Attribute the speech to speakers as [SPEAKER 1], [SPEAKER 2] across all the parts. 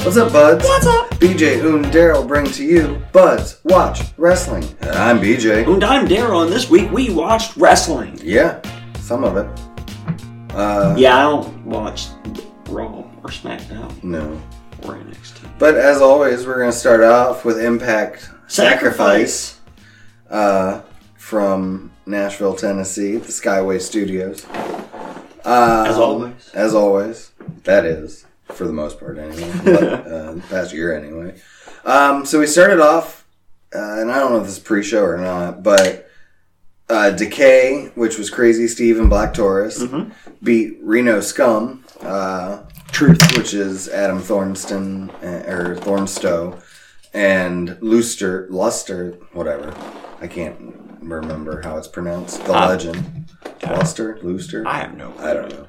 [SPEAKER 1] What's up, buds? What's up? BJ, Oon, Daryl bring to you Buds Watch Wrestling. And I'm BJ.
[SPEAKER 2] And I'm Daryl, and this week we watched wrestling.
[SPEAKER 1] Yeah, some of it. Uh,
[SPEAKER 2] Yeah, I don't watch Raw or SmackDown
[SPEAKER 1] no.
[SPEAKER 2] or NXT.
[SPEAKER 1] But as always, we're going to start off with Impact Sacrifice, uh, from Nashville, Tennessee, the Skyway Studios. Uh,
[SPEAKER 2] As always.
[SPEAKER 1] As always. That is, for the most part, anyway. but, uh, the past year, anyway. Um, so we started off, uh, and I don't know if this is pre show or not, but uh, Decay, which was Crazy Steve and Black Taurus, beat Reno Scum. Uh,
[SPEAKER 2] Truth.
[SPEAKER 1] which is Adam Thornston uh, or Thornstow and Luster Luster whatever. I can't remember how it's pronounced. The legend. Luster, Luster.
[SPEAKER 2] I have no
[SPEAKER 1] I don't know.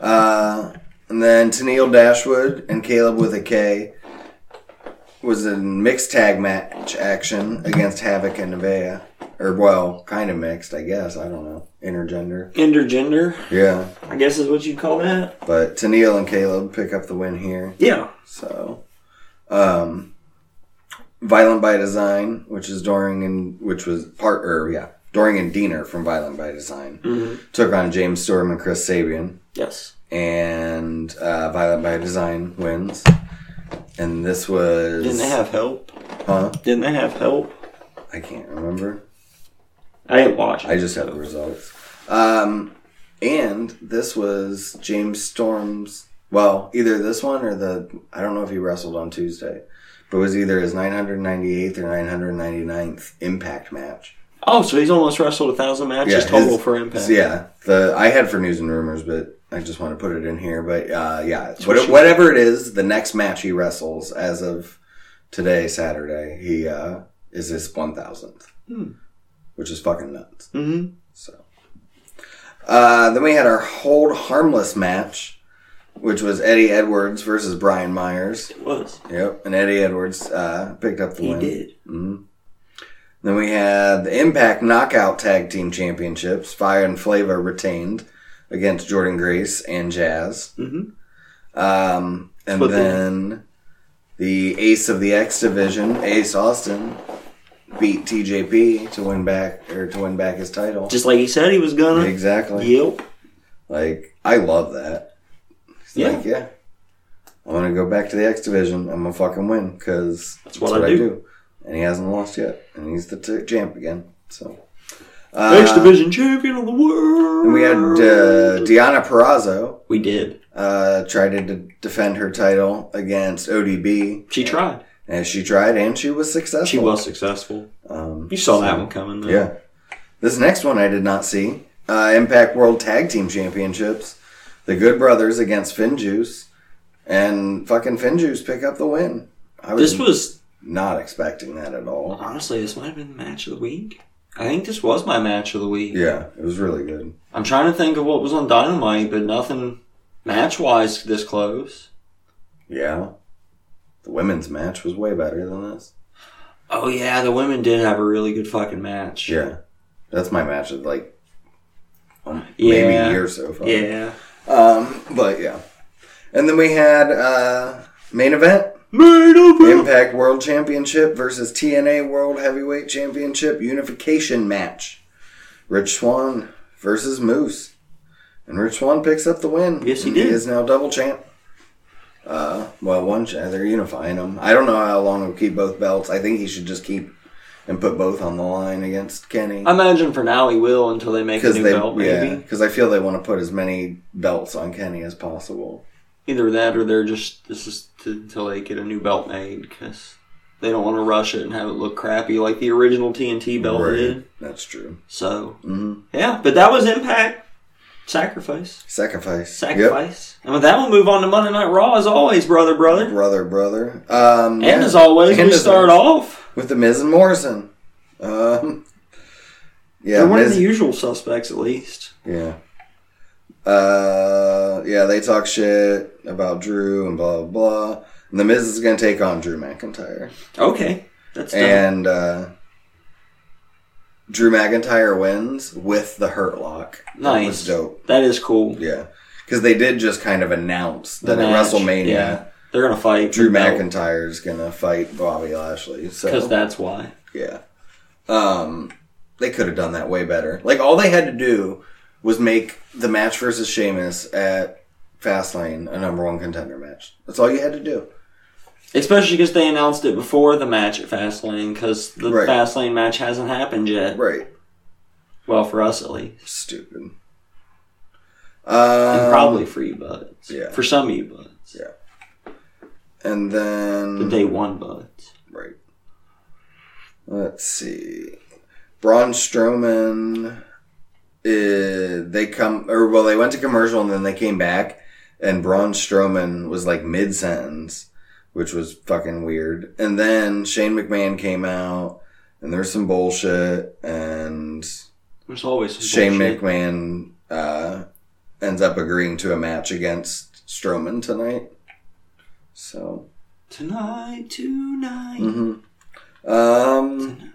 [SPEAKER 1] Uh, and then Tennille Dashwood and Caleb with a K was in mixed tag match action against Havoc and Nevaeh. Or well, kind of mixed, I guess. I don't know. Intergender.
[SPEAKER 2] Intergender,
[SPEAKER 1] Yeah,
[SPEAKER 2] I guess is what you call that.
[SPEAKER 1] but Tennille and Caleb pick up the win here.
[SPEAKER 2] Yeah.
[SPEAKER 1] So, um, Violent by Design, which is Doring and which was part or yeah, Doring and Diener from Violent by Design took on James Storm and Chris Sabian,
[SPEAKER 2] Yes.
[SPEAKER 1] and uh, Violent by Design wins. And this was
[SPEAKER 2] Didn't they have help?
[SPEAKER 1] huh?
[SPEAKER 2] Didn't they have help?
[SPEAKER 1] I can't remember.
[SPEAKER 2] I didn't watch.
[SPEAKER 1] I just had the results. Um, and this was James Storm's. Well, either this one or the. I don't know if he wrestled on Tuesday, but it was either his 998th or 999th Impact match.
[SPEAKER 2] Oh, so he's almost wrestled a thousand matches total
[SPEAKER 1] his-
[SPEAKER 2] for Impact.
[SPEAKER 1] Yeah, the I had for news and rumors, but I just want to put it in here. But uh, yeah, what,
[SPEAKER 2] what she-
[SPEAKER 1] whatever it is, the next match he wrestles as of today, Saturday, he uh, is his 1000th,
[SPEAKER 2] Hmm.
[SPEAKER 1] which is fucking nuts.
[SPEAKER 2] Mm-hmm.
[SPEAKER 1] So, uh, then we had our hold harmless match, which was Eddie Edwards versus Brian Myers.
[SPEAKER 2] It was.
[SPEAKER 1] Yep, and Eddie Edwards uh, picked up the
[SPEAKER 2] He
[SPEAKER 1] win.
[SPEAKER 2] did.
[SPEAKER 1] Mhm. Then we had the Impact Knockout Tag Team Championships. Fire and Flavor retained against Jordan Grace and Jazz.
[SPEAKER 2] Mm-hmm.
[SPEAKER 1] Um, and
[SPEAKER 2] But
[SPEAKER 1] then the ace of the X division, Ace Austin, beat TJP to win back or to win back his title.
[SPEAKER 2] Just like he said he was gonna.
[SPEAKER 1] exactly.
[SPEAKER 2] Yep.
[SPEAKER 1] Like, I love that. It's
[SPEAKER 2] Yeah.
[SPEAKER 1] Like, yeah. I'm going to go back to the X Division. I'm going to fucking win because
[SPEAKER 2] That's what I do.
[SPEAKER 1] And he hasn't lost yet. And he's the t- champ again. So.
[SPEAKER 2] Next
[SPEAKER 1] Uh,
[SPEAKER 2] division champion of the world.
[SPEAKER 1] we had uh, Deanna Perrazzo
[SPEAKER 2] we did.
[SPEAKER 1] uh, try to d- defend her title against ODB.
[SPEAKER 2] She tried.
[SPEAKER 1] And she tried and she was successful.
[SPEAKER 2] She was successful.
[SPEAKER 1] Um,
[SPEAKER 2] You saw that
[SPEAKER 1] so-
[SPEAKER 2] one coming, though.
[SPEAKER 1] Yeah. This next one I did not see. Uh, Impact World Tag Team Championships. The Good Brothers against Finjuice. And fucking Finjuice pick up the win. I was,
[SPEAKER 2] This was
[SPEAKER 1] not expecting that at all.
[SPEAKER 2] honestly, this might have been the match of the week. I think this was my match of the week.
[SPEAKER 1] Yeah, it was really good.
[SPEAKER 2] I'm trying to think of what was on Dynamite, but nothing match wise this close.
[SPEAKER 1] Yeah. The women's match was way better than this.
[SPEAKER 2] Oh yeah, the women did have a really good fucking match.
[SPEAKER 1] Yeah. That's my match of like um, maybe
[SPEAKER 2] Yeah.
[SPEAKER 1] a year or so far.
[SPEAKER 2] Yeah.
[SPEAKER 1] Um, but yeah. And then we had uh, main event
[SPEAKER 2] Made over.
[SPEAKER 1] Impact World Championship versus TNA World Heavyweight Championship Unification Match. Rich Swan versus Moose. And Rich Swan picks up the win.
[SPEAKER 2] Yes, he
[SPEAKER 1] And
[SPEAKER 2] did.
[SPEAKER 1] is now double champ. Uh, well, one cha- they're unifying them. I don't know how long he'll keep both belts. I think he should just keep and put both on the line against Kenny.
[SPEAKER 2] I imagine for now he will until they make a new
[SPEAKER 1] they,
[SPEAKER 2] belt, maybe.
[SPEAKER 1] yeah, because I feel they want to put as many belts on Kenny as possible.
[SPEAKER 2] Either that, or they're just this is t- until they get a new belt made because they don't want to rush it and have it look crappy like the original TNT belt did.
[SPEAKER 1] That's true.
[SPEAKER 2] So
[SPEAKER 1] hmm
[SPEAKER 2] yeah, but that was Impact Sacrifice.
[SPEAKER 1] Sacrifice. Yep.
[SPEAKER 2] Sacrifice. And with that, we'll move on to Monday Night Raw as always, brother, brother.
[SPEAKER 1] brother, brother. Um,
[SPEAKER 2] And
[SPEAKER 1] yeah.
[SPEAKER 2] as always,
[SPEAKER 1] And
[SPEAKER 2] we
[SPEAKER 1] as
[SPEAKER 2] start
[SPEAKER 1] always.
[SPEAKER 2] off.
[SPEAKER 1] with the Miz and Morrison. Um, yeah,
[SPEAKER 2] They're one of
[SPEAKER 1] Miz-
[SPEAKER 2] the usual suspects, at least.
[SPEAKER 1] yeah, uh, yeah. They talk shit about Drew and blah blah. blah. And the Miz is gonna take on Drew McIntyre,
[SPEAKER 2] Okay, that's done.
[SPEAKER 1] and uh, Drew McIntyre wins with the Hurt Lock. that was
[SPEAKER 2] nice.
[SPEAKER 1] dope.
[SPEAKER 2] That is cool.
[SPEAKER 1] Yeah, because they did just kind of announce that at
[SPEAKER 2] match,
[SPEAKER 1] WrestleMania
[SPEAKER 2] yeah. They're gonna fight
[SPEAKER 1] Drew McIntyre's gonna fight Bobby Lashley.
[SPEAKER 2] because
[SPEAKER 1] So
[SPEAKER 2] that's why.
[SPEAKER 1] yeah, um, they could have done that way better. Like all they had to do was make the match versus Sheamus at Fastlane a number one contender match. That's all you had to do.
[SPEAKER 2] Especially because they announced it before the match at Fastlane, because the
[SPEAKER 1] Right.
[SPEAKER 2] Fastlane match hasn't happened yet.
[SPEAKER 1] Right.
[SPEAKER 2] Well, for us at least,
[SPEAKER 1] Stupid.
[SPEAKER 2] and
[SPEAKER 1] Um,
[SPEAKER 2] probably for you buds.
[SPEAKER 1] yeah.
[SPEAKER 2] For some of you buds,
[SPEAKER 1] Um, And
[SPEAKER 2] the
[SPEAKER 1] then
[SPEAKER 2] day one buds.
[SPEAKER 1] Right. Let's see. Braun Strowman. Uh, they come or well, they went to commercial and then they came back, and Braun Strowman was like mid sentence, which was fucking weird. And then Shane McMahon came out, and there's some bullshit, and
[SPEAKER 2] There's always some
[SPEAKER 1] Shane
[SPEAKER 2] bullshit.
[SPEAKER 1] McMahon uh, ends up agreeing to a match against Strowman tonight. So,
[SPEAKER 2] Tonight, tonight,
[SPEAKER 1] hmm um.
[SPEAKER 2] Mm-hmm.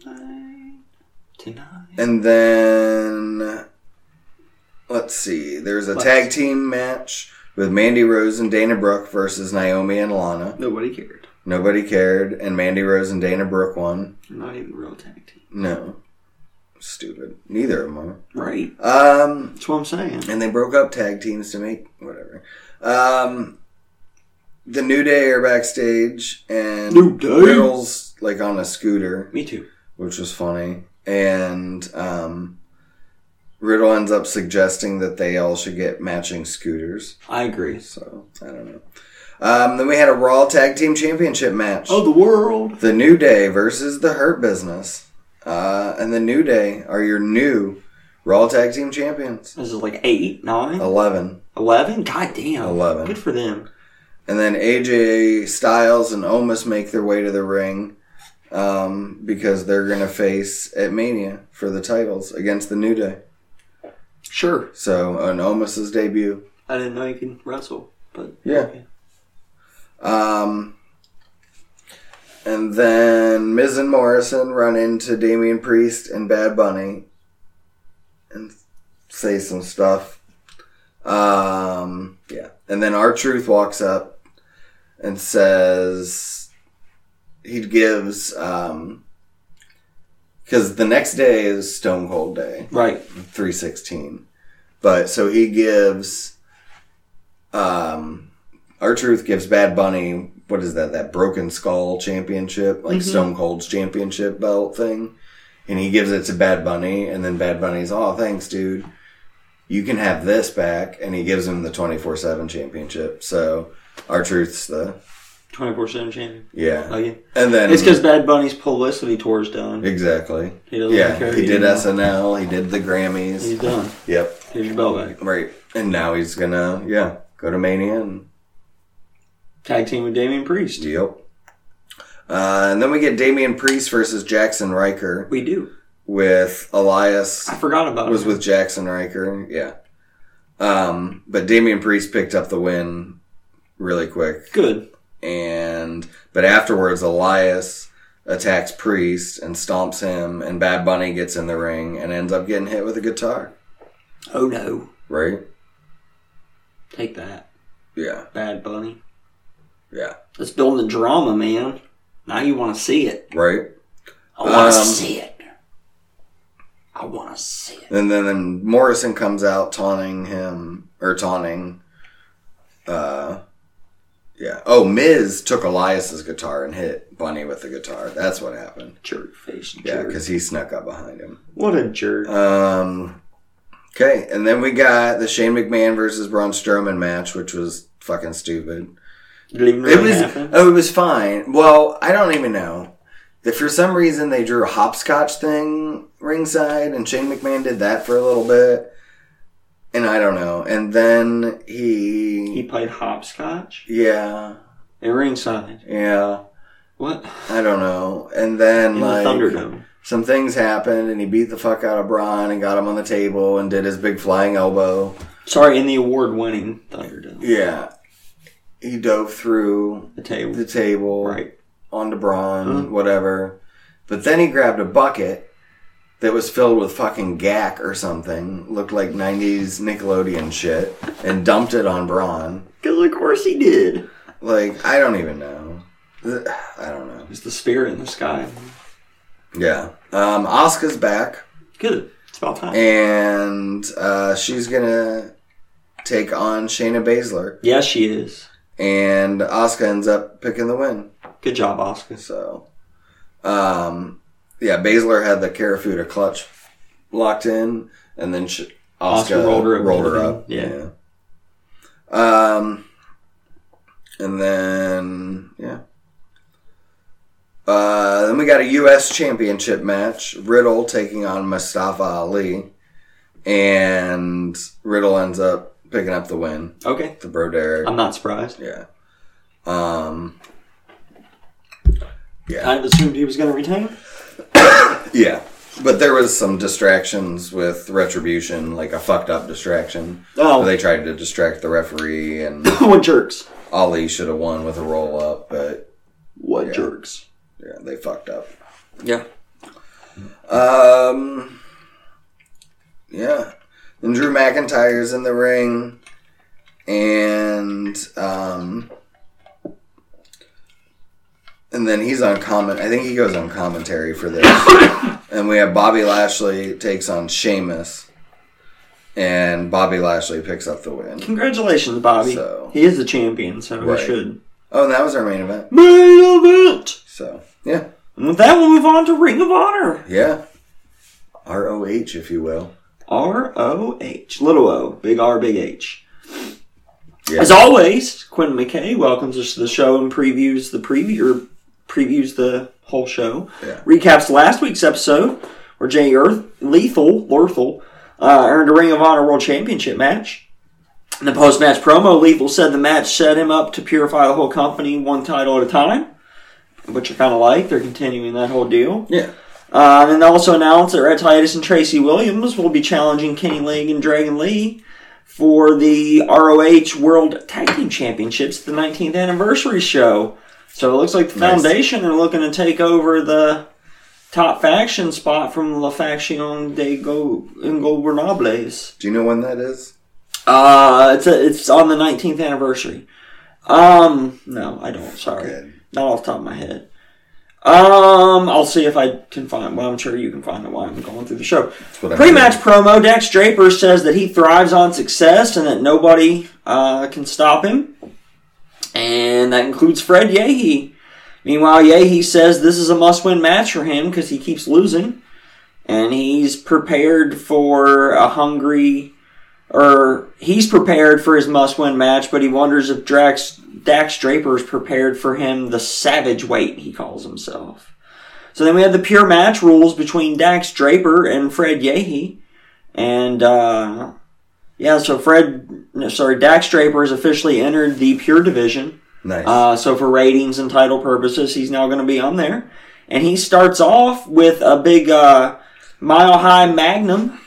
[SPEAKER 2] tonight, tonight.
[SPEAKER 1] And then let's see. There's a
[SPEAKER 2] Let's-
[SPEAKER 1] tag team match with Mandy Rose and Dana Brooke versus Naomi and Lana.
[SPEAKER 2] Nobody cared.
[SPEAKER 1] Nobody cared, and Mandy Rose and Dana Brooke won.
[SPEAKER 2] They're not even real tag team,
[SPEAKER 1] No. Stupid. Neither of them
[SPEAKER 2] right?
[SPEAKER 1] are. Um
[SPEAKER 2] That's what I'm saying.
[SPEAKER 1] and they broke up tag teams to make whatever. Um the New Day are backstage and
[SPEAKER 2] New Day?
[SPEAKER 1] Riddle's like on a scooter.
[SPEAKER 2] Me too.
[SPEAKER 1] which was funny. And um, Riddle ends up suggesting that they all should get matching scooters.
[SPEAKER 2] I agree.
[SPEAKER 1] So I don't know. Um, then we had a Raw Tag Team Championship match:
[SPEAKER 2] Oh, the world.
[SPEAKER 1] The New Day versus the Hurt Business. Uh, and the New Day are your new Raw Tag Team champions.
[SPEAKER 2] This is like eight, nine,
[SPEAKER 1] Eleven.
[SPEAKER 2] eleven. God damn.
[SPEAKER 1] 11.
[SPEAKER 2] Good for them.
[SPEAKER 1] And then AJ Styles and Omos make their way to the ring um, because they're going to face at Mania for the titles against the New Day.
[SPEAKER 2] Sure.
[SPEAKER 1] So an Omos's debut.
[SPEAKER 2] I didn't know you can wrestle, but
[SPEAKER 1] Yeah.
[SPEAKER 2] okay.
[SPEAKER 1] Um, and then Miz and Morrison run into Damian Priest and Bad Bunny and say some stuff. Um, yeah. And then our Truth walks up and says he gives um because the next day is Stone Cold Day.
[SPEAKER 2] Right.
[SPEAKER 1] 316. But so he gives um our truth gives Bad Bunny what is that that broken skull championship like
[SPEAKER 2] Mhm.
[SPEAKER 1] Stone Cold's championship belt thing and he gives it to Bad Bunny and then Bad Bunny's oh thanks dude you can have this back and he gives him the 24/7 championship so our truth's the
[SPEAKER 2] Twenty four seven champion.
[SPEAKER 1] yeah
[SPEAKER 2] Okay.
[SPEAKER 1] and then
[SPEAKER 2] It's because Bad Bunny's publicity tour's done.
[SPEAKER 1] exactly
[SPEAKER 2] He doesn't
[SPEAKER 1] yeah
[SPEAKER 2] care.
[SPEAKER 1] he did
[SPEAKER 2] anymore.
[SPEAKER 1] SNL he did the Grammys
[SPEAKER 2] He's done.
[SPEAKER 1] yep
[SPEAKER 2] Here's your belt back.
[SPEAKER 1] Right. And now he's gonna yeah, go to Mania and
[SPEAKER 2] Tag team with Damian Priest.
[SPEAKER 1] deal. Uh, and then we get Damian Priest versus Jackson Riker
[SPEAKER 2] We do.
[SPEAKER 1] with Elias
[SPEAKER 2] I forgot about
[SPEAKER 1] was
[SPEAKER 2] him.
[SPEAKER 1] with Jackson Riker, yeah. Um, but Damian Priest picked up the win really quick.
[SPEAKER 2] Good.
[SPEAKER 1] And but afterwards Elias attacks Priest and stomps him and Bad Bunny gets in the ring and ends up getting hit with a guitar.
[SPEAKER 2] Oh no.
[SPEAKER 1] Right?
[SPEAKER 2] Take that,
[SPEAKER 1] Yeah,
[SPEAKER 2] Bad Bunny.
[SPEAKER 1] yeah.
[SPEAKER 2] That's building the drama, man. Now you want to see it.
[SPEAKER 1] Right?
[SPEAKER 2] I want to
[SPEAKER 1] Um,
[SPEAKER 2] see it. I want to see it.
[SPEAKER 1] And then, then Morrison comes out taunting him or taunting uh yeah. Oh, Miz took Elias's guitar and hit Bunny with the guitar. That's what happened.
[SPEAKER 2] Jerk face. Jerk.
[SPEAKER 1] Yeah, because he snuck up behind him.
[SPEAKER 2] what a jerk.
[SPEAKER 1] Um Okay, and then we got the Shane McMahon versus Braun Strowman match, which was fucking stupid.
[SPEAKER 2] Didn't even
[SPEAKER 1] It
[SPEAKER 2] really
[SPEAKER 1] was
[SPEAKER 2] happen.
[SPEAKER 1] oh, it was fine. Well, I don't even know. If for some reason they drew a hopscotch thing ringside and Shane McMahon did that for a little bit. And I don't know. And then
[SPEAKER 2] He
[SPEAKER 1] he,
[SPEAKER 2] played hopscotch
[SPEAKER 1] Yeah.
[SPEAKER 2] at ringside.
[SPEAKER 1] Yeah.
[SPEAKER 2] What?
[SPEAKER 1] I don't know. And then
[SPEAKER 2] In
[SPEAKER 1] like
[SPEAKER 2] the Thunderdome.
[SPEAKER 1] some things happened and he beat the fuck out of Braun and got him on the table and did his big flying elbow.
[SPEAKER 2] Sorry, in the award-winning Thunderdome.
[SPEAKER 1] Yeah. He dove through
[SPEAKER 2] The table.
[SPEAKER 1] the table.
[SPEAKER 2] Right.
[SPEAKER 1] onto Braun,
[SPEAKER 2] Mhm.
[SPEAKER 1] whatever. But then he grabbed a bucket that was filled with fucking gack or something, looked like 90s Nickelodeon shit, and dumped it on Braun.
[SPEAKER 2] Because of course he did.
[SPEAKER 1] Like I don't even know. I don't know.
[SPEAKER 2] It's the spirit in the sky.
[SPEAKER 1] Yeah. Um, Asuka's back,
[SPEAKER 2] Good. It's about time.
[SPEAKER 1] and uh, she's gonna take on Shayna Baszler,
[SPEAKER 2] yes, she is.
[SPEAKER 1] and Asuka ends up picking the win.
[SPEAKER 2] Good job, Oscar.
[SPEAKER 1] So, um, yeah, Baszler had the Carafuda clutch locked in, and then she, Asuka,
[SPEAKER 2] Asuka
[SPEAKER 1] rolled her up.
[SPEAKER 2] with it. Yeah.
[SPEAKER 1] yeah. Um, and then yeah. Uh, then we got a U.S. Championship match. Riddle taking on Mustafa Ali, and Riddle ends up picking up the win.
[SPEAKER 2] Okay.
[SPEAKER 1] The Bro Derek.
[SPEAKER 2] I'm not surprised.
[SPEAKER 1] Yeah. Um.
[SPEAKER 2] Kind of assumed he was going to retain.
[SPEAKER 1] Yeah. But there was some distractions with retribution, like a fucked up distraction.
[SPEAKER 2] Oh.
[SPEAKER 1] They tried to distract the referee, and
[SPEAKER 2] what jerks?
[SPEAKER 1] Ali should have won with a roll up, but
[SPEAKER 2] What jerks?
[SPEAKER 1] yeah, they fucked up.
[SPEAKER 2] Yeah.
[SPEAKER 1] Um, yeah. And Drew McIntyre's in the ring, and um, and then he's on comment. I think he goes on commentary for this. and we have Bobby Lashley takes on Sheamus, and Bobby Lashley picks up the win.
[SPEAKER 2] Congratulations, Bobby.
[SPEAKER 1] So-
[SPEAKER 2] He is the champion, so
[SPEAKER 1] Right.
[SPEAKER 2] we should.
[SPEAKER 1] Oh, and that was our main event.
[SPEAKER 2] Main event!
[SPEAKER 1] So yeah,
[SPEAKER 2] And with that, we'll move on to Ring of Honor.
[SPEAKER 1] yeah. R O H, if you will.
[SPEAKER 2] R O H. Little O. Big R, big H.
[SPEAKER 1] Yeah.
[SPEAKER 2] As always, Quinn McKay welcomes us to the show and previews the preview or previews the whole show.
[SPEAKER 1] Yeah.
[SPEAKER 2] Recaps last week's episode where Jay Earth Lethal Lorthal uh, earned a Ring of Honor World Championship match. In the post match promo, Lethal said the match set him up to purify the whole company one title at a time. Which I kinda like. They're continuing that whole deal.
[SPEAKER 1] Yeah.
[SPEAKER 2] Uh, and they also announced that Red Titus and Tracy Williams will be challenging Kenny Leg and Dragon Lee for the ROH World Tag Team Championships, the 19th anniversary show. So it looks like the
[SPEAKER 1] Nice.
[SPEAKER 2] Foundation are looking to take over the top faction spot from La Faction de Go- Ingobernables.
[SPEAKER 1] Do you know when that is?
[SPEAKER 2] Uh, it's, a, it's on the 19th anniversary. Um, no, I don't. Sorry.
[SPEAKER 1] Good.
[SPEAKER 2] Not off the top of my head. Um, I'll see if I can find. Well, I'm sure you can find it while I'm going through the show.
[SPEAKER 1] what I'm
[SPEAKER 2] Pre-match promo: Dax Draper says that he thrives on success and that nobody uh, can stop him, and that includes Fred Yehi. Meanwhile, Yehi says this is a must-win match for him because he keeps losing, and he's prepared for a hungry or he's prepared for his must-win match, but he wonders if Drax Dax Draper is prepared for him the savage weight he calls himself. So then we have the pure match rules between Dax Draper and Fred Yehi, and uh, yeah, so Fred, no, sorry, Dax Draper has officially entered the pure division.
[SPEAKER 1] Nice.
[SPEAKER 2] Uh, so for ratings and title purposes, he's now going to be on there, and he starts off with a big uh, mile high magnum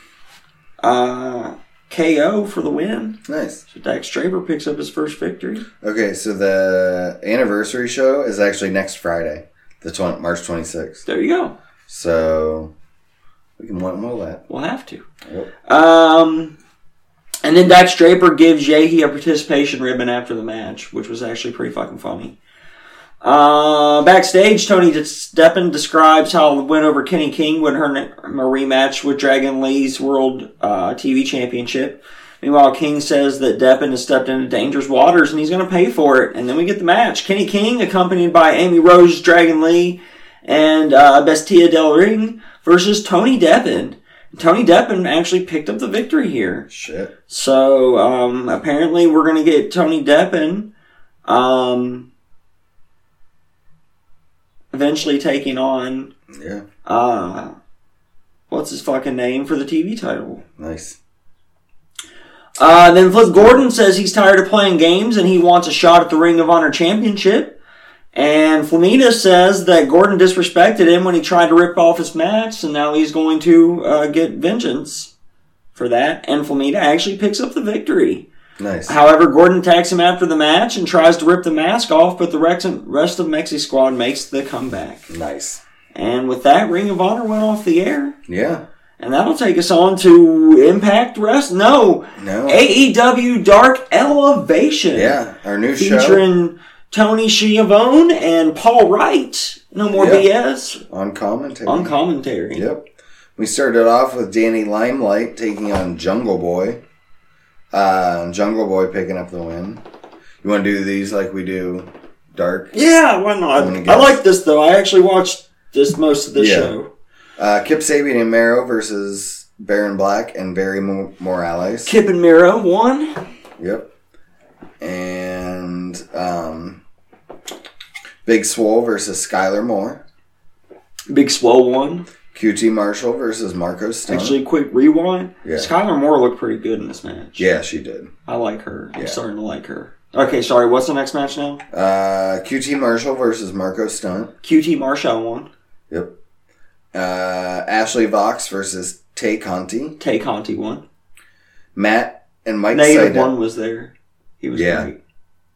[SPEAKER 2] uh, KO for the win.
[SPEAKER 1] nice.
[SPEAKER 2] So Dax Draper picks up his first victory.
[SPEAKER 1] Okay, so the anniversary show is actually next Friday, the 20, March 26th.
[SPEAKER 2] There you go.
[SPEAKER 1] So we can want more of that.
[SPEAKER 2] We'll have to.
[SPEAKER 1] Yep.
[SPEAKER 2] Um, and then Dax Draper gives Yehi a participation ribbon after the match, which was actually pretty fucking funny. Uh, backstage, Tony Deppen describes how it went over Kenny King when her a rematch with Dragon Lee's World uh, TV Championship. Meanwhile, King says that Deppen has stepped into dangerous waters and he's going to pay for it. And then we get the match. Kenny King, accompanied by Amy Rose, Dragon Lee, and uh, Bestia Del Ring versus Tony Deppen. Tony Deppen actually picked up the victory here.
[SPEAKER 1] Shit.
[SPEAKER 2] So um, apparently, we're going to get Tony Deppen um, eventually taking on
[SPEAKER 1] Yeah.
[SPEAKER 2] uh, what's his fucking name for the TV title.
[SPEAKER 1] Nice.
[SPEAKER 2] Uh, then Flip Gordon says he's tired of playing games and he wants a shot at the Ring of Honor Championship. And Flamita says that Gordon disrespected him when he tried to rip off his match, and now he's going to uh, get vengeance for that. And Flamita actually picks up the victory.
[SPEAKER 1] Nice.
[SPEAKER 2] However, Gordon attacks him after the match and tries to rip the mask off, but the rex- rest of Mexi Squad makes the comeback.
[SPEAKER 1] nice.
[SPEAKER 2] And with that, Ring of Honor went off the air.
[SPEAKER 1] Yeah.
[SPEAKER 2] And that'll take us on to Impact Rest. No,
[SPEAKER 1] No.
[SPEAKER 2] AEW E Dark Elevation.
[SPEAKER 1] Yeah. Our new show.
[SPEAKER 2] Featuring Tony Schiavone and Paul Wright. No more
[SPEAKER 1] Yep.
[SPEAKER 2] BS
[SPEAKER 1] on commentary.
[SPEAKER 2] on commentary.
[SPEAKER 1] Yep. We started off with Danny Limelight taking on Jungle Boy. Uh, Jungle Boy picking up the win. You want to do these like we do Dark?
[SPEAKER 2] Yeah, why
[SPEAKER 1] I'm gonna
[SPEAKER 2] not? I
[SPEAKER 1] guess.
[SPEAKER 2] like this though. I actually watched this most of the
[SPEAKER 1] Yeah.
[SPEAKER 2] show.
[SPEAKER 1] Uh, Kip Sabian and Mero versus Baron Black and Barry Mo- Morales.
[SPEAKER 2] Kip and Miro won.
[SPEAKER 1] Yep. And um, Big Swole versus Skylar Moore.
[SPEAKER 2] Big Swell won.
[SPEAKER 1] QT Marshall versus Marco Stone.
[SPEAKER 2] Actually, quick rewind.
[SPEAKER 1] Uh-huh. Yeah.
[SPEAKER 2] Skylar Moore looked pretty good in this match.
[SPEAKER 1] yeah, she did.
[SPEAKER 2] I like her. I'm
[SPEAKER 1] Yeah.
[SPEAKER 2] starting to like her. Okay, sorry. What's the next match now?
[SPEAKER 1] Uh, QT Marshall versus Marco Stunt.
[SPEAKER 2] QT Marshall won.
[SPEAKER 1] Yep. Uh, Ashley Vox versus Tay Conti.
[SPEAKER 2] Tay Conti won.
[SPEAKER 1] Matt and Mike
[SPEAKER 2] Negative
[SPEAKER 1] Seidel.
[SPEAKER 2] one was there. He was
[SPEAKER 1] Yeah.
[SPEAKER 2] great.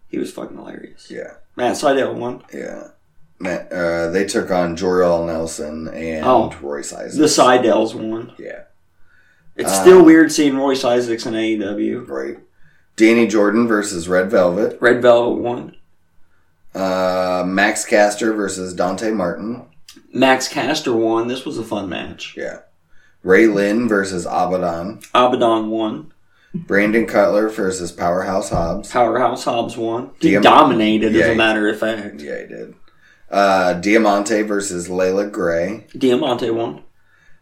[SPEAKER 2] He was fucking hilarious.
[SPEAKER 1] Yeah,
[SPEAKER 2] Matt Seidel won.
[SPEAKER 1] yeah. Matt, uh, they took on Jor-El Nelson and
[SPEAKER 2] Oh.
[SPEAKER 1] Royce Isaacs.
[SPEAKER 2] The Seidels won.
[SPEAKER 1] Yeah,
[SPEAKER 2] It's
[SPEAKER 1] Uh,
[SPEAKER 2] still weird seeing Royce Isaacs in E AEW.
[SPEAKER 1] right. Danny Jordan versus Red Velvet.
[SPEAKER 2] Red Velvet won.
[SPEAKER 1] Uh, Max Caster versus Dante Martin.
[SPEAKER 2] Max Caster won. This was a fun match.
[SPEAKER 1] Yeah. Ray Lynn versus Abaddon.
[SPEAKER 2] Abaddon won.
[SPEAKER 1] Brandon Cutler versus Powerhouse Hobbs.
[SPEAKER 2] Powerhouse Hobbs won. He
[SPEAKER 1] Diam-
[SPEAKER 2] dominated,
[SPEAKER 1] Yeah,
[SPEAKER 2] as a
[SPEAKER 1] he-
[SPEAKER 2] matter of fact.
[SPEAKER 1] Yeah, he did. Uh, Diamante versus Layla Gray.
[SPEAKER 2] Diamante won.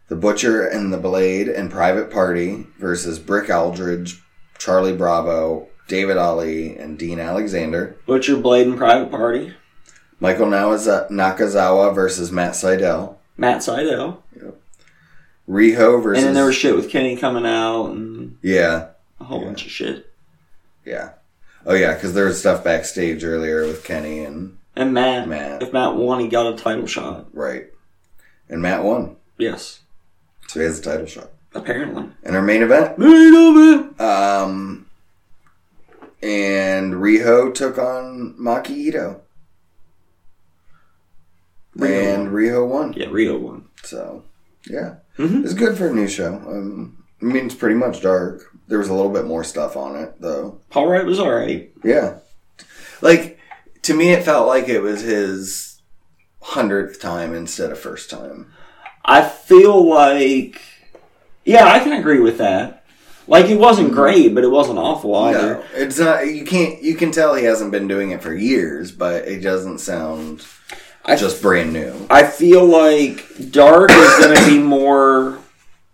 [SPEAKER 1] The Butcher and the Blade and Private Party versus Brick Aldridge, Charlie Bravo, David Ali, and Dean Alexander.
[SPEAKER 2] Butcher Blade and Private Party.
[SPEAKER 1] Michael Nawaza- Nakazawa versus Matt Seidel.
[SPEAKER 2] Matt Seidel.
[SPEAKER 1] Riho versus.
[SPEAKER 2] And then there was shit with Kenny coming out and
[SPEAKER 1] yeah,
[SPEAKER 2] a whole
[SPEAKER 1] Yeah.
[SPEAKER 2] bunch of shit.
[SPEAKER 1] yeah. Oh, yeah, because there was stuff backstage earlier with Kenny and.
[SPEAKER 2] And Matt,
[SPEAKER 1] Matt.
[SPEAKER 2] If Matt won, he got a title shot.
[SPEAKER 1] Right. And Matt won.
[SPEAKER 2] Yes.
[SPEAKER 1] So he has a title shot.
[SPEAKER 2] Apparently.
[SPEAKER 1] And our main event.
[SPEAKER 2] Main event.
[SPEAKER 1] Um. And Riho took on Maki Ito.
[SPEAKER 2] Riho
[SPEAKER 1] And Riho won.
[SPEAKER 2] Yeah, Rio won.
[SPEAKER 1] So, yeah,
[SPEAKER 2] Mhm.
[SPEAKER 1] it's good for a new show. Um, I mean, it's pretty much dark. There was a little bit more stuff on it, though.
[SPEAKER 2] Paul Wright was alright.
[SPEAKER 1] Yeah, like to me, it felt like it was his hundredth time instead of first time.
[SPEAKER 2] I feel like. Yeah, I can agree with that. Like, it wasn't great, but it wasn't awful either.
[SPEAKER 1] No, it's not. You can't. You can tell he hasn't been doing it for years, but it doesn't sound
[SPEAKER 2] I-
[SPEAKER 1] just brand new.
[SPEAKER 2] I feel like Dark is going to be more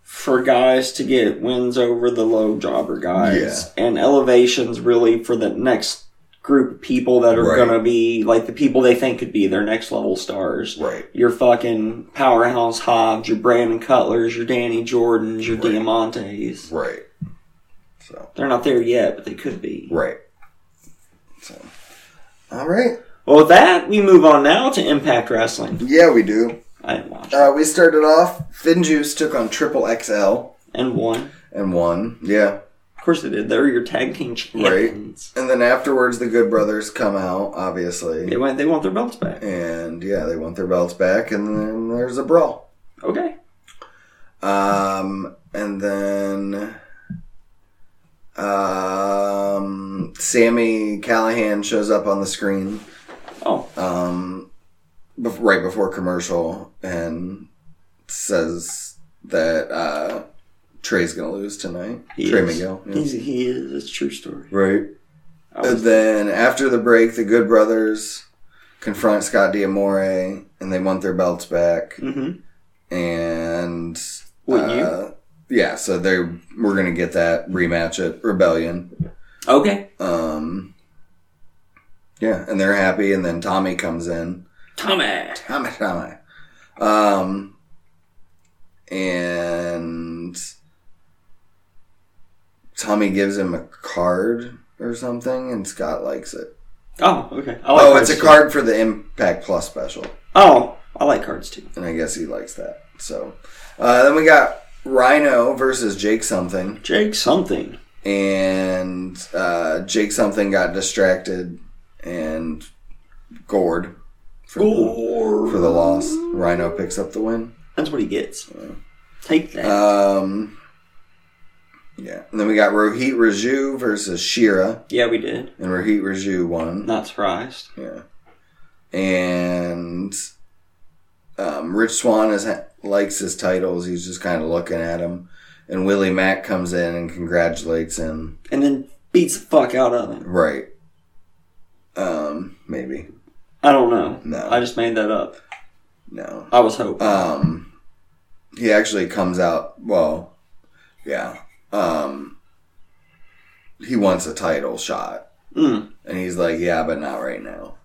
[SPEAKER 2] for guys to get wins over the low jobber guys, and Elevation's really for the next group of people that are
[SPEAKER 1] Right.
[SPEAKER 2] going to be like the people they think could be their next level stars.
[SPEAKER 1] Right.
[SPEAKER 2] Your fucking powerhouse Hobbs, your Brandon Cutlers, your Danny Jordans, your
[SPEAKER 1] Right.
[SPEAKER 2] Diamantes.
[SPEAKER 1] Right. So.
[SPEAKER 2] They're not there yet, but they could be.
[SPEAKER 1] Right. So. All right.
[SPEAKER 2] Well, with that, we move on now to Impact Wrestling.
[SPEAKER 1] Yeah, we do.
[SPEAKER 2] I didn't watch it.
[SPEAKER 1] Uh, we started off. Finn Juice took on Triple XL
[SPEAKER 2] And one.
[SPEAKER 1] and won. Yeah.
[SPEAKER 2] Of course they did. They're your tag team champions.
[SPEAKER 1] And then afterwards, the Good Brothers come out, obviously.
[SPEAKER 2] They want they want their belts back.
[SPEAKER 1] And yeah, they want their belts back. And then there's a brawl.
[SPEAKER 2] Okay.
[SPEAKER 1] Um, and then um, Sammy Callahan shows up on the screen
[SPEAKER 2] Oh,
[SPEAKER 1] um, bef- right before commercial and says that uh, Trey's going to lose tonight.
[SPEAKER 2] he
[SPEAKER 1] Trey
[SPEAKER 2] is.
[SPEAKER 1] Miguel. yeah.
[SPEAKER 2] He's, he is. It's a true story.
[SPEAKER 1] Right.
[SPEAKER 2] I
[SPEAKER 1] And
[SPEAKER 2] was-
[SPEAKER 1] then after the break, the Good Brothers confront Scott D'Amore and they want their belts back.
[SPEAKER 2] Mhm.
[SPEAKER 1] And
[SPEAKER 2] Would you?
[SPEAKER 1] uh, yeah, so they are we're gonna get that rematch at Rebellion.
[SPEAKER 2] Okay.
[SPEAKER 1] Um, yeah, and they're happy. And then Tommy comes in.
[SPEAKER 2] Tommy.
[SPEAKER 1] Tommy, Tommy. Um, and Tommy gives him a card or something, and Scott likes it.
[SPEAKER 2] Oh, okay. I
[SPEAKER 1] Oh,
[SPEAKER 2] cards
[SPEAKER 1] it's a
[SPEAKER 2] too.
[SPEAKER 1] card for the Impact Plus special,
[SPEAKER 2] Oh, I like cards too.
[SPEAKER 1] and I guess he likes that. So uh, then we got Rhino versus Jake something,
[SPEAKER 2] Jake something.
[SPEAKER 1] and uh, Jake something got distracted and gored for, the,
[SPEAKER 2] Gore.
[SPEAKER 1] for the loss. Rhino picks up the win.
[SPEAKER 2] That's what he gets. Take that.
[SPEAKER 1] Um, Yeah. And then we got Rohit Raju versus Shira,
[SPEAKER 2] Yeah, we did.
[SPEAKER 1] and Rohit Raju won.
[SPEAKER 2] Not surprised.
[SPEAKER 1] Yeah. And um, Rich Swan is, likes his titles. He's just kind of looking at him. And Willie Mack comes in and congratulates him.
[SPEAKER 2] And then beats the fuck out of him.
[SPEAKER 1] Right. Um, maybe.
[SPEAKER 2] I don't know.
[SPEAKER 1] No.
[SPEAKER 2] I just made that up.
[SPEAKER 1] No.
[SPEAKER 2] I was hoping.
[SPEAKER 1] Um, he actually comes out. Well, yeah. Um, he wants a title shot,
[SPEAKER 2] Mm.
[SPEAKER 1] and he's like, "Yeah, but not right now."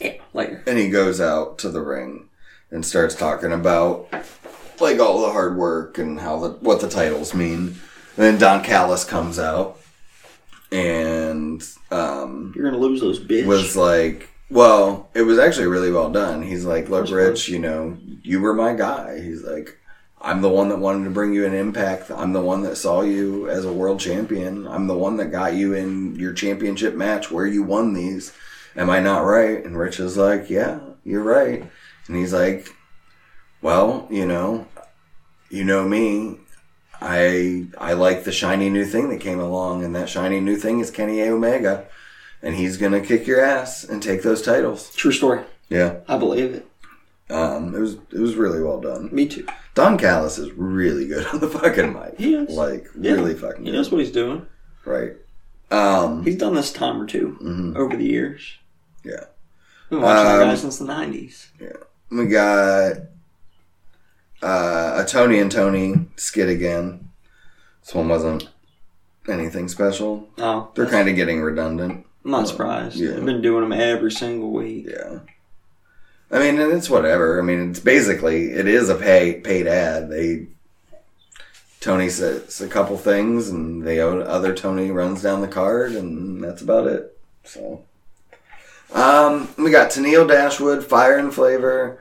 [SPEAKER 2] Yeah, later.
[SPEAKER 1] And he goes out to the ring and starts talking about like all the hard work and how the what the titles mean. And then Don Callis comes out and um,
[SPEAKER 2] You're gonna lose those bitch.
[SPEAKER 1] was like, well, it was actually really well done. He's like, look, Rich, you know, you were my guy. He's like, I'm the one that wanted to bring you an impact. I'm the one that saw you as a world champion. I'm the one that got you in your championship match where you won these. Am I not right? And Rich is like, yeah, you're right. And he's like, well, you know, you know me. I I like the shiny new thing that came along, and that shiny new thing is Kenny Omega and he's gonna kick your ass and take those titles.
[SPEAKER 2] True story.
[SPEAKER 1] Yeah,
[SPEAKER 2] I believe it.
[SPEAKER 1] um, it was it was really well done.
[SPEAKER 2] Me too.
[SPEAKER 1] Don Callis is really good on the fucking mic.
[SPEAKER 2] He is.
[SPEAKER 1] like
[SPEAKER 2] Yeah.
[SPEAKER 1] really fucking
[SPEAKER 2] He
[SPEAKER 1] good.
[SPEAKER 2] knows what he's doing.
[SPEAKER 1] right. Um,
[SPEAKER 2] He's done this time or 2
[SPEAKER 1] mhm.
[SPEAKER 2] over the years.
[SPEAKER 1] Yeah.
[SPEAKER 2] Been watching that guy
[SPEAKER 1] Um,
[SPEAKER 2] since the '90s.
[SPEAKER 1] we got uh, a Tony and Tony skit again. This one wasn't anything special.
[SPEAKER 2] Oh,
[SPEAKER 1] They're
[SPEAKER 2] that's-
[SPEAKER 1] kind of getting redundant.
[SPEAKER 2] I'm not surprised.
[SPEAKER 1] uh, yeah.
[SPEAKER 2] I've been doing them every single week.
[SPEAKER 1] Yeah. I mean, and it's whatever. I mean, it's basically it is a pay paid ad. They Tony says a couple things, and the o- other Tony runs down the card, and that's about it. So, um, we got Tennille Dashwood, Fire and Flavor,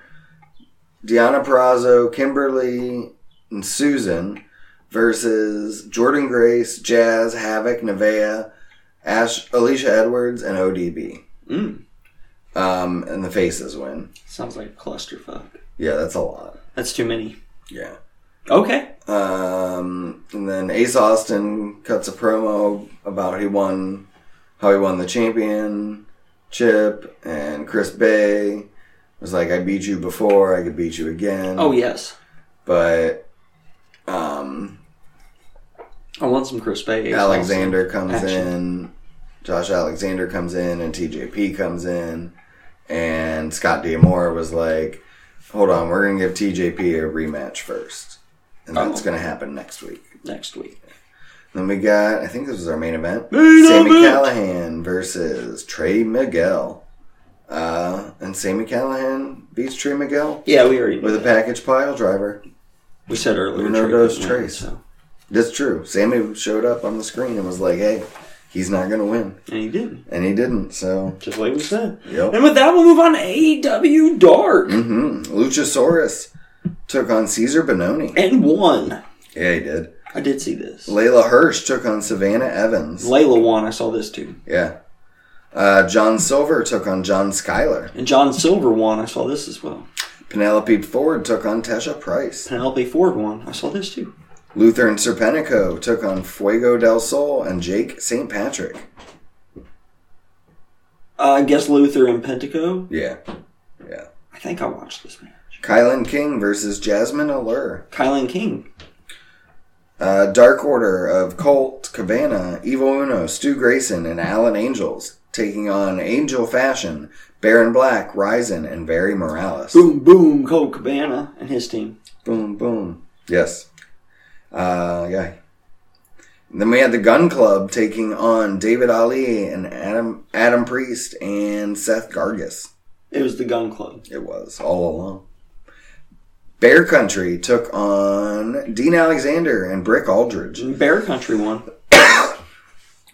[SPEAKER 1] Deanna Perrazzo, Kimberly, and Susan versus Jordan Grace, Jazz, Havoc, Nevaeh, Ash, Alicia Edwards, and ODB.
[SPEAKER 2] Mm.
[SPEAKER 1] Um, and the faces win.
[SPEAKER 2] Sounds like a clusterfuck.
[SPEAKER 1] Yeah, that's a lot.
[SPEAKER 2] That's too many.
[SPEAKER 1] Yeah.
[SPEAKER 2] Okay.
[SPEAKER 1] Um, and then Ace Austin cuts a promo about he won, how he won the championship, and Chris Bay was like, "I beat you before, I could beat you again."
[SPEAKER 2] Oh yes,
[SPEAKER 1] But um,
[SPEAKER 2] I want some crisp eggs.
[SPEAKER 1] Alexander comes
[SPEAKER 2] Action.
[SPEAKER 1] in, Josh Alexander comes in, and TJP comes in, and Scott D'Amore was like, "Hold on, we're gonna give TJP a rematch first, and that's
[SPEAKER 2] Oh.
[SPEAKER 1] gonna happen next week."
[SPEAKER 2] next week.
[SPEAKER 1] Then we got, I think this was our main event,
[SPEAKER 2] Main
[SPEAKER 1] Sammy
[SPEAKER 2] event!
[SPEAKER 1] Callahan versus Trey Miguel, uh, and Sammy Callahan beats Trey Miguel
[SPEAKER 2] Yeah, we already knew
[SPEAKER 1] with a
[SPEAKER 2] that.
[SPEAKER 1] package pile driver.
[SPEAKER 2] we said earlier.
[SPEAKER 1] Uno,
[SPEAKER 2] Trey
[SPEAKER 1] dos,
[SPEAKER 2] didn't
[SPEAKER 1] tres.
[SPEAKER 2] win, So.
[SPEAKER 1] That's true. Sammy showed up on the screen and was like, "Hey, he's not gonna win,"
[SPEAKER 2] And he did,
[SPEAKER 1] and he didn't. So.
[SPEAKER 2] just like we said.
[SPEAKER 1] Yep.
[SPEAKER 2] And with that, we'll move on to AEW Dark
[SPEAKER 1] hmm Luchasaurus took on Caesar Bononi.
[SPEAKER 2] and one.
[SPEAKER 1] Yeah, he did.
[SPEAKER 2] I did see this.
[SPEAKER 1] Layla Hirsch took on Savannah Evans.
[SPEAKER 2] Layla won. I saw this too.
[SPEAKER 1] Yeah. Uh, John Silver took on John Schuyler.
[SPEAKER 2] And John Silver won. I saw this as well.
[SPEAKER 1] Penelope Ford took on Tesha Price.
[SPEAKER 2] Penelope Ford won. I saw this too.
[SPEAKER 1] Luther and Serpentico took on Fuego del Sol and Jake St. Patrick.
[SPEAKER 2] Uh, I guess Luther and Pentico.
[SPEAKER 1] Yeah.
[SPEAKER 2] I think I watched this match.
[SPEAKER 1] Kylan King versus Jasmine Allure.
[SPEAKER 2] Kylan King.
[SPEAKER 1] Uh, Dark Order of Colt, Cabana, Evil Uno, Stu Grayson, and Alan Angels taking on Angel Fashion, Baron Black, Ryzen, and Barry Morales.
[SPEAKER 2] Boom, boom, Cole Cabana and his team.
[SPEAKER 1] Boom, boom. Yes. Uh, yeah. Then we had the Gun Club taking on David Ali and Adam Adam Priest and Seth Gargus.
[SPEAKER 2] It was the Gun Club.
[SPEAKER 1] It was all along. Bear Country took on Dean Alexander and Brick Aldridge.
[SPEAKER 2] And Bear Country won.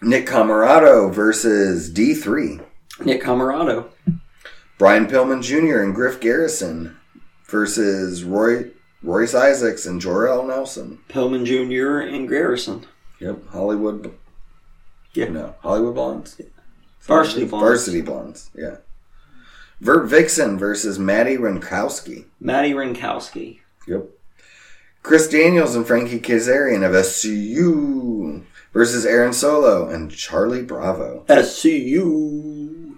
[SPEAKER 1] Nick Camarado versus D3.
[SPEAKER 2] Nick Camarado.
[SPEAKER 1] Brian Pillman Jr. and Griff Garrison versus Roy Royce Isaacs and Jorel Nelson.
[SPEAKER 2] Pillman Jr. and Garrison.
[SPEAKER 1] Yep, Hollywood.
[SPEAKER 2] Yeah.
[SPEAKER 1] no, Hollywood Blondes.
[SPEAKER 2] Varsity Blondes.
[SPEAKER 1] Varsity Blondes. Yeah. Vert Vixen versus Maddie Winkowski.
[SPEAKER 2] Matty Rinkowski.
[SPEAKER 1] Yep. Chris Daniels and Frankie Kazarian of SCU versus Aaron Solo and Charlie Bravo.
[SPEAKER 2] SCU.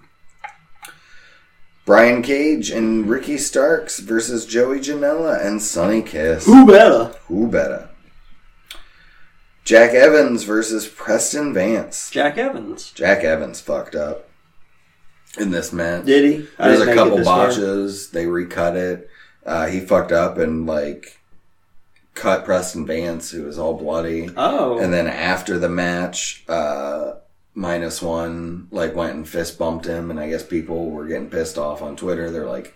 [SPEAKER 1] Brian Cage and Ricky Starks versus Joey Janela and Sonny Kiss.
[SPEAKER 2] Who better?
[SPEAKER 1] Who better? Jack Evans versus Preston Vance.
[SPEAKER 2] Jack Evans.
[SPEAKER 1] Jack Evans fucked up in this match.
[SPEAKER 2] Did he? I
[SPEAKER 1] There's
[SPEAKER 2] didn't
[SPEAKER 1] a
[SPEAKER 2] make it
[SPEAKER 1] couple
[SPEAKER 2] this far.
[SPEAKER 1] botches. They recut it. Uh, he fucked up and like cut Preston Vance, who was all bloody.
[SPEAKER 2] Oh.
[SPEAKER 1] And then after the match, uh, minus one like went and fist bumped him, and I guess people were getting pissed off on Twitter. They're like,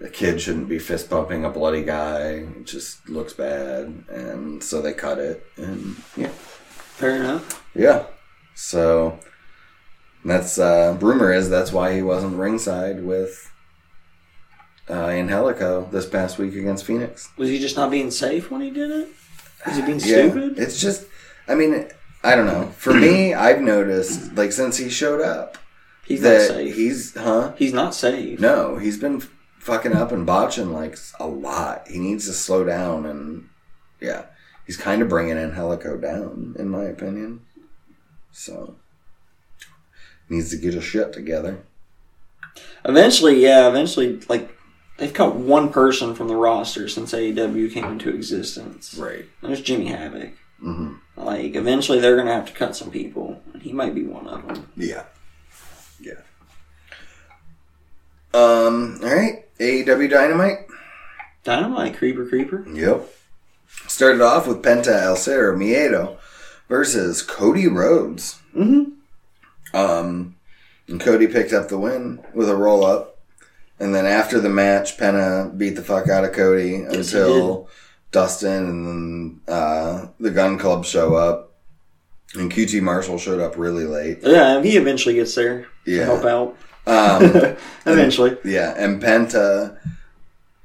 [SPEAKER 1] the kid shouldn't be fist bumping a bloody guy. It just looks bad, and so they cut it. And yeah,
[SPEAKER 2] Fair enough.
[SPEAKER 1] yeah. So that's uh, rumor is that's why he wasn't ringside with uh, Angelico this past week against Phoenix.
[SPEAKER 2] Was he just not being safe when he did it? Was he being
[SPEAKER 1] Yeah,
[SPEAKER 2] stupid?
[SPEAKER 1] It's just, I mean, I don't know. For me, I've noticed like since he showed up
[SPEAKER 2] He's not
[SPEAKER 1] that
[SPEAKER 2] safe.
[SPEAKER 1] he's huh?
[SPEAKER 2] He's not safe.
[SPEAKER 1] No, he's been f- fucking up and botching like a lot. He needs to slow down and yeah, he's kind of bringing Angelico down in my opinion. So needs to get his shit together.
[SPEAKER 2] Eventually, yeah, eventually, like, they've cut one person from the roster since AEW came into existence.
[SPEAKER 1] Right.
[SPEAKER 2] There's Jimmy Havoc.
[SPEAKER 1] hmm
[SPEAKER 2] Like, eventually they're going to have to cut some people. and He might be one of them.
[SPEAKER 1] Yeah. Yeah. Um. All right. AEW Dynamite.
[SPEAKER 2] Dynamite, Creeper, Creeper.
[SPEAKER 1] Yep. Started off with Penta El Cerro Miedo versus Cody Rhodes.
[SPEAKER 2] Mm-hmm.
[SPEAKER 1] Um, and Cody picked up the win with a roll up. And then after the match, Penta beat the fuck out of Cody
[SPEAKER 2] he
[SPEAKER 1] until Dustin and uh, the Gun Club show up. And QT Marshall showed up really late.
[SPEAKER 2] Yeah, if he eventually gets there to help
[SPEAKER 1] Yeah.
[SPEAKER 2] out. Oh.
[SPEAKER 1] Um,
[SPEAKER 2] eventually.
[SPEAKER 1] Yeah, and Penta,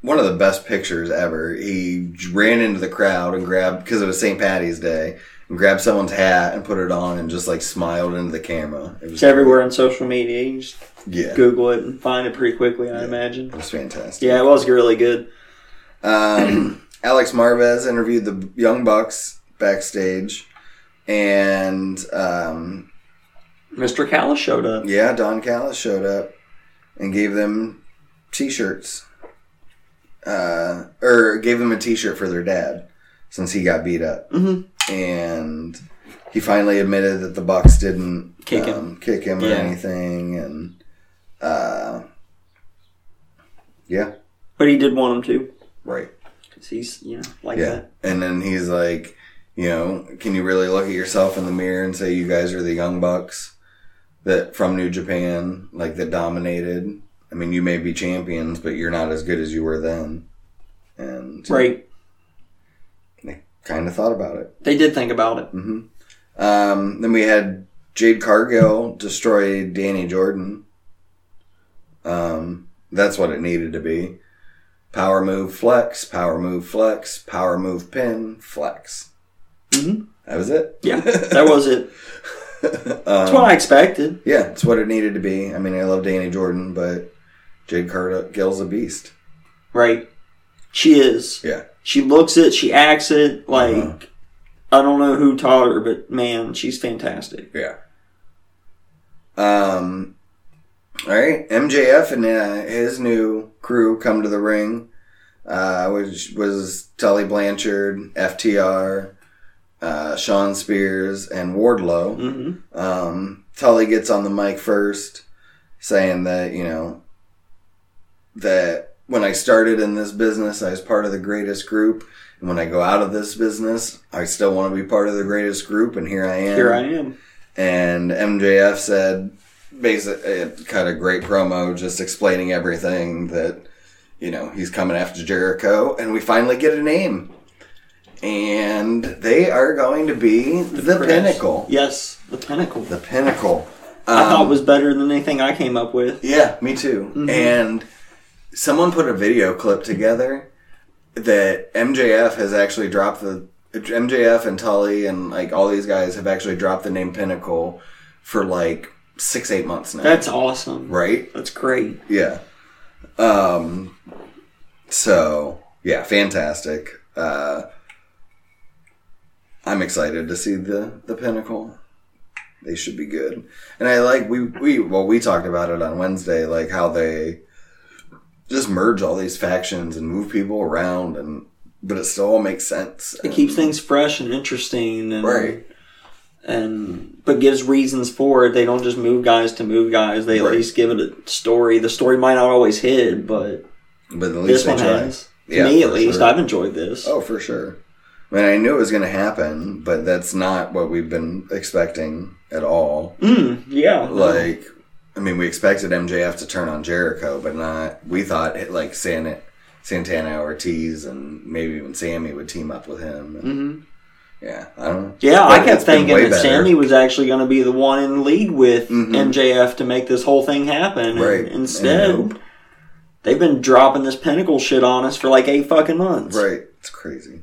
[SPEAKER 1] one of the best pictures ever. He ran into the crowd and grabbed because it was St. Patty's Day and grabbed someone's hat and put it on and just like smiled into the camera. It was
[SPEAKER 2] It's everywhere on social media. You can just
[SPEAKER 1] Yeah,
[SPEAKER 2] Google it and find it pretty quickly, I
[SPEAKER 1] Yeah.
[SPEAKER 2] imagine.
[SPEAKER 1] it was fantastic.
[SPEAKER 2] Yeah, it was really good.
[SPEAKER 1] Um, Alex Marvez interviewed the Young Bucks backstage, and um,
[SPEAKER 2] Mr. Callis showed up.
[SPEAKER 1] yeah, Don Callis showed up and gave them t-shirts. Uh, or gave them a t-shirt for their dad since he got beat up.
[SPEAKER 2] hmm
[SPEAKER 1] and he finally admitted that the Bucks didn't
[SPEAKER 2] Kick him.
[SPEAKER 1] um, kick him or
[SPEAKER 2] Yeah.
[SPEAKER 1] anything, and uh, yeah,
[SPEAKER 2] But he did want him to.
[SPEAKER 1] right,
[SPEAKER 2] Because he's, you know, like
[SPEAKER 1] yeah.
[SPEAKER 2] that.
[SPEAKER 1] And then he's like, you know, can you really look at yourself in the mirror and say you guys are the young Bucks that from New Japan, like that dominated? I mean, you may be champions, but you're not as good as you were then. And
[SPEAKER 2] Right.
[SPEAKER 1] kind of thought about it.
[SPEAKER 2] They did think about it.
[SPEAKER 1] hmm Um, then we had Jade Cargill destroy Danny Jordan. Um, that's what it needed to be. Power move flex, power move flex, power move pin flex.
[SPEAKER 2] hmm
[SPEAKER 1] That was it.
[SPEAKER 2] Yeah, that was it. That's
[SPEAKER 1] um,
[SPEAKER 2] what I expected.
[SPEAKER 1] yeah, it's what it needed to be. I mean, I love Danny Jordan, but Jade Cargill's a beast.
[SPEAKER 2] Right. She is.
[SPEAKER 1] Yeah.
[SPEAKER 2] She looks it. She acts it. Like,
[SPEAKER 1] Uh-huh.
[SPEAKER 2] I don't know who taught her, but man, she's fantastic.
[SPEAKER 1] Yeah. Um. All right, MJF and uh, his new crew come to the ring, uh, which was Tully Blanchard, FTR, uh, Sean Spears, and Wardlow.
[SPEAKER 2] Mm-hmm.
[SPEAKER 1] Um, Tully gets on the mic first, saying that you know that when I started in this business, I was part of the greatest group, and when I go out of this business, I still want to be part of the greatest group, and here I am
[SPEAKER 2] Here I am.
[SPEAKER 1] and MJF said basic it cut a great promo just explaining everything that you know he's coming after Jericho and we finally get a name and they are going to be the, pinnacle
[SPEAKER 2] Yes, the pinnacle.
[SPEAKER 1] the pinnacle
[SPEAKER 2] I thought
[SPEAKER 1] Um,
[SPEAKER 2] it was better than anything I came up with.
[SPEAKER 1] yeah me too
[SPEAKER 2] Mhm.
[SPEAKER 1] and someone put a video clip together that MJF has actually dropped the MJF and Tully and like all these guys have actually dropped the name Pinnacle for like six eight months now.
[SPEAKER 2] That's awesome.
[SPEAKER 1] right.
[SPEAKER 2] That's great.
[SPEAKER 1] Yeah. Um. So yeah, fantastic. Uh, I'm excited to see the the pinnacle. They should be good. And I like we we well we talked about it on Wednesday, like how they just merge all these factions and move people around, and but it still all makes sense.
[SPEAKER 2] It keeps things fresh and interesting, and,
[SPEAKER 1] right.
[SPEAKER 2] And but gives reasons for it. They don't just move guys to move guys. They
[SPEAKER 1] Right.
[SPEAKER 2] at least give it a story. The story might not always hit, but
[SPEAKER 1] But at
[SPEAKER 2] this
[SPEAKER 1] least
[SPEAKER 2] one
[SPEAKER 1] they try.
[SPEAKER 2] has. To me, at
[SPEAKER 1] for
[SPEAKER 2] least,
[SPEAKER 1] sure.
[SPEAKER 2] I've enjoyed this.
[SPEAKER 1] Oh, for sure. I mean, I knew it was going to happen, but that's not what we've been expecting at all.
[SPEAKER 2] Mm, yeah.
[SPEAKER 1] Like, I mean, we expected MJF to turn on Jericho, but not. We thought it, like San, Santana, Ortiz, and maybe even Sammy would team up with him. And,
[SPEAKER 2] Mhm.
[SPEAKER 1] Yeah, I don't. know.
[SPEAKER 2] Yeah,
[SPEAKER 1] But
[SPEAKER 2] I kept
[SPEAKER 1] it's been
[SPEAKER 2] thinking
[SPEAKER 1] way
[SPEAKER 2] that
[SPEAKER 1] better.
[SPEAKER 2] Sammy was actually going to be the one in league with
[SPEAKER 1] Mhm.
[SPEAKER 2] MJF to make this whole thing happen. and
[SPEAKER 1] Right.
[SPEAKER 2] instead,
[SPEAKER 1] And nope.
[SPEAKER 2] they've been dropping this pinnacle shit on us for like eight fucking months.
[SPEAKER 1] Right, it's crazy.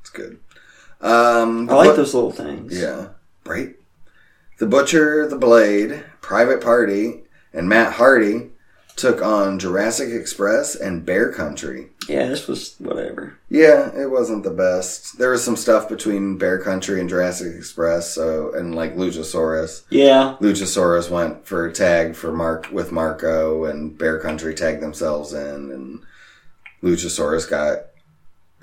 [SPEAKER 1] It's good. Um,
[SPEAKER 2] I like
[SPEAKER 1] but-
[SPEAKER 2] those little things.
[SPEAKER 1] Yeah. Right? The Butcher, The Blade, Private Party, and Matt Hardy took on Jurassic Express and Bear Country.
[SPEAKER 2] Yeah, this was whatever.
[SPEAKER 1] Yeah, it wasn't the best. There was some stuff between Bear Country and Jurassic Express, so and like Luchasaurus.
[SPEAKER 2] Yeah.
[SPEAKER 1] Luchasaurus went for a tag for Mark with Marco and Bear Country tagged themselves in and Luchasaurus got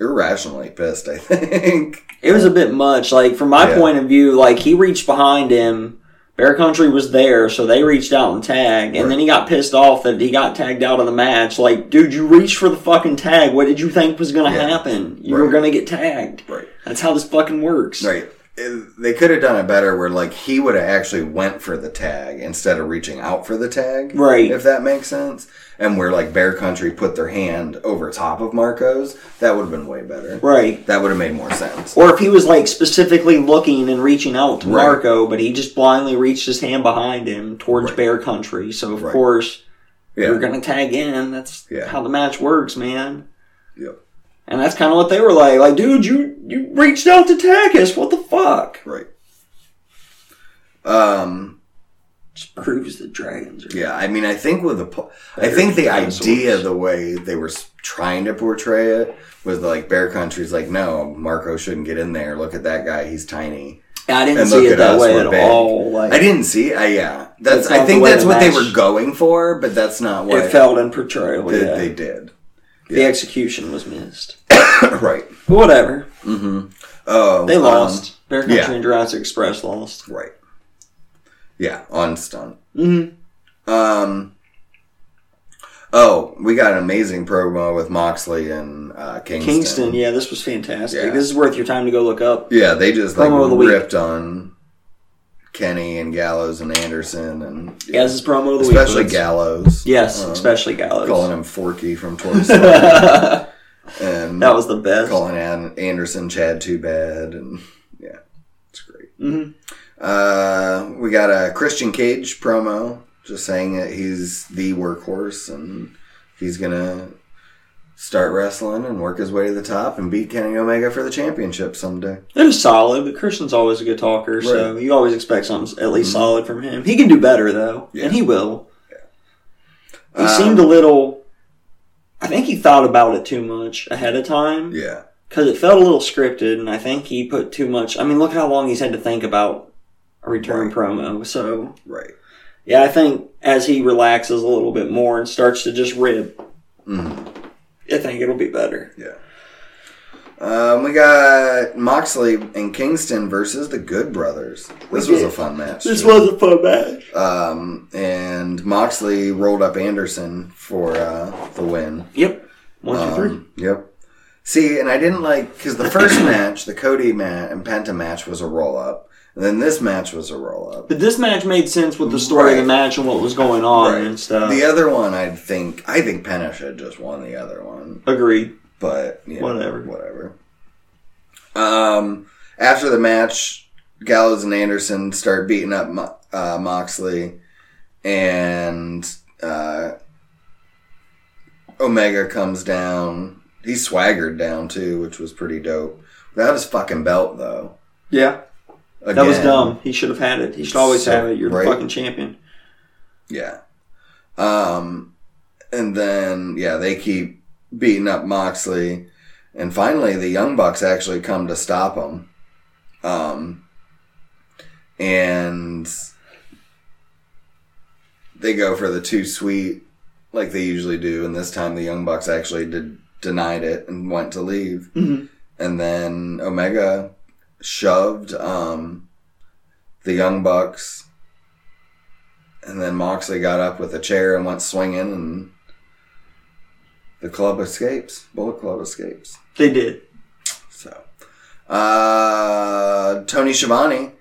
[SPEAKER 1] irrationally pissed, I think.
[SPEAKER 2] It was a bit much. Like, from my
[SPEAKER 1] Yeah.
[SPEAKER 2] point of view, like, he reached behind him. Bear Country was there, so they reached out and tagged. And
[SPEAKER 1] Right.
[SPEAKER 2] then he got pissed off that he got tagged out of the match. Like, dude, you reached for the fucking tag. What did you think was going to
[SPEAKER 1] Yeah.
[SPEAKER 2] happen? You were
[SPEAKER 1] Right.
[SPEAKER 2] going to get tagged.
[SPEAKER 1] Right.
[SPEAKER 2] That's how this fucking works.
[SPEAKER 1] Right. It- They could have done it better where like he would have actually went for the tag instead of reaching out for the tag.
[SPEAKER 2] Right.
[SPEAKER 1] If that makes sense. And where like Bear Country put their hand over top of Marco's, that would have been way better.
[SPEAKER 2] Right.
[SPEAKER 1] That would have made more sense.
[SPEAKER 2] Or if he was like specifically looking and reaching out to
[SPEAKER 1] Right.
[SPEAKER 2] Marco, but he just blindly reached his hand behind him towards
[SPEAKER 1] Right.
[SPEAKER 2] Bear Country. So of
[SPEAKER 1] Right.
[SPEAKER 2] course you're
[SPEAKER 1] Yeah.
[SPEAKER 2] gonna tag in. That's
[SPEAKER 1] Yeah.
[SPEAKER 2] how the match works, man.
[SPEAKER 1] Yep.
[SPEAKER 2] And that's kind of what they were like. Like, dude, you you reached out to tag us. What the fuck?
[SPEAKER 1] Right. Um
[SPEAKER 2] Just proves the dragons are.
[SPEAKER 1] Yeah, I mean, I think with the, po- I
[SPEAKER 2] Better
[SPEAKER 1] think the
[SPEAKER 2] dinosaurs.
[SPEAKER 1] idea, the way they were s- trying to portray it, was like Bear Country's like, no, Marco shouldn't get in there. Look at that guy; he's tiny.
[SPEAKER 2] I didn't
[SPEAKER 1] And
[SPEAKER 2] see
[SPEAKER 1] look
[SPEAKER 2] it
[SPEAKER 1] at
[SPEAKER 2] that
[SPEAKER 1] us,
[SPEAKER 2] way
[SPEAKER 1] we're
[SPEAKER 2] at
[SPEAKER 1] big.
[SPEAKER 2] all. Like,
[SPEAKER 1] I didn't see. I yeah, that's.
[SPEAKER 2] That's not
[SPEAKER 1] I think
[SPEAKER 2] the way
[SPEAKER 1] that's
[SPEAKER 2] the
[SPEAKER 1] what they
[SPEAKER 2] match-
[SPEAKER 1] were going for, but that's not what
[SPEAKER 2] it felt in portrayal.
[SPEAKER 1] they,
[SPEAKER 2] yeah.
[SPEAKER 1] they did.
[SPEAKER 2] The execution was missed.
[SPEAKER 1] right.
[SPEAKER 2] But whatever.
[SPEAKER 1] Oh,
[SPEAKER 2] They
[SPEAKER 1] um,
[SPEAKER 2] lost. Bear Country
[SPEAKER 1] yeah.
[SPEAKER 2] and Jurassic Express lost.
[SPEAKER 1] right. Yeah, on stunt.
[SPEAKER 2] Mm-hmm.
[SPEAKER 1] Um. Oh, we got an amazing promo with Moxley and uh,
[SPEAKER 2] Kingston, yeah, this was fantastic.
[SPEAKER 1] Yeah.
[SPEAKER 2] This is worth your time to go look up.
[SPEAKER 1] Yeah, they just like
[SPEAKER 2] Promo of the week.
[SPEAKER 1] ripped on Kenny and Gallows and Anderson and
[SPEAKER 2] Yeah, this is promo of the
[SPEAKER 1] especially
[SPEAKER 2] week. folks.
[SPEAKER 1] Gallows.
[SPEAKER 2] Yes,
[SPEAKER 1] Um,
[SPEAKER 2] especially Gallows.
[SPEAKER 1] calling him Forky from Toy Story
[SPEAKER 2] that
[SPEAKER 1] and
[SPEAKER 2] was the best.
[SPEAKER 1] calling An- Anderson Chad Too Bad and yeah, it's great.
[SPEAKER 2] Mhm.
[SPEAKER 1] Uh, we got a Christian Cage promo just saying that he's the workhorse and he's gonna start wrestling and work his way to the top and beat Kenny Omega for the championship someday.
[SPEAKER 2] It was solid, but Christian's always a good talker, so you always expect something at least solid from him. He can do better though,
[SPEAKER 1] Yeah.
[SPEAKER 2] and he will. He
[SPEAKER 1] Um,
[SPEAKER 2] seemed a little. I think he thought about it too much ahead of time
[SPEAKER 1] Yeah,
[SPEAKER 2] because it felt a little scripted, and I think he put too much. I mean, look how long he's had to think about a return promo, so
[SPEAKER 1] right.
[SPEAKER 2] Yeah, I think as he relaxes a little bit more and starts to just rib,
[SPEAKER 1] Mhm.
[SPEAKER 2] Mm-hmm. I think it'll be better.
[SPEAKER 1] Um, we got Moxley and Kingston versus the Good Brothers. This
[SPEAKER 2] We
[SPEAKER 1] was a
[SPEAKER 2] did.
[SPEAKER 1] fun match.
[SPEAKER 2] This
[SPEAKER 1] too.
[SPEAKER 2] was a fun match.
[SPEAKER 1] Um, and Moxley rolled up Anderson for uh, the win.
[SPEAKER 2] Yep. One, two, three.
[SPEAKER 1] Um, Yep. See, and I didn't like because the first match, the Cody match and Penta match, was a roll up, and then this match was a roll up.
[SPEAKER 2] But this match made sense with the story of
[SPEAKER 1] Right.
[SPEAKER 2] the match and what was going on
[SPEAKER 1] Right.
[SPEAKER 2] and stuff.
[SPEAKER 1] The other one, I think, I think Penta should just won the other one.
[SPEAKER 2] Agreed.
[SPEAKER 1] but you know,
[SPEAKER 2] Whatever.
[SPEAKER 1] whatever. Um, after the match, Gallows and Anderson start beating up Mo- uh, Moxley, and uh, Omega comes down. He swaggered down too, which was pretty dope. Without his fucking belt though,
[SPEAKER 2] Yeah.
[SPEAKER 1] Again,
[SPEAKER 2] That was dumb. He should have had it. He should always
[SPEAKER 1] So,
[SPEAKER 2] have it. You're
[SPEAKER 1] right.
[SPEAKER 2] the fucking champion.
[SPEAKER 1] Yeah. Um, and then yeah, they keep beating up Moxley, and finally the Young Bucks actually come to stop him. Um, and they go for the two sweet, like they usually do. And this time the Young Bucks actually did, denied it and went to leave.
[SPEAKER 2] Mhm.
[SPEAKER 1] And then Omega shoved um, the Young Bucks. And then Moxley got up with a chair and went swinging, and the club escapes. Bullet Club escapes.
[SPEAKER 2] They did.
[SPEAKER 1] So, uh, Tony Schiavone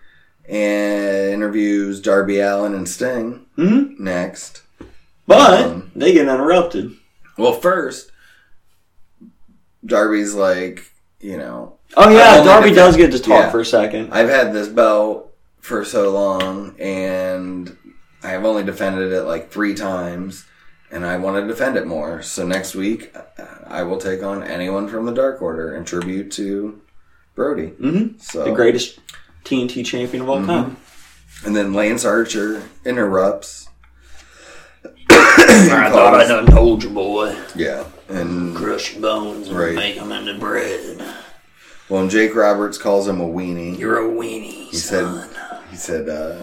[SPEAKER 1] and interviews Darby Allen and Sting
[SPEAKER 2] hmm
[SPEAKER 1] next.
[SPEAKER 2] But
[SPEAKER 1] Um,
[SPEAKER 2] they get interrupted.
[SPEAKER 1] Well, first, Darby's like, you know,
[SPEAKER 2] Oh
[SPEAKER 1] I
[SPEAKER 2] yeah,
[SPEAKER 1] only
[SPEAKER 2] Darby
[SPEAKER 1] did
[SPEAKER 2] does get to talk
[SPEAKER 1] yeah.
[SPEAKER 2] for a second.
[SPEAKER 1] I've had this belt for so long and I've only defended it like three times and I want to defend it more. So next week, uh, I will take on anyone from the Dark Order in tribute to Brody.
[SPEAKER 2] hmm
[SPEAKER 1] So Mm-hmm.
[SPEAKER 2] The greatest TNT champion of all time.
[SPEAKER 1] And then Lance Archer interrupts.
[SPEAKER 2] I thought I done told you, boy.
[SPEAKER 1] Yeah. And
[SPEAKER 2] Crush your bones and
[SPEAKER 1] Right.
[SPEAKER 2] make them into bread.
[SPEAKER 1] when Jake Roberts calls him a weenie,
[SPEAKER 2] You're a weenie,
[SPEAKER 1] he
[SPEAKER 2] son.
[SPEAKER 1] said, he said, uh,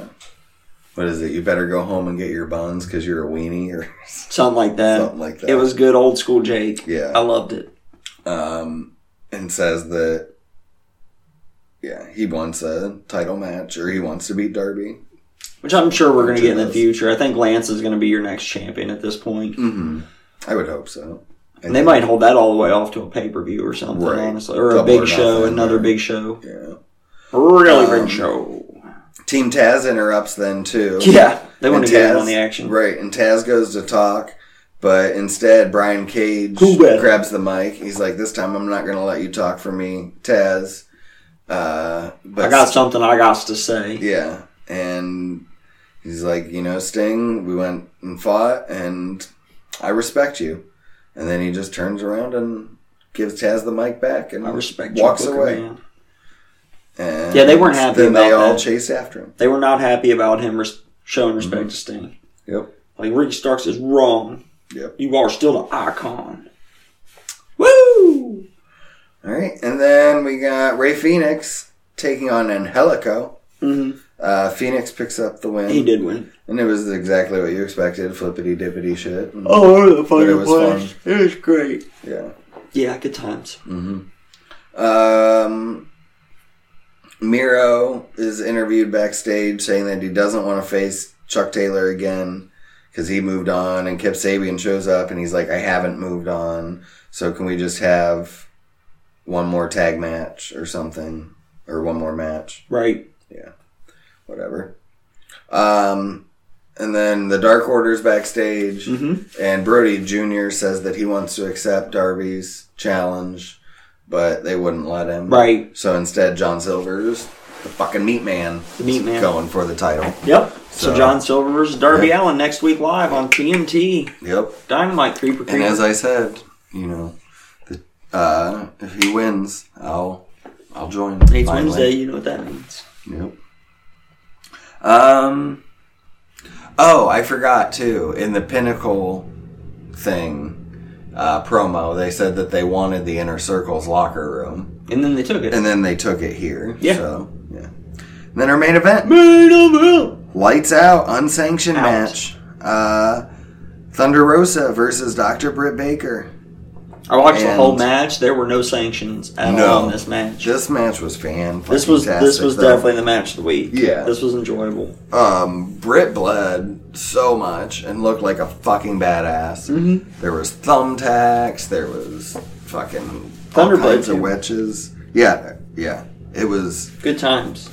[SPEAKER 1] what is it? You better go home and get your buns because you're a weenie or
[SPEAKER 2] Something like that.
[SPEAKER 1] something like that.
[SPEAKER 2] It was good old school Jake.
[SPEAKER 1] Yeah.
[SPEAKER 2] I loved it.
[SPEAKER 1] um, and says that, yeah, he wants a title match or he wants to beat Darby.
[SPEAKER 2] Which I'm sure we're going to
[SPEAKER 1] Which
[SPEAKER 2] get in
[SPEAKER 1] it
[SPEAKER 2] the
[SPEAKER 1] is.
[SPEAKER 2] future. I think Lance is going to be your next champion at this point.
[SPEAKER 1] Mm-hmm. I would hope so. I
[SPEAKER 2] And they
[SPEAKER 1] think-
[SPEAKER 2] might hold that all the way off to a pay per view or something,
[SPEAKER 1] Right.
[SPEAKER 2] honestly. Or a
[SPEAKER 1] Double or
[SPEAKER 2] big show,
[SPEAKER 1] nothing,
[SPEAKER 2] another
[SPEAKER 1] right.
[SPEAKER 2] big show.
[SPEAKER 1] Yeah.
[SPEAKER 2] Really
[SPEAKER 1] Um,
[SPEAKER 2] big show.
[SPEAKER 1] Team Taz interrupts then too.
[SPEAKER 2] Yeah. They
[SPEAKER 1] And
[SPEAKER 2] want to get in
[SPEAKER 1] Taz-
[SPEAKER 2] on the action.
[SPEAKER 1] Right, and Taz goes to talk, but instead Brian Cage
[SPEAKER 2] Who will?
[SPEAKER 1] grabs the mic. He's like, "This time I'm not going to let you talk for me, Taz." Uh, but
[SPEAKER 2] I got something I got to say.
[SPEAKER 1] yeah, and he's like, "You know, Sting, we went and fought, and I respect you." And then he just turns around and gives Taz the mic back, and
[SPEAKER 2] I respect
[SPEAKER 1] walks
[SPEAKER 2] you, Booker,
[SPEAKER 1] away.
[SPEAKER 2] man.
[SPEAKER 1] And
[SPEAKER 2] Yeah, they weren't happy
[SPEAKER 1] Then they
[SPEAKER 2] about
[SPEAKER 1] all
[SPEAKER 2] that.
[SPEAKER 1] chase after him.
[SPEAKER 2] They were not happy about him res- showing respect to Sting.
[SPEAKER 1] Mm-hmm. Yep.
[SPEAKER 2] Like, Ricky Starks is wrong.
[SPEAKER 1] Yep.
[SPEAKER 2] You are still the icon. Woo!
[SPEAKER 1] All right, and then we got Ray Phoenix taking on Angelico.
[SPEAKER 2] hmm
[SPEAKER 1] Uh, Phoenix picks up the win.
[SPEAKER 2] He did win.
[SPEAKER 1] And it was exactly what you expected flippity dippity shit. And-
[SPEAKER 2] Oh, the
[SPEAKER 1] fucking it was place.
[SPEAKER 2] It was great.
[SPEAKER 1] Yeah.
[SPEAKER 2] Yeah, good times.
[SPEAKER 1] Mm-hmm. Um, Miro is interviewed backstage saying that he doesn't want to face Chuck Taylor again because he moved on. And Kip Sabian shows up and he's like, I haven't moved on. So can we just have one more tag match or something? Or one more match?
[SPEAKER 2] Right.
[SPEAKER 1] whatever. Um, and then the Dark Order's backstage,
[SPEAKER 2] Mhm.
[SPEAKER 1] and Brody Jr. says that he wants to accept Darby's challenge, but they wouldn't let him.
[SPEAKER 2] Right.
[SPEAKER 1] So instead, John Silver's the fucking meat man,
[SPEAKER 2] The Meat Man.
[SPEAKER 1] going for the title.
[SPEAKER 2] Yep. So,
[SPEAKER 1] So-
[SPEAKER 2] John Silver versus Darby Allen next week live on TNT.
[SPEAKER 1] Yep.
[SPEAKER 2] Dynamite 3 for 3.
[SPEAKER 1] And as I said, you know, the, uh, if he wins, I'll I'll join.
[SPEAKER 2] it's
[SPEAKER 1] finally.
[SPEAKER 2] Wednesday, you know what that means.
[SPEAKER 1] Yep. Um. Oh, I forgot too. In the Pinnacle thing uh, promo, they said that they wanted the Inner Circle's locker room,
[SPEAKER 2] And then they took it.
[SPEAKER 1] and then they took it here.
[SPEAKER 2] Yeah.
[SPEAKER 1] So yeah. And then our main event:
[SPEAKER 2] Main event!
[SPEAKER 1] lights out, unsanctioned
[SPEAKER 2] Out.
[SPEAKER 1] match. Uh, Thunder Rosa versus Dr. Britt Baker.
[SPEAKER 2] I watched the
[SPEAKER 1] And-
[SPEAKER 2] whole match. There were no sanctions at
[SPEAKER 1] No.
[SPEAKER 2] all in this match.
[SPEAKER 1] This match was fan.
[SPEAKER 2] This was this was definitely the match of the week.
[SPEAKER 1] Yeah.
[SPEAKER 2] This was enjoyable.
[SPEAKER 1] um, Brit bled so much and looked like a fucking badass. There was thumbtacks. There was fucking all
[SPEAKER 2] Thunderblade,
[SPEAKER 1] kinds of
[SPEAKER 2] too.
[SPEAKER 1] witches. Yeah, yeah. It was
[SPEAKER 2] Good times.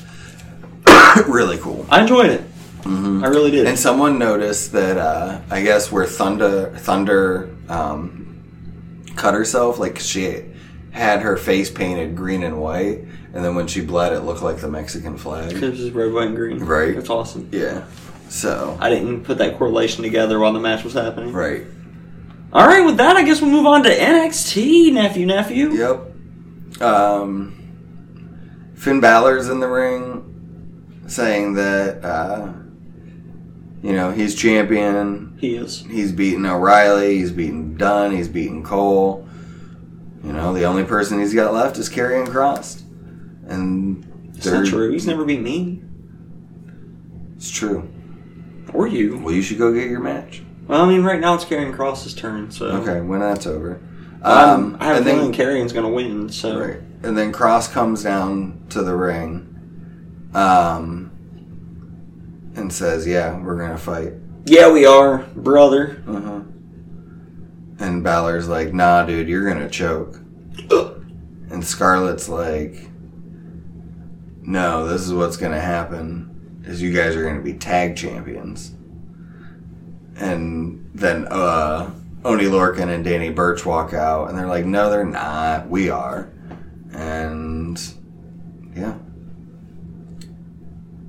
[SPEAKER 1] really cool.
[SPEAKER 2] I enjoyed it. I really did.
[SPEAKER 1] Mm-hmm. And someone noticed that uh, I guess where Thunder Thunder um, cut herself, like she had her face painted green and white, and then when she bled, it looked like the Mexican flag.
[SPEAKER 2] This is red, white, and green.
[SPEAKER 1] Right.
[SPEAKER 2] That's awesome.
[SPEAKER 1] Yeah. So
[SPEAKER 2] I didn't put that correlation together while the match was happening.
[SPEAKER 1] right.
[SPEAKER 2] All right, with that, I guess we'll move on to NXT, nephew, nephew.
[SPEAKER 1] Yep. Um, Finn Balor's in the ring saying that, uh, you know, he's champion.
[SPEAKER 2] He is.
[SPEAKER 1] He's beaten O'Reilly. He's beaten Dunn. He's beaten Cole. You know, the only person he's got left is Karrion Cross. And
[SPEAKER 2] It's not
[SPEAKER 1] They're-
[SPEAKER 2] true. He's never beat me
[SPEAKER 1] It's true.
[SPEAKER 2] or you.
[SPEAKER 1] Well, you should go get your match.
[SPEAKER 2] Well, I mean, right now it's Karrion Cross's turn, so
[SPEAKER 1] Okay, when that's over.
[SPEAKER 2] Um, I have a
[SPEAKER 1] and then
[SPEAKER 2] feeling Karrion's going to win. So
[SPEAKER 1] right, and then Cross comes down to the ring, um, and says, "Yeah, we're gonna fight."
[SPEAKER 2] yeah, we are brother.
[SPEAKER 1] Uh-huh. And Balor's like, nah, dude, you're gonna choke. and Scarlett's like, no, this is what's gonna happen, is you guys are gonna be tag champions. And then uh, Oni Lorcan and Danny Birch walk out, and they're like, no, they're not. We are. And yeah.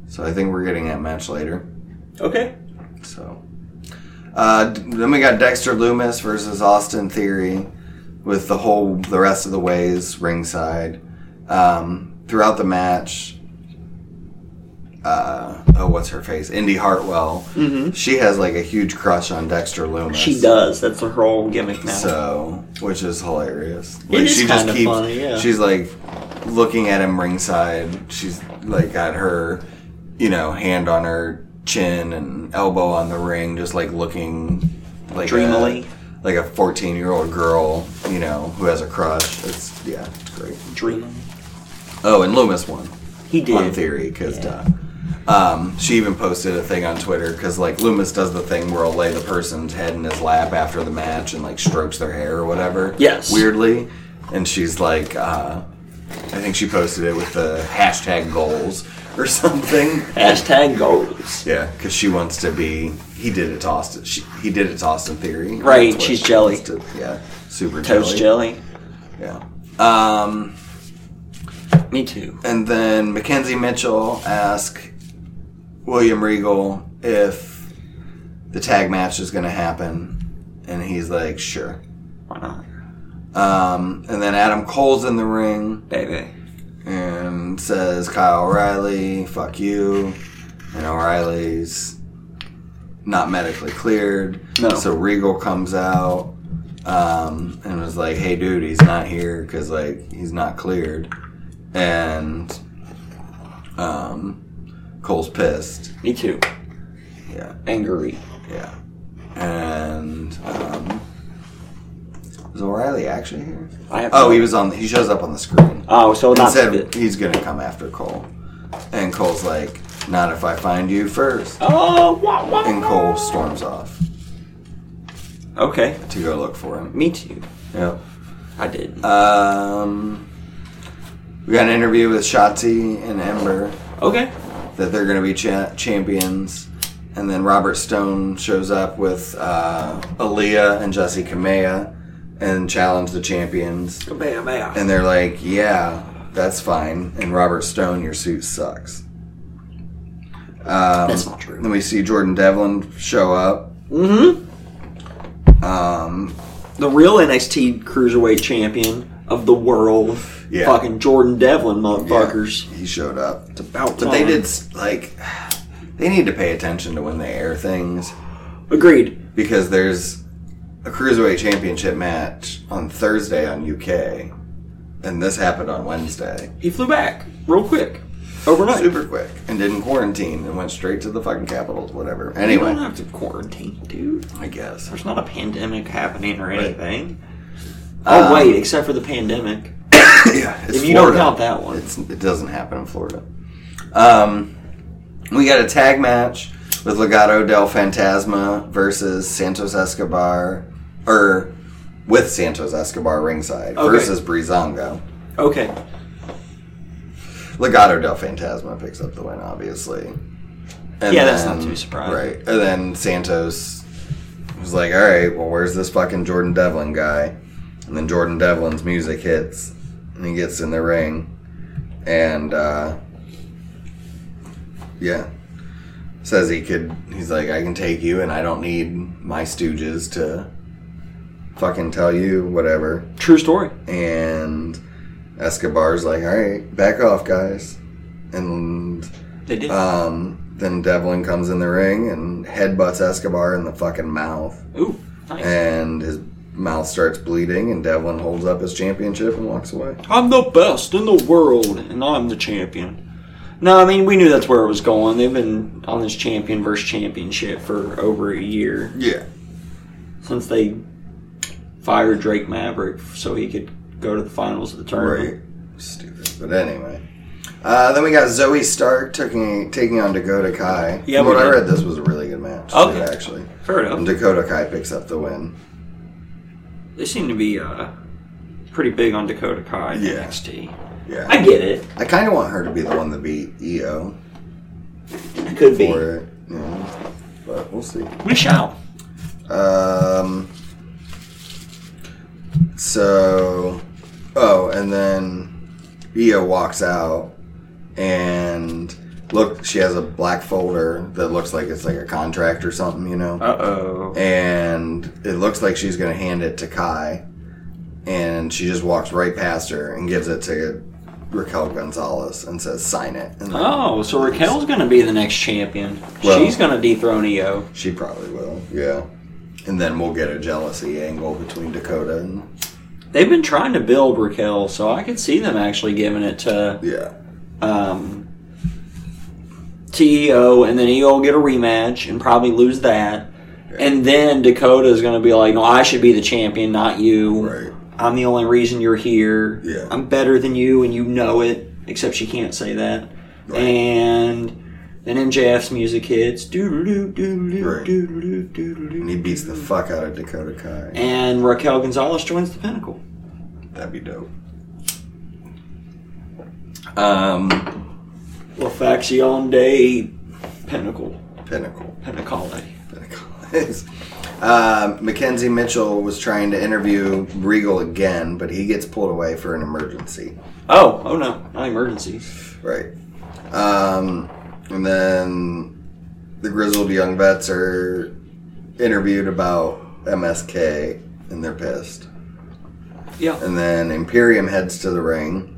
[SPEAKER 1] So I think we're getting that match later.
[SPEAKER 2] Okay.
[SPEAKER 1] So, uh, d- then we got Dexter Loomis versus Austin Theory, with the whole the rest of the ways ringside. Um, throughout the match, uh, oh, what's her face? Indy Hartwell.
[SPEAKER 2] Mm-hmm.
[SPEAKER 1] She has like a huge crush on Dexter Loomis.
[SPEAKER 2] She does. That's her whole gimmick now.
[SPEAKER 1] So, which is hilarious.
[SPEAKER 2] It is kinda funny, yeah.
[SPEAKER 1] She's like looking at him ringside. She's like got her, you know, hand on her chin and elbow on the ring, just like looking like
[SPEAKER 2] Dreamily,
[SPEAKER 1] a, like a fourteen year old girl, you know, who has a crush. It's yeah, it's great.
[SPEAKER 2] dreamily.
[SPEAKER 1] Oh, and Loomis won
[SPEAKER 2] He
[SPEAKER 1] on
[SPEAKER 2] did.
[SPEAKER 1] theory because Um, she even posted a thing on Twitter because like Loomis does the thing where he'll lay the person's head in his lap after the match and like strokes their hair or whatever.
[SPEAKER 2] Yes.
[SPEAKER 1] Weirdly, and she's like, uh, I think she posted it with the hashtag goals or something.
[SPEAKER 2] Hashtag goals.
[SPEAKER 1] Yeah, because she wants to be. He did it to Austin. She, he did it to Austin Theory.
[SPEAKER 2] Right,
[SPEAKER 1] That's what
[SPEAKER 2] she's
[SPEAKER 1] she
[SPEAKER 2] jelly.
[SPEAKER 1] wants to- yeah, super
[SPEAKER 2] Toast jelly.
[SPEAKER 1] Yeah. Um,
[SPEAKER 2] Me too.
[SPEAKER 1] And then Mackenzie Mitchell asked William Regal if the tag match is going to happen. And he's like, sure.
[SPEAKER 2] Why not,
[SPEAKER 1] Um, and then Adam Cole's in the ring
[SPEAKER 2] baby?
[SPEAKER 1] and says, Kyle O'Reilly, fuck you. And O'Reilly's not medically cleared.
[SPEAKER 2] No.
[SPEAKER 1] So Regal comes out um, and was like, hey, dude, he's not here because, like, he's not cleared. And um, Cole's pissed.
[SPEAKER 2] Me too.
[SPEAKER 1] Yeah,
[SPEAKER 2] Angry.
[SPEAKER 1] yeah. And um, is O'Reilly actually here?
[SPEAKER 2] I have
[SPEAKER 1] Oh, he was on. The, he shows up on the screen.
[SPEAKER 2] Oh, so
[SPEAKER 1] He
[SPEAKER 2] not
[SPEAKER 1] said he's gonna come after Cole, and Cole's like, "Not if I find you first.
[SPEAKER 2] Oh, wow, wow.
[SPEAKER 1] And Cole storms off
[SPEAKER 2] Okay.
[SPEAKER 1] to go look for him.
[SPEAKER 2] Me too.
[SPEAKER 1] Yep.
[SPEAKER 2] I did.
[SPEAKER 1] Um, we got an interview with Shotzi and Ember
[SPEAKER 2] Okay.
[SPEAKER 1] that they're gonna be cha- champions, and then Robert Stone shows up with uh, Aaliyah and Jesse Kamea and challenge the champions.
[SPEAKER 2] Bam, bam.
[SPEAKER 1] And they're like, yeah, that's fine. And Robert Stone, your suit sucks. Um,
[SPEAKER 2] That's not true.
[SPEAKER 1] Then we see Jordan Devlin show up.
[SPEAKER 2] Mm-hmm.
[SPEAKER 1] Um,
[SPEAKER 2] The real NXT Cruiserweight Champion of the world.
[SPEAKER 1] Yeah.
[SPEAKER 2] Fucking Jordan Devlin, motherfuckers.
[SPEAKER 1] he showed up.
[SPEAKER 2] It's about
[SPEAKER 1] But they
[SPEAKER 2] time.
[SPEAKER 1] did, s- like, they need to pay attention to when they air things
[SPEAKER 2] Agreed.
[SPEAKER 1] because there's a Cruiserweight Championship match on Thursday on UK, and this happened on Wednesday.
[SPEAKER 2] He flew back real quick. Overnight.
[SPEAKER 1] Super quick. And didn't quarantine and went straight to the fucking Capitals, whatever.
[SPEAKER 2] You don't
[SPEAKER 1] Anyway,
[SPEAKER 2] have to quarantine, dude.
[SPEAKER 1] I guess.
[SPEAKER 2] There's not a pandemic happening or
[SPEAKER 1] Right.
[SPEAKER 2] anything. Oh,
[SPEAKER 1] Um,
[SPEAKER 2] wait, except for the pandemic.
[SPEAKER 1] yeah, it's
[SPEAKER 2] If you don't
[SPEAKER 1] Florida.
[SPEAKER 2] count that one.
[SPEAKER 1] it's, it doesn't happen in Florida. Um, we got a tag match with Legado del Fantasma versus Santos Escobar, or with Santos Escobar ringside
[SPEAKER 2] Okay.
[SPEAKER 1] versus Brizongo.
[SPEAKER 2] Okay.
[SPEAKER 1] Legado del Fantasma picks up the win, obviously. And
[SPEAKER 2] Yeah, that's not too surprising.
[SPEAKER 1] Right, and then Santos was like, "All right, well, where's this fucking Jordan Devlin guy?" And then Jordan Devlin's music hits, and he gets in the ring, and uh, yeah, says he could. He's like, "I can take you, and I don't need my stooges to fucking tell you whatever."
[SPEAKER 2] True story.
[SPEAKER 1] and Escobar's like, "All right, back off, guys." And
[SPEAKER 2] They did.
[SPEAKER 1] um, then Devlin comes in the ring and headbutts Escobar in the fucking mouth,
[SPEAKER 2] Ooh, nice.
[SPEAKER 1] and his mouth starts bleeding. And Devlin holds up his championship and walks away.
[SPEAKER 2] I'm the best in the world, and I'm the champion. No, I mean we knew that's where it was going. They've been on this champion versus championship for over a year
[SPEAKER 1] Yeah.
[SPEAKER 2] since they fired Drake Maverick so he could go to the finals of the tournament.
[SPEAKER 1] Right. Stupid. But anyway. Uh, then we got Zoe Stark taking taking on Dakota Kai.
[SPEAKER 2] Yeah,
[SPEAKER 1] From
[SPEAKER 2] we
[SPEAKER 1] what I
[SPEAKER 2] did.
[SPEAKER 1] read, this was a really good match.
[SPEAKER 2] Okay.
[SPEAKER 1] yeah, actually,
[SPEAKER 2] Fair
[SPEAKER 1] and
[SPEAKER 2] enough.
[SPEAKER 1] Dakota Kai picks up the win.
[SPEAKER 2] They seem to be uh, pretty big on Dakota Kai in
[SPEAKER 1] Yeah.
[SPEAKER 2] NXT.
[SPEAKER 1] Yeah,
[SPEAKER 2] I get it.
[SPEAKER 1] I kind of want her to be the one to beat E EO
[SPEAKER 2] It could be.
[SPEAKER 1] for it, you know, but we'll see.
[SPEAKER 2] We shall.
[SPEAKER 1] Um. So, oh, and then Io walks out, and look, she has a black folder that looks like it's like a contract or something, you know.
[SPEAKER 2] Uh oh.
[SPEAKER 1] And it looks like she's gonna hand it to Kai, and she just walks right past her and gives it to Raquel Gonzalez and says, "Sign it." And then
[SPEAKER 2] Oh, so Raquel's gonna be the next champion.
[SPEAKER 1] Well-
[SPEAKER 2] She's gonna dethrone E EO.
[SPEAKER 1] She probably will, yeah. And then we'll get a jealousy angle between Dakota and
[SPEAKER 2] They've been trying to build Raquel, so I could see them actually giving it to
[SPEAKER 1] Yeah.
[SPEAKER 2] um, to EO, and then EO will get a rematch and probably lose that. And then Dakota is going to be like, no, I should be the champion, not you.
[SPEAKER 1] Right.
[SPEAKER 2] I'm the only reason you're here.
[SPEAKER 1] Yeah.
[SPEAKER 2] I'm better than you, and you know it, except she can't say that.
[SPEAKER 1] Right.
[SPEAKER 2] And then MJF's music hits. Doo-doo-doo, doo-doo-doo,
[SPEAKER 1] Right.
[SPEAKER 2] doo-doo-doo, doo-doo-doo.
[SPEAKER 1] And he beats the fuck out of Dakota Kai.
[SPEAKER 2] And Raquel Gonzalez joins the Pinnacle.
[SPEAKER 1] That'd be dope. Um,
[SPEAKER 2] La Faction Day Pinnacle.
[SPEAKER 1] Pinnacle.
[SPEAKER 2] Pinnacle.
[SPEAKER 1] Pinnacle. uh, Mackenzie Mitchell was trying to interview Regal again, but he gets pulled away for an emergency.
[SPEAKER 2] Oh, oh no, not emergencies.
[SPEAKER 1] Right. Um, and then the grizzled young vets are interviewed about MSK, and they're pissed.
[SPEAKER 2] Yeah.
[SPEAKER 1] And then Imperium heads to the ring.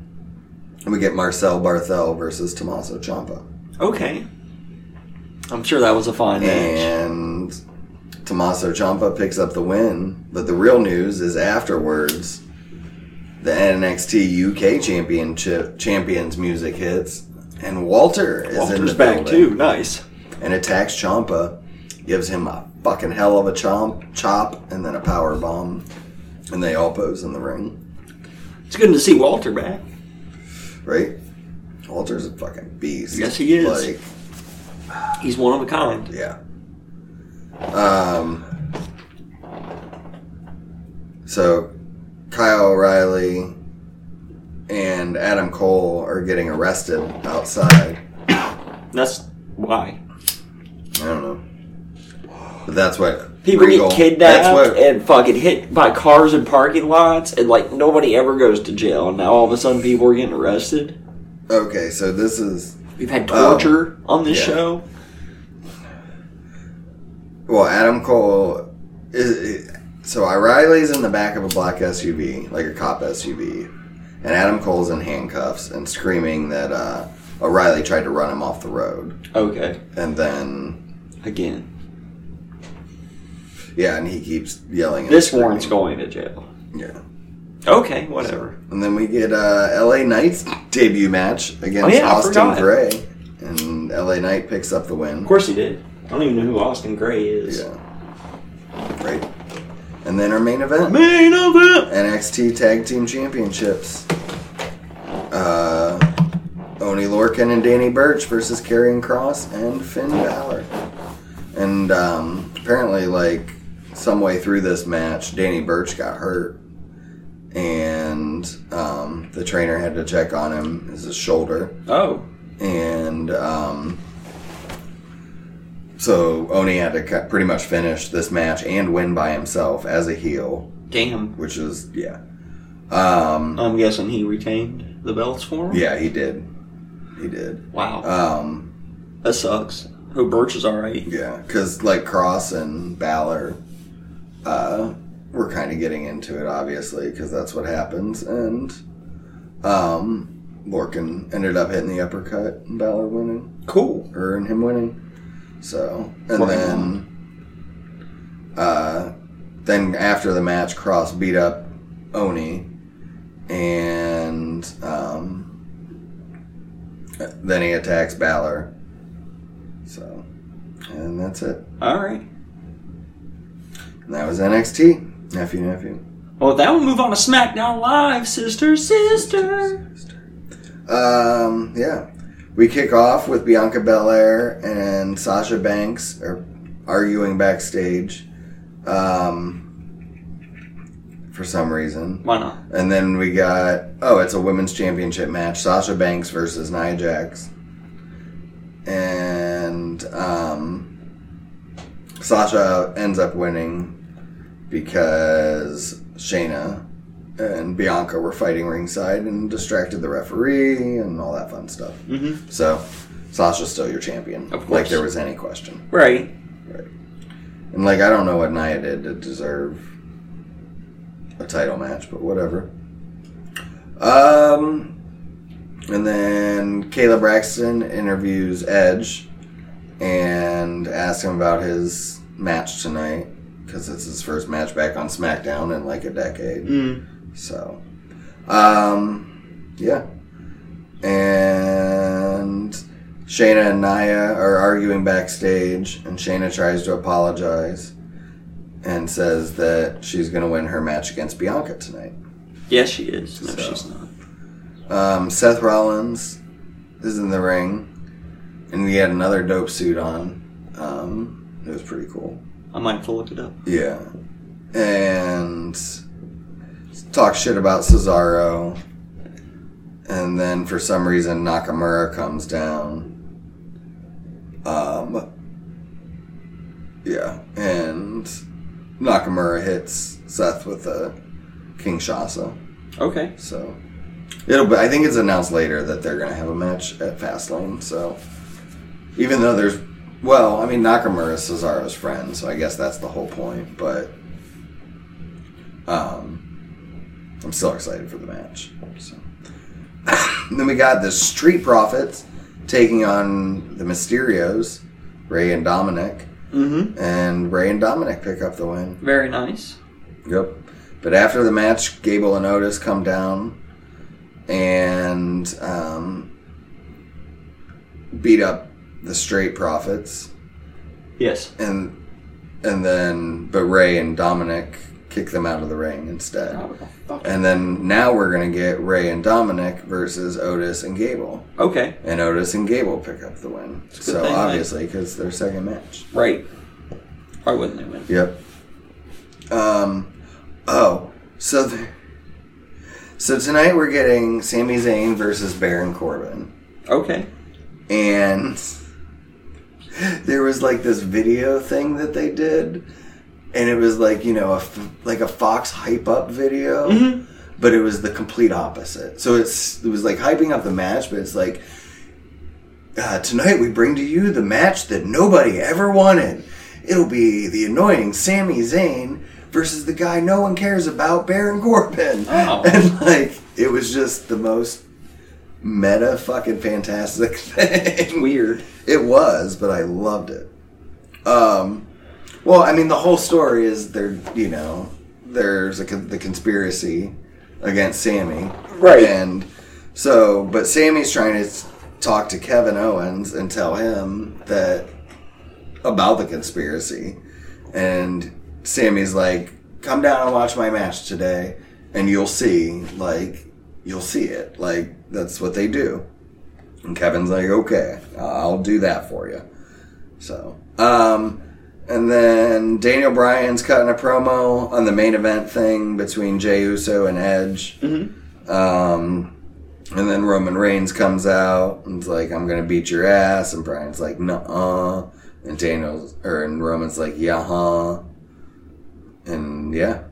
[SPEAKER 1] And we get Marcel Barthel versus Tommaso Ciampa.
[SPEAKER 2] Okay. I'm sure that was a fine match.
[SPEAKER 1] And Tommaso Ciampa picks up the win. But the real news is afterwards, the NXT UK Championship champions music hits, and Walter is in the
[SPEAKER 2] Walter's back
[SPEAKER 1] building
[SPEAKER 2] too. Nice.
[SPEAKER 1] and attacks Ciampa, gives him a fucking hell of a chomp, chop, and then a power bomb, and they all pose in the ring.
[SPEAKER 2] It's good to see Walter back.
[SPEAKER 1] Right? Walter's a fucking beast.
[SPEAKER 2] Yes, he is.
[SPEAKER 1] Like,
[SPEAKER 2] He's one of a kind.
[SPEAKER 1] Yeah. Um. So, Kyle O'Reilly and Adam Cole are getting arrested outside.
[SPEAKER 2] That's why
[SPEAKER 1] I don't know, but that's what
[SPEAKER 2] people
[SPEAKER 1] Regal-
[SPEAKER 2] get kidnapped
[SPEAKER 1] That's what
[SPEAKER 2] and fucking hit by cars in parking lots, and like nobody ever goes to jail. And now all of a sudden, people are getting arrested.
[SPEAKER 1] Okay, so this is
[SPEAKER 2] We've had
[SPEAKER 1] Oh.
[SPEAKER 2] torture on this
[SPEAKER 1] Yeah.
[SPEAKER 2] show.
[SPEAKER 1] well, Adam Cole is so O'Reilly's in the back of a black SUV, like a cop SUV, and Adam Cole's in handcuffs and screaming that uh, O'Reilly tried to run him off the road,
[SPEAKER 2] Okay,
[SPEAKER 1] and then
[SPEAKER 2] again,
[SPEAKER 1] yeah, and he keeps yelling. and
[SPEAKER 2] this
[SPEAKER 1] screaming.
[SPEAKER 2] warrant's going to jail.
[SPEAKER 1] yeah,
[SPEAKER 2] Okay, whatever.
[SPEAKER 1] and then we get uh, L.A. Knight's debut match against
[SPEAKER 2] Oh, yeah, I
[SPEAKER 1] Austin
[SPEAKER 2] forgot.
[SPEAKER 1] Gray, and L.A. Knight picks up the win.
[SPEAKER 2] Of course he did. I don't even know who Austin Gray is.
[SPEAKER 1] Yeah, right, and then our main event.
[SPEAKER 2] Main event.
[SPEAKER 1] NXT Tag Team Championships. Uh, Oni Lorcan and Danny Burch versus Karrion Cross and Finn Balor. And um, apparently, like some way through this match, Danny Burch got hurt, and um, the trainer had to check on him is his shoulder,
[SPEAKER 2] Oh,
[SPEAKER 1] and um, so Oni had to cut, pretty much finish this match and win by himself as a heel,
[SPEAKER 2] damn.
[SPEAKER 1] which is yeah. Um,
[SPEAKER 2] I'm guessing he retained the belts for him.
[SPEAKER 1] Yeah, he did. He did.
[SPEAKER 2] Wow.
[SPEAKER 1] Um,
[SPEAKER 2] that sucks. Who Birch is alright.
[SPEAKER 1] yeah, because like Cross and Balor, uh, we're kind of getting into it, obviously, because that's what happens. And um, Lorcan ended up hitting the uppercut and Balor winning,
[SPEAKER 2] Cool.
[SPEAKER 1] or and him winning. So and
[SPEAKER 2] Right.
[SPEAKER 1] then, uh, then after the match, Cross beat up Oni, and um, Then he attacks Balor. So, and that's it.
[SPEAKER 2] All right.
[SPEAKER 1] And that was NXT. Nephew, nephew.
[SPEAKER 2] Well, that will move on to SmackDown Live, sister, sister.
[SPEAKER 1] Um, yeah. We kick off with Bianca Belair and Sasha Banks are arguing backstage um, for some reason.
[SPEAKER 2] Why not?
[SPEAKER 1] And then we got, oh, it's a women's championship match Sasha Banks versus Nia Jax. And um, Sasha ends up winning because Shayna and Bianca were fighting ringside and distracted the referee and all that fun stuff.
[SPEAKER 2] Mm-hmm.
[SPEAKER 1] So, Sasha's still your champion.
[SPEAKER 2] Of
[SPEAKER 1] Like
[SPEAKER 2] course.
[SPEAKER 1] there was any question.
[SPEAKER 2] Right.
[SPEAKER 1] And like I don't know what Nia did to deserve a title match, but whatever. Um and then Caleb Braxton interviews Edge and asks him about his match tonight because it's his first match back on SmackDown in like a decade.
[SPEAKER 2] Mm.
[SPEAKER 1] So, um, yeah. And Shayna and Naya are arguing backstage, and Shayna tries to apologize and says that she's going to win her match against Bianca tonight.
[SPEAKER 2] Yes, she is. No,
[SPEAKER 1] So.
[SPEAKER 2] she's not.
[SPEAKER 1] Um, Seth Rollins is in the ring, and he had another dope suit on. Um, it was pretty cool.
[SPEAKER 2] I might have to look it up.
[SPEAKER 1] Yeah. And talk shit about Cesaro. And then for some reason Nakamura comes down. Um Yeah, and Nakamura hits Seth with a Kinshasa.
[SPEAKER 2] Okay.
[SPEAKER 1] So it'll be, I think it's announced later that they're gonna have a match at Fastlane, so even though there's well, I mean Nakamura is Cesaro's friend, so I guess that's the whole point, but um I'm still excited for the match. So then we got the Street Profits taking on the Mysterios, Ray and Dominic,
[SPEAKER 2] Mm-hmm.
[SPEAKER 1] and Ray and Dominic pick up the win.
[SPEAKER 2] Very nice.
[SPEAKER 1] Yep. But after the match, Gable and Otis come down and um, beat up the Straight Profits,
[SPEAKER 2] Yes.
[SPEAKER 1] and and then but Ray and Dominic kick them out of the ring instead. And then now we're gonna get Ray and Dominic versus Otis and Gable,
[SPEAKER 2] Okay.
[SPEAKER 1] and Otis and Gable pick up the win.
[SPEAKER 2] a good
[SPEAKER 1] So
[SPEAKER 2] thing, right?
[SPEAKER 1] obviously, because their second match.
[SPEAKER 2] Right. Why wouldn't they win?
[SPEAKER 1] Yep. Um. Oh, so th- so tonight we're getting Sami Zayn versus Baron Corbin,
[SPEAKER 2] Okay.
[SPEAKER 1] and there was like this video thing that they did, and it was like you know a f- like a Fox hype up video,
[SPEAKER 2] Mhm.
[SPEAKER 1] but it was the complete opposite. So it's it was like hyping up the match, but it's like uh, tonight we bring to you the match that nobody ever wanted. It'll be the annoying Sami Zayn versus the guy no one cares about, Baron Corbin.
[SPEAKER 2] Oh.
[SPEAKER 1] And like, it was just the most meta fucking fantastic thing.
[SPEAKER 2] Weird.
[SPEAKER 1] It was, but I loved it. Um, well, I mean, the whole story is there. You know, there's a con- the conspiracy against Sammy,
[SPEAKER 2] Right.
[SPEAKER 1] And so, but Sammy's trying to s- talk to Kevin Owens and tell him that about the conspiracy, and Sammy's like, "Come down and watch my match today, and you'll see. Like, you'll see it. Like, that's what they do." And Kevin's like, okay, I'll do that for you. So, um, and then Daniel Bryan's cutting a promo on the main event thing between Jey Uso and Edge. Um, and then Roman Reigns comes out and's like, I'm going to beat your ass. And Bryan's like, nuh-uh. And Daniel's, or and Roman's like, yeah, huh. And yeah.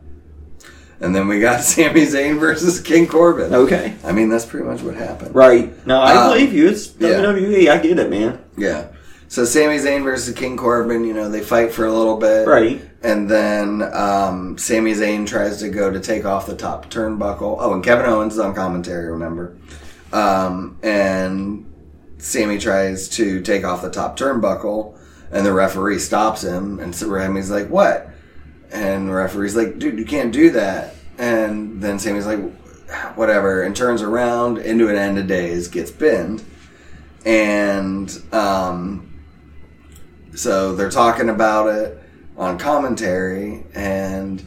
[SPEAKER 1] And then we got Sami Zayn versus King Corbin.
[SPEAKER 2] Okay.
[SPEAKER 1] I mean, that's pretty much what happened.
[SPEAKER 2] Right. Um, No, I
[SPEAKER 1] Uh,
[SPEAKER 2] believe you. It's
[SPEAKER 1] yeah.
[SPEAKER 2] WWE. I get it, man.
[SPEAKER 1] Yeah. So Sami Zayn versus King Corbin, you know, they fight for a little bit.
[SPEAKER 2] Right.
[SPEAKER 1] And then um, Sami Zayn tries to go to take off the top turnbuckle. Oh, and Kevin Owens is on commentary, remember? Um, and Sammy tries to take off the top turnbuckle, and the referee stops him. And Sammy's like, "What?" And the referee's like, "Dude, you can't do that." And then Sammy's like, "Whatever," and turns around into an end of days, gets pinned, and um, so they're talking about it on commentary, and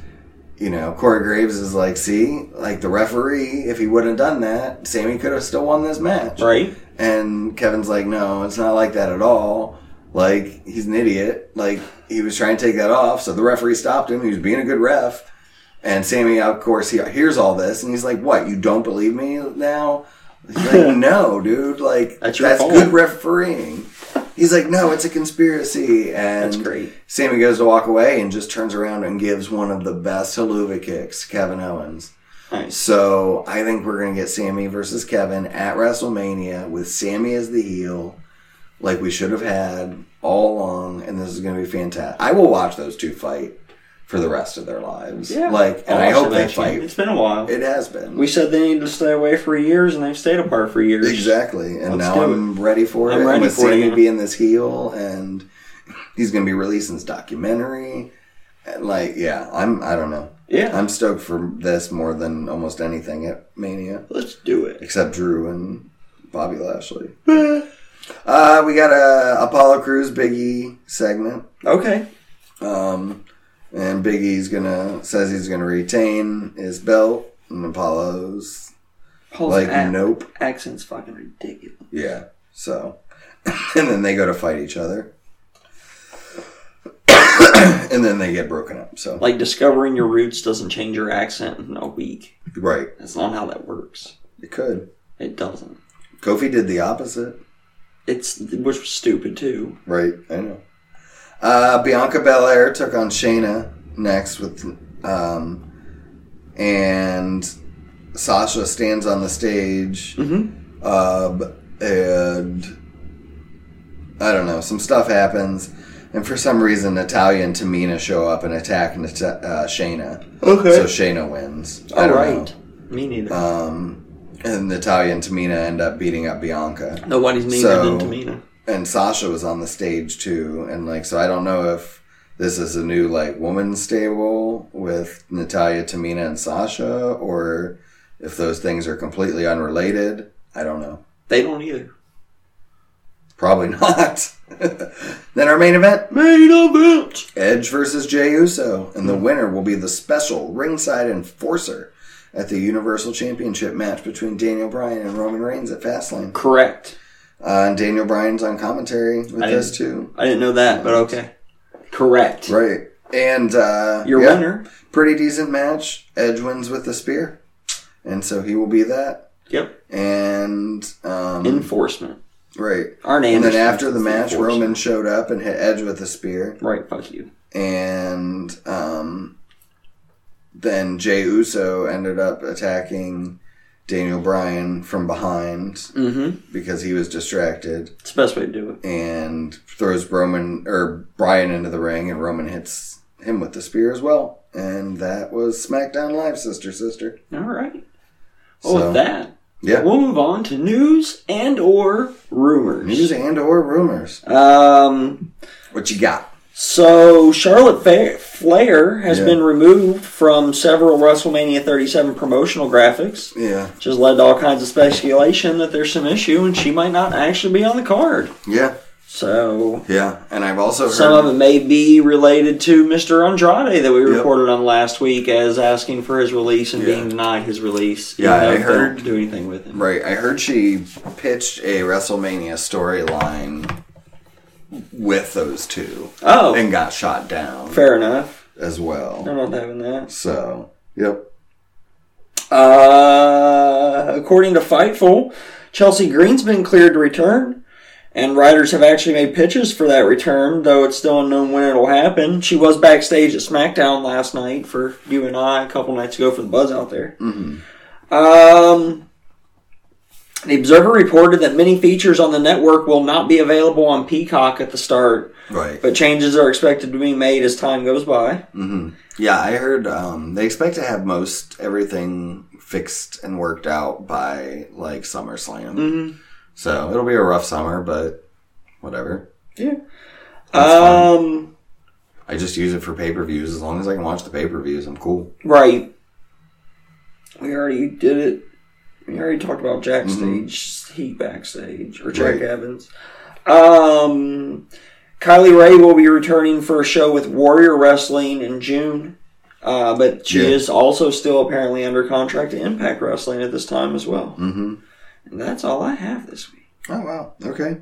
[SPEAKER 1] you know Corey Graves is like, "See, like the referee, if he wouldn't have done that, Sammy could have still won this match."
[SPEAKER 2] right?
[SPEAKER 1] And Kevin's like, "No, it's not like that at all. Like he's an idiot. Like he was trying to take that off, so the referee stopped him. He was being a good ref." And Sammy, of course, he hears all this, and he's like, "What? You don't believe me now?" He's like, "No, dude. Like
[SPEAKER 2] That's
[SPEAKER 1] that's,
[SPEAKER 2] your fault."
[SPEAKER 1] good refereeing." He's like, "No, it's a conspiracy." And
[SPEAKER 2] That's great.
[SPEAKER 1] Sammy goes to walk away and just turns around and gives one of the best haluva kicks, Kevin Owens.
[SPEAKER 2] Nice.
[SPEAKER 1] So I think we're gonna get Sammy versus Kevin at WrestleMania with Sammy as the heel, like we should have had all along, and this is gonna be fantastic. I will watch those two fight for the rest of their lives. Like, and i
[SPEAKER 2] Awesome,
[SPEAKER 1] hope they
[SPEAKER 2] actually.
[SPEAKER 1] fight.
[SPEAKER 2] It's been a while.
[SPEAKER 1] It has been
[SPEAKER 2] we said they needed to stay away for years, and they've stayed apart for years.
[SPEAKER 1] exactly, and
[SPEAKER 2] Let's do
[SPEAKER 1] now I'm ready for
[SPEAKER 2] I'm
[SPEAKER 1] it.
[SPEAKER 2] ready
[SPEAKER 1] and with
[SPEAKER 2] for it,
[SPEAKER 1] Sammy
[SPEAKER 2] yeah.
[SPEAKER 1] being this heel, and he's gonna be releasing his documentary. And, Like, yeah, I'm. I don't know.
[SPEAKER 2] Yeah,
[SPEAKER 1] I'm stoked for this more than almost anything at Mania.
[SPEAKER 2] let's do it.
[SPEAKER 1] except Drew and Bobby Lashley. Uh, we got a Apollo Crews Big E segment,
[SPEAKER 2] Okay.
[SPEAKER 1] um, and Big E's gonna says he's gonna retain his belt, and Apollo's
[SPEAKER 2] Paul's
[SPEAKER 1] like,
[SPEAKER 2] ac-
[SPEAKER 1] nope,
[SPEAKER 2] accent's fucking ridiculous.
[SPEAKER 1] yeah. So, and then they go to fight each other, and then they get broken up. So,
[SPEAKER 2] Like discovering your roots doesn't change your accent in a week.
[SPEAKER 1] right,
[SPEAKER 2] That's not how that works.
[SPEAKER 1] it could.
[SPEAKER 2] It doesn't.
[SPEAKER 1] Kofi did the opposite.
[SPEAKER 2] It's which was stupid too.
[SPEAKER 1] Right, I know. Uh, Bianca Belair took on Shayna next with, um, and Sasha stands on the stage,
[SPEAKER 2] Mm-hmm.
[SPEAKER 1] um, and I don't know, some stuff happens, and for some reason Natalia and Tamina show up and attack Nat- uh, Shayna, so
[SPEAKER 2] Okay.
[SPEAKER 1] Shayna wins. I
[SPEAKER 2] All
[SPEAKER 1] don't
[SPEAKER 2] right. Me neither.
[SPEAKER 1] know. Um, and Natalia and Tamina end up beating up Bianca.
[SPEAKER 2] Nobody's meaner
[SPEAKER 1] so-
[SPEAKER 2] than Tamina.
[SPEAKER 1] and Sasha was on the stage too, and like so I don't know if this is a new like woman's stable with Natalia, Tamina, and Sasha, or if those things are completely unrelated. I don't know.
[SPEAKER 2] They don't either.
[SPEAKER 1] Probably not. then our main event:
[SPEAKER 2] Main event.
[SPEAKER 1] Edge versus Jey Uso, and
[SPEAKER 2] Hmm.
[SPEAKER 1] the winner will be the special ringside enforcer at the Universal Championship match between Daniel Bryan and Roman Reigns at Fastlane.
[SPEAKER 2] Correct.
[SPEAKER 1] Uh, and Daniel Bryan's on commentary with
[SPEAKER 2] I
[SPEAKER 1] this too.
[SPEAKER 2] I didn't know that, but okay. Correct.
[SPEAKER 1] Right. And uh,
[SPEAKER 2] Your
[SPEAKER 1] yeah.
[SPEAKER 2] winner.
[SPEAKER 1] pretty decent match. Edge wins with the spear, and so he will be that.
[SPEAKER 2] Yep.
[SPEAKER 1] And um,
[SPEAKER 2] Enforcement.
[SPEAKER 1] right,
[SPEAKER 2] Arn
[SPEAKER 1] and
[SPEAKER 2] Anderson.
[SPEAKER 1] then after the match,
[SPEAKER 2] Enforcement.
[SPEAKER 1] Roman showed up and hit Edge with the spear,
[SPEAKER 2] Right. Fuck you.
[SPEAKER 1] and um, then Jay Uso ended up attacking Daniel Bryan from behind
[SPEAKER 2] Mm-hmm.
[SPEAKER 1] because he was distracted,
[SPEAKER 2] It's the best way to do it.
[SPEAKER 1] and throws Roman or Bryan into the ring, and Roman hits him with the spear as well. And that was SmackDown Live, sister, sister.
[SPEAKER 2] All right. Well, with
[SPEAKER 1] So-
[SPEAKER 2] that,
[SPEAKER 1] Yeah.
[SPEAKER 2] we'll move on to news and or rumors.
[SPEAKER 1] News and or rumors.
[SPEAKER 2] Um.
[SPEAKER 1] What you got?
[SPEAKER 2] So Charlotte Fa- Flair has
[SPEAKER 1] Yeah.
[SPEAKER 2] been removed from several WrestleMania 37 promotional graphics.
[SPEAKER 1] Yeah.
[SPEAKER 2] which has led to all kinds of speculation that there's some issue and she might not actually be on the card.
[SPEAKER 1] Yeah.
[SPEAKER 2] So
[SPEAKER 1] Yeah. And I've also heard
[SPEAKER 2] some of it may be related to Mr. Andrade that we
[SPEAKER 1] Yep.
[SPEAKER 2] reported on last week as asking for his release and
[SPEAKER 1] Yeah.
[SPEAKER 2] being denied his release.
[SPEAKER 1] Yeah,
[SPEAKER 2] even
[SPEAKER 1] I
[SPEAKER 2] though they
[SPEAKER 1] heard-
[SPEAKER 2] don't do anything with him.
[SPEAKER 1] Right. I heard she pitched a WrestleMania storyline with those two
[SPEAKER 2] Oh,
[SPEAKER 1] and got shot down
[SPEAKER 2] fair enough.
[SPEAKER 1] as well.
[SPEAKER 2] I'm not having that.
[SPEAKER 1] So, yep.
[SPEAKER 2] Uh, according to Fightful, Chelsea Green's been cleared to return, and writers have actually made pitches for that return, though it's still unknown when it'll happen. She was backstage at SmackDown last night for you and I a couple nights ago for the buzz out there.
[SPEAKER 1] Mhm.
[SPEAKER 2] Um, the Observer reported that many features on the network will not be available on Peacock at the start,
[SPEAKER 1] Right.
[SPEAKER 2] but changes are expected to be made as time goes by.
[SPEAKER 1] hmm Yeah, I heard um, they expect to have most everything fixed and worked out by like SummerSlam.
[SPEAKER 2] Mhm.
[SPEAKER 1] So it'll be a rough summer, but whatever.
[SPEAKER 2] Yeah.
[SPEAKER 1] That's fine.
[SPEAKER 2] um.
[SPEAKER 1] I just use it for pay per views. As long as I can watch the pay per views, I'm cool.
[SPEAKER 2] Right. We already did it We already talked about Jack
[SPEAKER 1] Mhm.
[SPEAKER 2] Stage, he backstage, or Jack
[SPEAKER 1] Right.
[SPEAKER 2] Evans. Um, Kylie Ray will be returning for a show with Warrior Wrestling in June, uh, but she
[SPEAKER 1] Yeah.
[SPEAKER 2] is also still apparently under contract to Impact Wrestling at this time as well.
[SPEAKER 1] Mm-hmm.
[SPEAKER 2] And that's all I have this week.
[SPEAKER 1] Oh wow. Okay.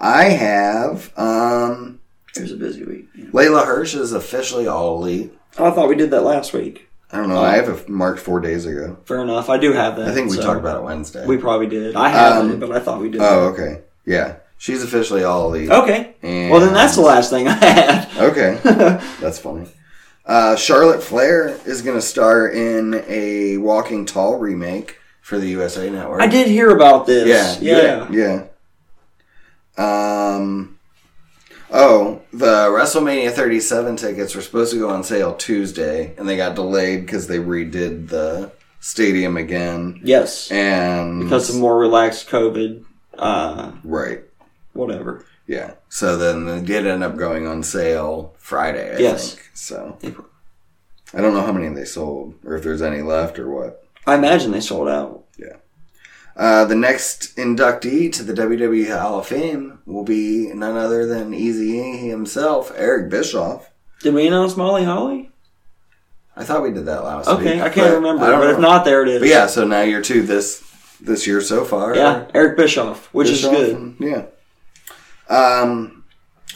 [SPEAKER 1] I have um
[SPEAKER 2] It was a busy week.
[SPEAKER 1] Layla Hirsch is officially all elite.
[SPEAKER 2] Oh, I thought we did that last week.
[SPEAKER 1] I don't know. I have it marked four days ago.
[SPEAKER 2] Fair enough. I do have that.
[SPEAKER 1] I think we
[SPEAKER 2] so-
[SPEAKER 1] talked about it Wednesday.
[SPEAKER 2] We probably did. I haven't,
[SPEAKER 1] Um,
[SPEAKER 2] but I thought we did.
[SPEAKER 1] oh, okay. Yeah. She's officially all elite.
[SPEAKER 2] Okay.
[SPEAKER 1] And
[SPEAKER 2] Well, then that's the last thing I had.
[SPEAKER 1] Okay. That's funny. Uh, Charlotte Flair is going to star in a Walking Tall remake for the USA Network.
[SPEAKER 2] I did hear about
[SPEAKER 1] Yeah.
[SPEAKER 2] this. Yeah.
[SPEAKER 1] Yeah. Um. Oh, the WrestleMania 37 tickets were supposed to go on sale Tuesday, and they got delayed because they redid the stadium again.
[SPEAKER 2] Yes.
[SPEAKER 1] And
[SPEAKER 2] Because of more relaxed COVID, uh,
[SPEAKER 1] right,
[SPEAKER 2] whatever.
[SPEAKER 1] yeah. So then they did end up going on sale Friday. I
[SPEAKER 2] Yes.
[SPEAKER 1] think. So I don't know how many they sold, or if there's any left, or what.
[SPEAKER 2] I imagine they sold out.
[SPEAKER 1] Uh, the next inductee to the WWE Hall of Fame will be none other than Eazy E himself, Eric Bischoff.
[SPEAKER 2] Did we announce Molly Holly?
[SPEAKER 1] I thought we did that last week.
[SPEAKER 2] Okay, I can't
[SPEAKER 1] but
[SPEAKER 2] remember.
[SPEAKER 1] I don't
[SPEAKER 2] but if
[SPEAKER 1] know.
[SPEAKER 2] not, there it is.
[SPEAKER 1] But yeah, so now you're two this this year so far.
[SPEAKER 2] Yeah, Eric Bischoff, which
[SPEAKER 1] Bischoff
[SPEAKER 2] is good.
[SPEAKER 1] and- yeah. Um,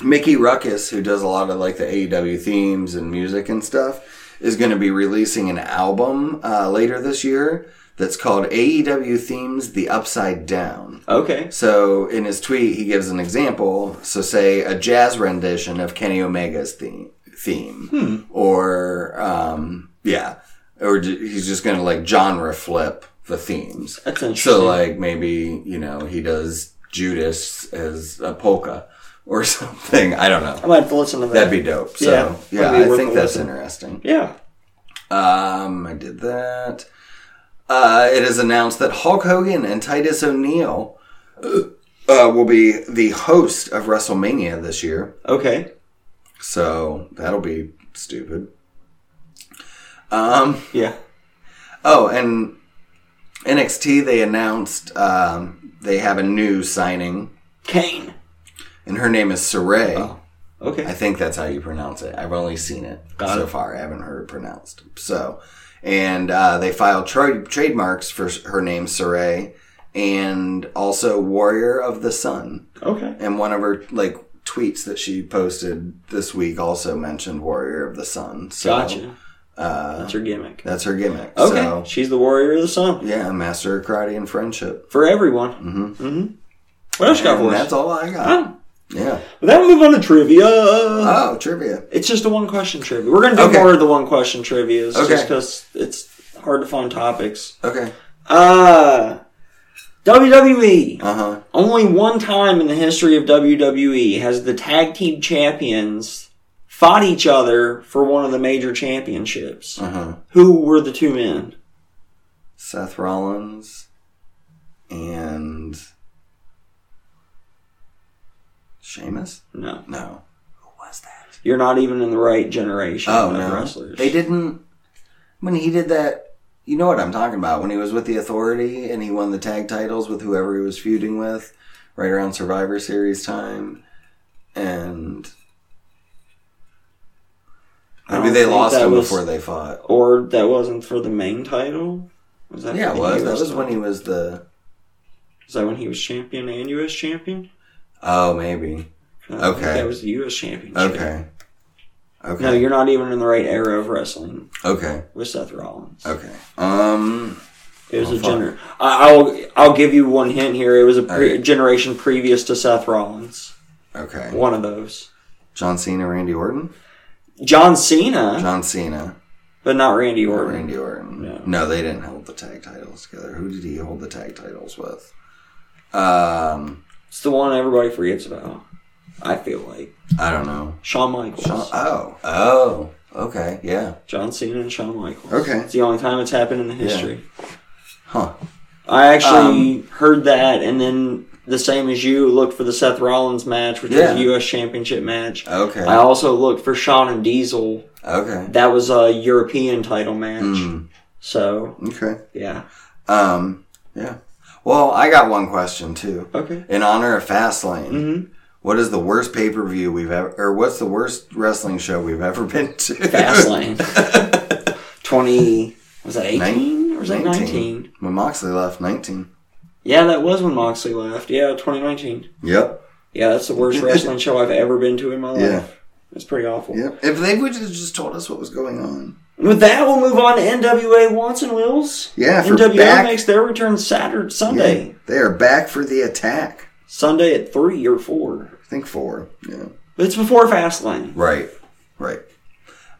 [SPEAKER 1] Mickey Ruckus, who does a lot of like the AEW themes and music and stuff, is going to be releasing an album uh, later this year that's called AEW Themes: The Upside Down.
[SPEAKER 2] Okay.
[SPEAKER 1] So in his tweet, he gives an example. So say a jazz rendition of Kenny Omega's theme, theme,
[SPEAKER 2] Hmm.
[SPEAKER 1] or um, yeah, or j- he's just gonna like genre flip the themes.
[SPEAKER 2] That's interesting.
[SPEAKER 1] So like maybe you know he does Judas as a polka or something. I don't
[SPEAKER 2] I
[SPEAKER 1] know.
[SPEAKER 2] might have to listen to that.
[SPEAKER 1] That'd be dope.
[SPEAKER 2] Yeah,
[SPEAKER 1] So yeah,
[SPEAKER 2] that'd be
[SPEAKER 1] I
[SPEAKER 2] worth
[SPEAKER 1] think
[SPEAKER 2] a
[SPEAKER 1] that's
[SPEAKER 2] listen.
[SPEAKER 1] interesting.
[SPEAKER 2] yeah.
[SPEAKER 1] Um, I did that. Uh, it is announced that Hulk Hogan and Titus O'Neil uh, will be the host of WrestleMania this year.
[SPEAKER 2] Okay.
[SPEAKER 1] So that'll be stupid. Um,
[SPEAKER 2] Yeah.
[SPEAKER 1] oh, and NXT, they announced um, they have a new signing,
[SPEAKER 2] Kane.
[SPEAKER 1] and her name is Saray.
[SPEAKER 2] Okay.
[SPEAKER 1] I think that's how you pronounce it. I've only seen it
[SPEAKER 2] Got
[SPEAKER 1] so
[SPEAKER 2] it.
[SPEAKER 1] far. I haven't heard it pronounced. So, and uh, they filed tra- trademarks for s- her name, Saray, and also Warrior of the Sun.
[SPEAKER 2] okay.
[SPEAKER 1] And one of her like tweets that she posted this week also mentioned Warrior of the Sun. So,
[SPEAKER 2] Gotcha.
[SPEAKER 1] Uh,
[SPEAKER 2] That's her gimmick.
[SPEAKER 1] that's her gimmick.
[SPEAKER 2] Okay.
[SPEAKER 1] So,
[SPEAKER 2] She's the warrior of the sun
[SPEAKER 1] yeah, master of karate and friendship.
[SPEAKER 2] for everyone.
[SPEAKER 1] Mhm.
[SPEAKER 2] Mm-hmm. What else you got
[SPEAKER 1] And
[SPEAKER 2] for us?
[SPEAKER 1] that's all I got.
[SPEAKER 2] Oh,
[SPEAKER 1] Yeah.
[SPEAKER 2] well, then we'll move on to trivia.
[SPEAKER 1] Oh, trivia.
[SPEAKER 2] It's just a one question trivia. We're gonna do
[SPEAKER 1] Okay.
[SPEAKER 2] more of the one question trivias
[SPEAKER 1] Okay.
[SPEAKER 2] just because it's hard to find topics.
[SPEAKER 1] Okay.
[SPEAKER 2] Uh WWE.
[SPEAKER 1] Uh huh.
[SPEAKER 2] Only one time in the history of WWE has the tag team champions fought each other for one of the major championships.
[SPEAKER 1] Uh huh.
[SPEAKER 2] Who were the two men?
[SPEAKER 1] Seth Rollins and Sheamus?
[SPEAKER 2] No.
[SPEAKER 1] No. Who was that?
[SPEAKER 2] You're not even in the right generation
[SPEAKER 1] Oh
[SPEAKER 2] of
[SPEAKER 1] no.
[SPEAKER 2] wrestlers.
[SPEAKER 1] They didn't when he did that you know what I'm talking about, when he was with the authority and he won the tag titles with whoever he was feuding with, right around Survivor Series time. And
[SPEAKER 2] I don't
[SPEAKER 1] maybe they
[SPEAKER 2] think
[SPEAKER 1] lost
[SPEAKER 2] that
[SPEAKER 1] him
[SPEAKER 2] was-
[SPEAKER 1] before they fought.
[SPEAKER 2] Or that wasn't for the main title? Was that
[SPEAKER 1] Yeah, it
[SPEAKER 2] the
[SPEAKER 1] was.
[SPEAKER 2] US
[SPEAKER 1] That was
[SPEAKER 2] title?
[SPEAKER 1] when he was the
[SPEAKER 2] Is that when he was champion and U.S. champion?
[SPEAKER 1] Oh, maybe.
[SPEAKER 2] I don't think
[SPEAKER 1] Okay.
[SPEAKER 2] That was the U.S. championship.
[SPEAKER 1] Okay. Okay.
[SPEAKER 2] No, you're not even in the right era of wrestling
[SPEAKER 1] okay.
[SPEAKER 2] with Seth Rollins.
[SPEAKER 1] Okay. Um.
[SPEAKER 2] It was
[SPEAKER 1] Oh,
[SPEAKER 2] a
[SPEAKER 1] fuck.
[SPEAKER 2] gener. I- I'll I'll give you one hint here. It was a pre- generation previous to Seth Rollins.
[SPEAKER 1] Okay.
[SPEAKER 2] One of those.
[SPEAKER 1] John Cena, Randy Orton.
[SPEAKER 2] John Cena,
[SPEAKER 1] John Cena,
[SPEAKER 2] but not Randy
[SPEAKER 1] or
[SPEAKER 2] Orton.
[SPEAKER 1] Randy Orton.
[SPEAKER 2] Yeah.
[SPEAKER 1] No, they didn't hold the tag titles together. Who did he hold the tag titles with? Um.
[SPEAKER 2] It's the one everybody forgets about. I feel like
[SPEAKER 1] I don't know.
[SPEAKER 2] Shawn Michaels,
[SPEAKER 1] John, oh. Oh. Okay. Yeah.
[SPEAKER 2] John Cena, and Shawn Michaels.
[SPEAKER 1] Okay.
[SPEAKER 2] it's the only time it's happened in the history.
[SPEAKER 1] Huh.
[SPEAKER 2] I
[SPEAKER 1] Um,
[SPEAKER 2] actually heard that, and then the same as you looked for the Seth Rollins match, which
[SPEAKER 1] Yeah. Oh,
[SPEAKER 2] was a U.S. Championship match.
[SPEAKER 1] Okay.
[SPEAKER 2] I also looked for Shawn and Diesel.
[SPEAKER 1] Okay.
[SPEAKER 2] That
[SPEAKER 1] Hmm.
[SPEAKER 2] was a European title match.
[SPEAKER 1] Mm,
[SPEAKER 2] So
[SPEAKER 1] okay.
[SPEAKER 2] yeah,
[SPEAKER 1] Um. Well, I got one question too.
[SPEAKER 2] Okay.
[SPEAKER 1] In honor of Fastlane,
[SPEAKER 2] Mhm.
[SPEAKER 1] what is the worst pay per view we've ever, or what's the worst wrestling show we've ever been to?
[SPEAKER 2] Fastlane. 20, was that 18 or was that 19?
[SPEAKER 1] When Moxley left, 19.
[SPEAKER 2] Yeah, that was when Moxley left. Yeah, 2019.
[SPEAKER 1] Yep.
[SPEAKER 2] Yeah, that's the worst wrestling show I've ever been to in my life.
[SPEAKER 1] Yeah.
[SPEAKER 2] It's pretty awful.
[SPEAKER 1] Yep. If they would have just told us what was going on.
[SPEAKER 2] With that, we'll move on to NWA Wants and Wills.
[SPEAKER 1] Yeah, for
[SPEAKER 2] NWA
[SPEAKER 1] back-
[SPEAKER 2] makes their return Saturday, Sunday.
[SPEAKER 1] Yeah. They are back for the attack.
[SPEAKER 2] Sunday at 3 or 4.
[SPEAKER 1] I think four. Yeah.
[SPEAKER 2] But it's before Fastlane.
[SPEAKER 1] Right. Right.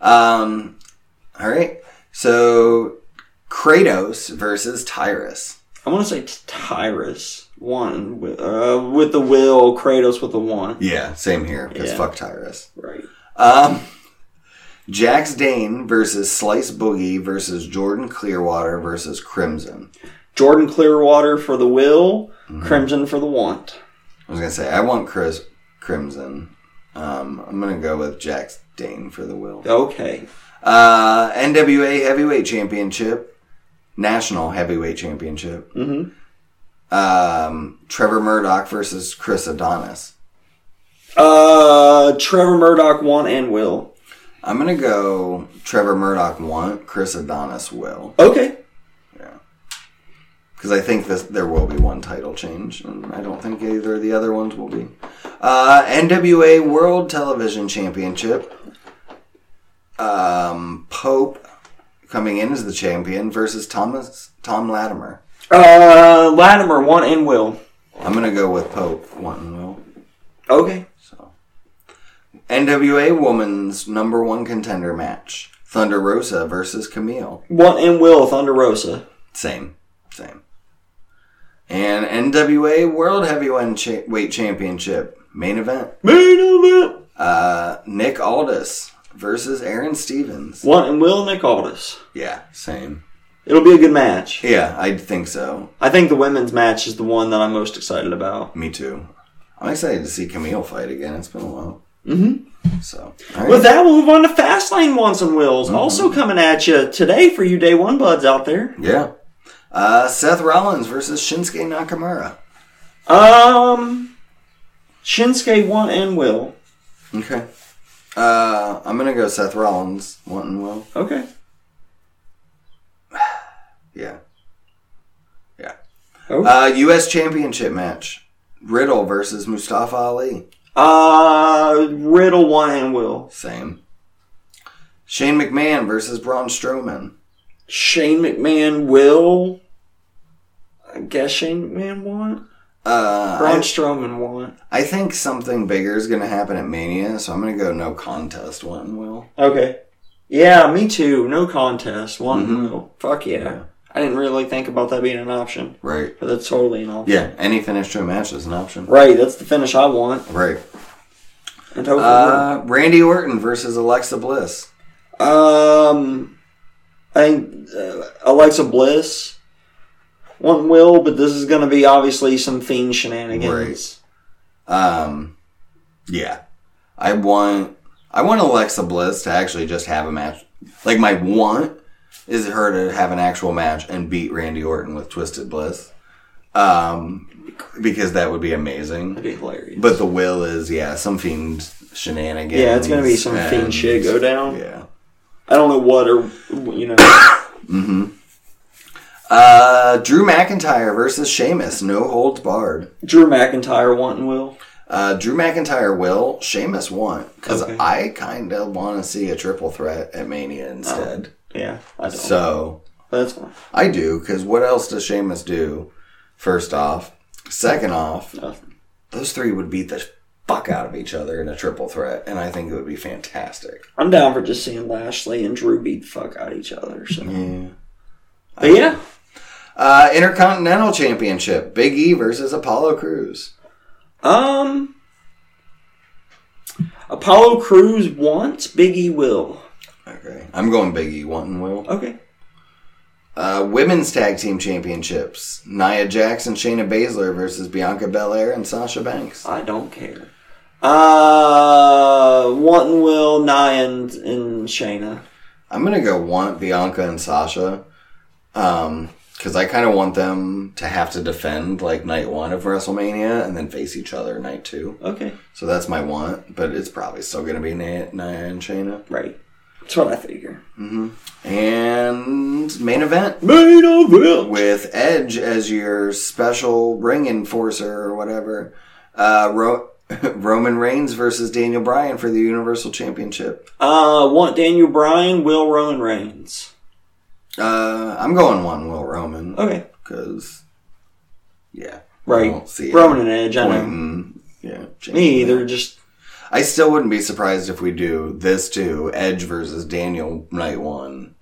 [SPEAKER 1] Um, all right. So Kratos versus Tyrus.
[SPEAKER 2] I want to say it's Tyrus one with, uh, with the will, Kratos with the one.
[SPEAKER 1] Yeah. Same here. Because
[SPEAKER 2] Yeah.
[SPEAKER 1] fuck Tyrus.
[SPEAKER 2] Right.
[SPEAKER 1] Um, Jax Dane versus Slice Boogie versus Jordan Clearwater versus Crimson.
[SPEAKER 2] Jordan Clearwater for the will, Crimson for the want.
[SPEAKER 1] I was gonna say I want Chris Crimson. Um, I'm gonna go with Jax Dane for the will.
[SPEAKER 2] Okay.
[SPEAKER 1] Uh, NWA Heavyweight Championship, National Heavyweight Championship.
[SPEAKER 2] Mhm.
[SPEAKER 1] Um, Trevor Murdoch versus Chris Adonis.
[SPEAKER 2] Uh, Trevor Murdoch want and will.
[SPEAKER 1] I'm gonna go Trevor Murdoch want Chris Adonis will
[SPEAKER 2] Okay.
[SPEAKER 1] because I think this there will be one title change and I don't think either of the other ones will be. Uh, NWA World Television Championship. Um, Pope coming in as the champion versus Thomas Tom Latimer.
[SPEAKER 2] Uh, Latimer want and will.
[SPEAKER 1] I'm gonna go with Pope wanting will.
[SPEAKER 2] Okay.
[SPEAKER 1] So, NWA Women's Number One Contender Match: Thunder Rosa versus Camille.
[SPEAKER 2] Want and will Thunder Rosa.
[SPEAKER 1] Same, same. And NWA World Heavyweight Cha- Weight Championship main event:
[SPEAKER 2] Main event.
[SPEAKER 1] uh, Nick Aldis versus Aaron Stevens.
[SPEAKER 2] Want and will Nick Aldis.
[SPEAKER 1] Yeah, same.
[SPEAKER 2] It'll be a good match.
[SPEAKER 1] Yeah, I think so.
[SPEAKER 2] I think the women's match is the one that I'm most excited about.
[SPEAKER 1] Me too. I'm excited to see Camille fight again. It's been a while. Mm-hmm. So, all right.
[SPEAKER 2] With that, we'll move on to Fastlane Wants and
[SPEAKER 1] Mm-hmm.
[SPEAKER 2] Wills. Also coming at you today for you day one buds out there.
[SPEAKER 1] yeah. Uh, Seth Rollins versus Shinsuke Nakamura.
[SPEAKER 2] Um, Shinsuke want and will.
[SPEAKER 1] Okay. Uh, I'm gonna go Seth Rollins. One and will.
[SPEAKER 2] Okay.
[SPEAKER 1] Yeah. Yeah.
[SPEAKER 2] Oh.
[SPEAKER 1] Uh, U.S. Championship match: Riddle versus Mustafa Ali.
[SPEAKER 2] Uh, Riddle want and will.
[SPEAKER 1] Same. Shane McMahon versus Braun Strowman.
[SPEAKER 2] Shane McMahon will. I guess Shane McMahon want.
[SPEAKER 1] Uh,
[SPEAKER 2] Braun
[SPEAKER 1] I-
[SPEAKER 2] Strowman want.
[SPEAKER 1] I, think something bigger is gonna happen at Mania, so I'm gonna go no contest. One and will.
[SPEAKER 2] Okay. Yeah, me too. No contest. One and
[SPEAKER 1] Mhm.
[SPEAKER 2] will. Fuck yeah.
[SPEAKER 1] Yeah.
[SPEAKER 2] I didn't really think about that being an option,
[SPEAKER 1] Right.
[SPEAKER 2] but that's totally an option.
[SPEAKER 1] Yeah. Any finish to a match is an option.
[SPEAKER 2] Right, that's the finish I want.
[SPEAKER 1] Right.
[SPEAKER 2] And hopefully
[SPEAKER 1] Uh, Randy Orton versus Alexa Bliss.
[SPEAKER 2] Um, I think uh, Alexa Bliss one will, but this is going to be obviously some fiend shenanigans.
[SPEAKER 1] Um, yeah, I want I want Alexa Bliss to actually just have a match. Like my want is her to have an actual match and beat Randy Orton with Twisted Bliss, um, because that would be amazing.
[SPEAKER 2] That'd be hilarious.
[SPEAKER 1] But the will is yeah, some fiend shenanigans.
[SPEAKER 2] yeah, it's going to be some fiend
[SPEAKER 1] and-
[SPEAKER 2] shit go down.
[SPEAKER 1] Yeah.
[SPEAKER 2] I don't know what or you know.
[SPEAKER 1] Uh, Drew McIntyre versus Sheamus, no holds barred.
[SPEAKER 2] Drew McIntyre wanting will.
[SPEAKER 1] Uh, Drew McIntyre will, Sheamus won't, because
[SPEAKER 2] Okay.
[SPEAKER 1] I kind of want to see a triple threat at Mania instead.
[SPEAKER 2] Yeah, I don't.
[SPEAKER 1] So
[SPEAKER 2] That's fine.
[SPEAKER 1] I do because what else does Sheamus do? First off, second off,
[SPEAKER 2] Nothing.
[SPEAKER 1] those three would beat the fuck out of each other in a triple threat, and I think it would be fantastic.
[SPEAKER 2] I'm down for just seeing Lashley and Drew beat the fuck out of each other. So,
[SPEAKER 1] Yeah.
[SPEAKER 2] but yeah,
[SPEAKER 1] Uh, Intercontinental Championship: Big E versus Apollo Cruz.
[SPEAKER 2] um, Apollo Cruz wants, Biggie will.
[SPEAKER 1] Okay, I'm going Big E. One and will.
[SPEAKER 2] Okay.
[SPEAKER 1] Uh, women's Tag Team Championships: Nia Jax and Shayna Baszler versus Bianca Belair and Sasha Banks.
[SPEAKER 2] I don't care. Uh, wanting Will, Nia, and, and Shayna.
[SPEAKER 1] I'm gonna go want Bianca and Sasha. Um, because I kind of want them to have to defend like night one of WrestleMania and then face each other night two.
[SPEAKER 2] Okay.
[SPEAKER 1] So that's my want, but it's probably still going to be Nia, Nia and Shayna.
[SPEAKER 2] Right. That's what I figure.
[SPEAKER 1] And main event
[SPEAKER 2] Main event.
[SPEAKER 1] with Edge as your special ring enforcer or whatever. Uh, Ro- Roman Reigns versus Daniel Bryan for the Universal Championship.
[SPEAKER 2] Uh, want Daniel Bryan, Will Rowan Reigns.
[SPEAKER 1] Uh, I'm going one Will Roman
[SPEAKER 2] Okay.
[SPEAKER 1] because, yeah, I
[SPEAKER 2] Right.
[SPEAKER 1] don't Oh, see it.
[SPEAKER 2] Rowan and Edge. I know.
[SPEAKER 1] Pointing- yeah, changing
[SPEAKER 2] Me
[SPEAKER 1] that.
[SPEAKER 2] either. Just
[SPEAKER 1] I still wouldn't be surprised if we do this too: Edge versus Daniel Night One,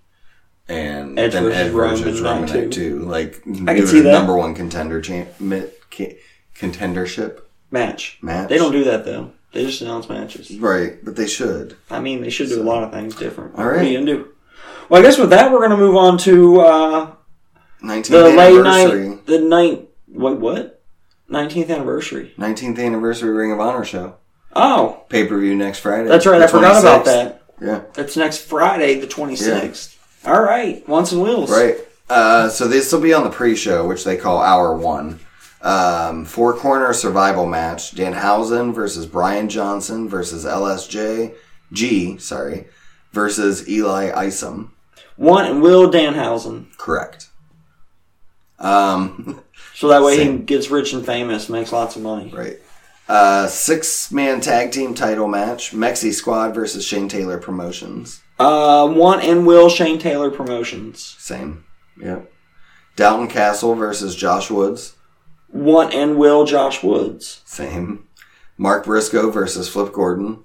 [SPEAKER 1] and
[SPEAKER 2] Edge
[SPEAKER 1] then
[SPEAKER 2] versus
[SPEAKER 1] Edge versus
[SPEAKER 2] Roman
[SPEAKER 1] Roman
[SPEAKER 2] Night
[SPEAKER 1] Night, Two. Like
[SPEAKER 2] I can
[SPEAKER 1] give it
[SPEAKER 2] see
[SPEAKER 1] a
[SPEAKER 2] that.
[SPEAKER 1] number one contender champ, mi- ca- contendership
[SPEAKER 2] match.
[SPEAKER 1] match.
[SPEAKER 2] They don't do that though. They just announce matches.
[SPEAKER 1] right, but they should.
[SPEAKER 2] I mean, they should do a lot of things different.
[SPEAKER 1] All
[SPEAKER 2] What are
[SPEAKER 1] right.
[SPEAKER 2] you gonna do? Well, I guess with that, we're gonna move on to uh,
[SPEAKER 1] Nineteenth
[SPEAKER 2] the late
[SPEAKER 1] anniversary.
[SPEAKER 2] night. The night. Wait, what? Nineteenth anniversary.
[SPEAKER 1] Nineteenth anniversary Ring of Honor show.
[SPEAKER 2] Oh,
[SPEAKER 1] Pay per view next Friday.
[SPEAKER 2] that's right.
[SPEAKER 1] the
[SPEAKER 2] I forgot about
[SPEAKER 1] 26th.
[SPEAKER 2] that.
[SPEAKER 1] Yeah.
[SPEAKER 2] That's next Friday, the twenty sixth. All right, once and wheels.
[SPEAKER 1] Right. Uh, so this will be on the pre-show, which they call Hour One. Um, four corner survival match: Danhausen versus Brian Johnson versus LSJ G. Sorry, versus Eli Isom.
[SPEAKER 2] Want and Will Danhausen.
[SPEAKER 1] Correct. Um,
[SPEAKER 2] So that way he
[SPEAKER 1] Same.
[SPEAKER 2] gets rich and famous, makes lots of money.
[SPEAKER 1] right. Uh, six man tag team title match: Mexi Squad versus Shane Taylor Promotions.
[SPEAKER 2] Uh, Want and Will Shane Taylor Promotions.
[SPEAKER 1] Same. Yep. Dalton Castle versus Josh Woods.
[SPEAKER 2] Want and Will Josh Woods.
[SPEAKER 1] Same. Mark Briscoe versus Flip Gordon.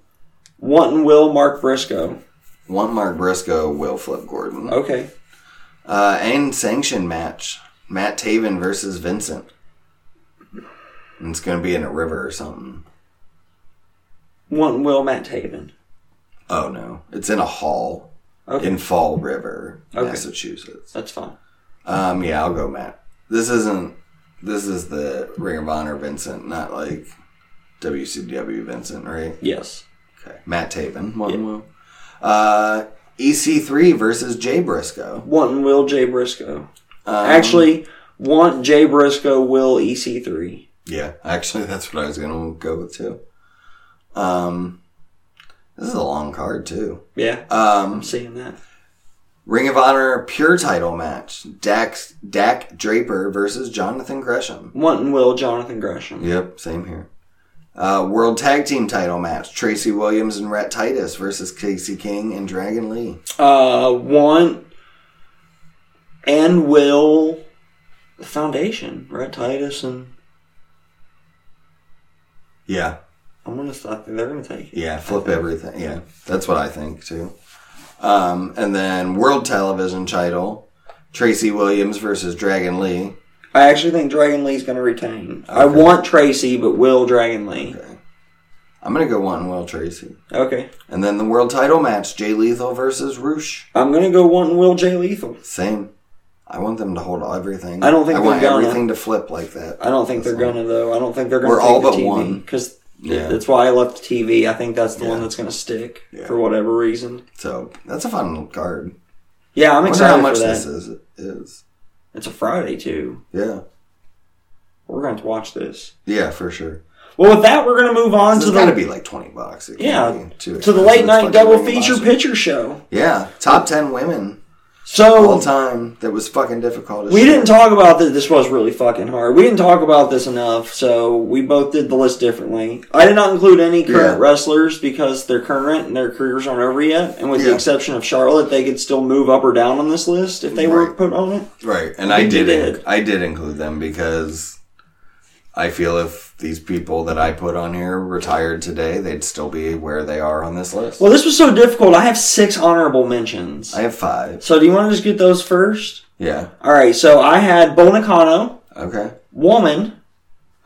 [SPEAKER 2] Want and Will Mark Briscoe.
[SPEAKER 1] One Mark Briscoe will flip Gordon.
[SPEAKER 2] Okay.
[SPEAKER 1] Uh, and sanction match. Matt Taven versus Vincent. And it's going to be in a river or something.
[SPEAKER 2] Want and Will Matt Taven.
[SPEAKER 1] Oh, no. It's in a hall
[SPEAKER 2] Okay.
[SPEAKER 1] in Fall River,
[SPEAKER 2] Okay.
[SPEAKER 1] Massachusetts.
[SPEAKER 2] That's fine.
[SPEAKER 1] Um, yeah, I'll go Matt. This isn't. This is the Ring of Honor Vincent, not like WCW Vincent, right?
[SPEAKER 2] Yes.
[SPEAKER 1] Okay. Matt Taven. One will. Uh, EC3 versus Jay Briscoe.
[SPEAKER 2] Want and Will Jay Briscoe.
[SPEAKER 1] Um,
[SPEAKER 2] Actually, Want Jay Briscoe Will E EC3.
[SPEAKER 1] Yeah, actually, that's what I was gonna go with too. Um, this is a long card too.
[SPEAKER 2] Yeah,
[SPEAKER 1] Um,
[SPEAKER 2] I'm seeing that.
[SPEAKER 1] Ring of Honor pure title match: Dax Dak Draper versus Jonathan Gresham.
[SPEAKER 2] Want and Will Jonathan Gresham.
[SPEAKER 1] Yep, same here. Uh, World Tag Team title match: Tracy Williams and Rat Titus versus Casey King and Dragon Lee.
[SPEAKER 2] Uh, Want and Will the Foundation. Red Titus and
[SPEAKER 1] Yeah,
[SPEAKER 2] I'm gonna stop. They're gonna take it.
[SPEAKER 1] yeah, flip everything. Yeah, that's what I think too. Um, and then World Television title: Tracy Williams versus Dragon Lee.
[SPEAKER 2] I actually think Dragon Lee's gonna retain. I
[SPEAKER 1] Okay.
[SPEAKER 2] want Tracy, but Will Dragon Lee.
[SPEAKER 1] I'm gonna go one Will Tracy.
[SPEAKER 2] Okay.
[SPEAKER 1] And then the world title match, Jay Lethal versus Roosh.
[SPEAKER 2] I'm gonna go Want and Will Jay Lethal.
[SPEAKER 1] Same. I want them to hold everything.
[SPEAKER 2] I don't think
[SPEAKER 1] I
[SPEAKER 2] they're
[SPEAKER 1] want
[SPEAKER 2] gonna.
[SPEAKER 1] everything to flip like that.
[SPEAKER 2] I don't think
[SPEAKER 1] That's
[SPEAKER 2] they're gonna though. I don't think they're gonna.
[SPEAKER 1] We're
[SPEAKER 2] take
[SPEAKER 1] all
[SPEAKER 2] the
[SPEAKER 1] but
[SPEAKER 2] TV,
[SPEAKER 1] one.
[SPEAKER 2] because
[SPEAKER 1] Yeah.
[SPEAKER 2] that's why I left the TV. I think that's the one
[SPEAKER 1] Yeah.
[SPEAKER 2] that's gonna stick
[SPEAKER 1] Yeah.
[SPEAKER 2] for whatever reason.
[SPEAKER 1] So that's a fun little card.
[SPEAKER 2] Yeah, I'm
[SPEAKER 1] I wonder
[SPEAKER 2] excited
[SPEAKER 1] how much
[SPEAKER 2] for that.
[SPEAKER 1] this is. Is
[SPEAKER 2] It's a Friday too.
[SPEAKER 1] yeah,
[SPEAKER 2] We're gonna have to watch this.
[SPEAKER 1] yeah, for sure.
[SPEAKER 2] Well, with that, we're gonna move on
[SPEAKER 1] This
[SPEAKER 2] to
[SPEAKER 1] has got to
[SPEAKER 2] the
[SPEAKER 1] be like twenty bucks. It can't
[SPEAKER 2] yeah
[SPEAKER 1] be too
[SPEAKER 2] to the
[SPEAKER 1] expensive.
[SPEAKER 2] late
[SPEAKER 1] It's
[SPEAKER 2] night
[SPEAKER 1] fucking
[SPEAKER 2] double
[SPEAKER 1] Ring of
[SPEAKER 2] feature
[SPEAKER 1] Honor.
[SPEAKER 2] picture show.
[SPEAKER 1] Yeah, top ten women all
[SPEAKER 2] So
[SPEAKER 1] time. That was fucking difficult. As
[SPEAKER 2] we
[SPEAKER 1] shit.
[SPEAKER 2] didn't talk about that. This was really fucking hard. We didn't talk about this enough. So we both did the list differently. I did not include any
[SPEAKER 1] Yeah.
[SPEAKER 2] current wrestlers because they're current and their careers aren't over yet. And with the
[SPEAKER 1] Yeah.
[SPEAKER 2] exception of Charlotte, they could still move up or down on this list if they were
[SPEAKER 1] Right.
[SPEAKER 2] put on it.
[SPEAKER 1] Right, and I
[SPEAKER 2] You
[SPEAKER 1] did,
[SPEAKER 2] did.
[SPEAKER 1] inc- I did include them because I feel if these people that I put on here retired today, they'd still be where they are on this list.
[SPEAKER 2] Well, this was so difficult. I have six honorable mentions.
[SPEAKER 1] I have five.
[SPEAKER 2] So do you want to just get those first?
[SPEAKER 1] Yeah.
[SPEAKER 2] All right. So I had Bonacano,
[SPEAKER 1] Okay.
[SPEAKER 2] Woman,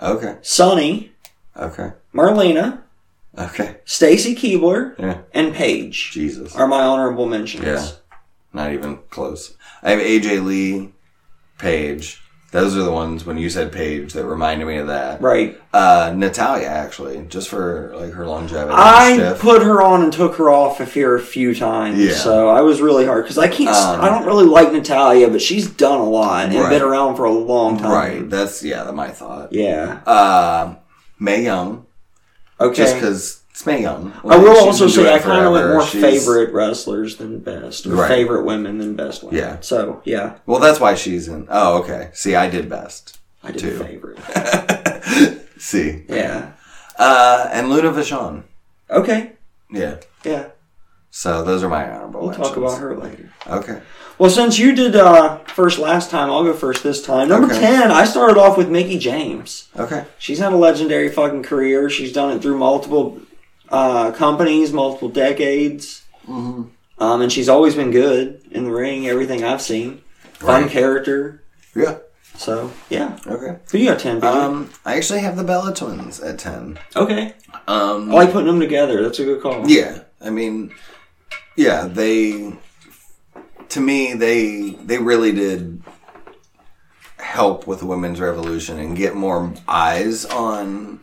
[SPEAKER 1] Okay.
[SPEAKER 2] Sonny,
[SPEAKER 1] Okay.
[SPEAKER 2] Marlena,
[SPEAKER 1] Okay.
[SPEAKER 2] Stacy Keebler,
[SPEAKER 1] Yeah.
[SPEAKER 2] and Paige
[SPEAKER 1] Jesus.
[SPEAKER 2] are my honorable mentions.
[SPEAKER 1] Yeah. Not even close. I have AJ Lee, Paige. Those are the ones when you said Paige that reminded me of that.
[SPEAKER 2] Right.
[SPEAKER 1] Uh, Natalia, actually, just for like her longevity. and
[SPEAKER 2] I
[SPEAKER 1] stuff.
[SPEAKER 2] put her on and took her off of here a few times.
[SPEAKER 1] Yeah.
[SPEAKER 2] So I was really hard because I can't.
[SPEAKER 1] Um,
[SPEAKER 2] I don't really like Natalia, but she's done a lot and
[SPEAKER 1] Right.
[SPEAKER 2] been around for a long time.
[SPEAKER 1] right. That's yeah, that my thought.
[SPEAKER 2] Yeah.
[SPEAKER 1] Uh, May Young,
[SPEAKER 2] Okay.
[SPEAKER 1] just because it's May Young.
[SPEAKER 2] I will
[SPEAKER 1] She's
[SPEAKER 2] also
[SPEAKER 1] been
[SPEAKER 2] say
[SPEAKER 1] doing
[SPEAKER 2] I
[SPEAKER 1] it
[SPEAKER 2] kind of like
[SPEAKER 1] forever.
[SPEAKER 2] more
[SPEAKER 1] She's-
[SPEAKER 2] favorite wrestlers than best, or
[SPEAKER 1] Right.
[SPEAKER 2] favorite women than best women.
[SPEAKER 1] Yeah.
[SPEAKER 2] So yeah,
[SPEAKER 1] Well, that's why she's in. Oh, okay. See, I did best.
[SPEAKER 2] I did
[SPEAKER 1] Two.
[SPEAKER 2] favorite.
[SPEAKER 1] See,
[SPEAKER 2] Yeah.
[SPEAKER 1] uh, and Luna Vachon.
[SPEAKER 2] Okay.
[SPEAKER 1] Yeah.
[SPEAKER 2] Yeah.
[SPEAKER 1] So those are my honorable.
[SPEAKER 2] We'll
[SPEAKER 1] mentions.
[SPEAKER 2] talk about her later.
[SPEAKER 1] Okay.
[SPEAKER 2] Well, since you did uh, first last time, I'll go first this time. Number
[SPEAKER 1] Okay.
[SPEAKER 2] ten, I started off with Mickey James.
[SPEAKER 1] Okay.
[SPEAKER 2] She's had a legendary fucking career. She's done it through multiple uh, companies, multiple decades.
[SPEAKER 1] Mhm.
[SPEAKER 2] Um, and she's always been good in the ring, everything I've seen. Fun
[SPEAKER 1] Right.
[SPEAKER 2] character.
[SPEAKER 1] Yeah.
[SPEAKER 2] So, yeah.
[SPEAKER 1] Okay.
[SPEAKER 2] Who you got 10 Peter?
[SPEAKER 1] Um, I actually have the Bella twins at ten.
[SPEAKER 2] Okay.
[SPEAKER 1] Um,
[SPEAKER 2] I like putting them together. That's a good call.
[SPEAKER 1] Yeah, I mean, yeah, they to me they they really did help with the women's revolution and get more eyes on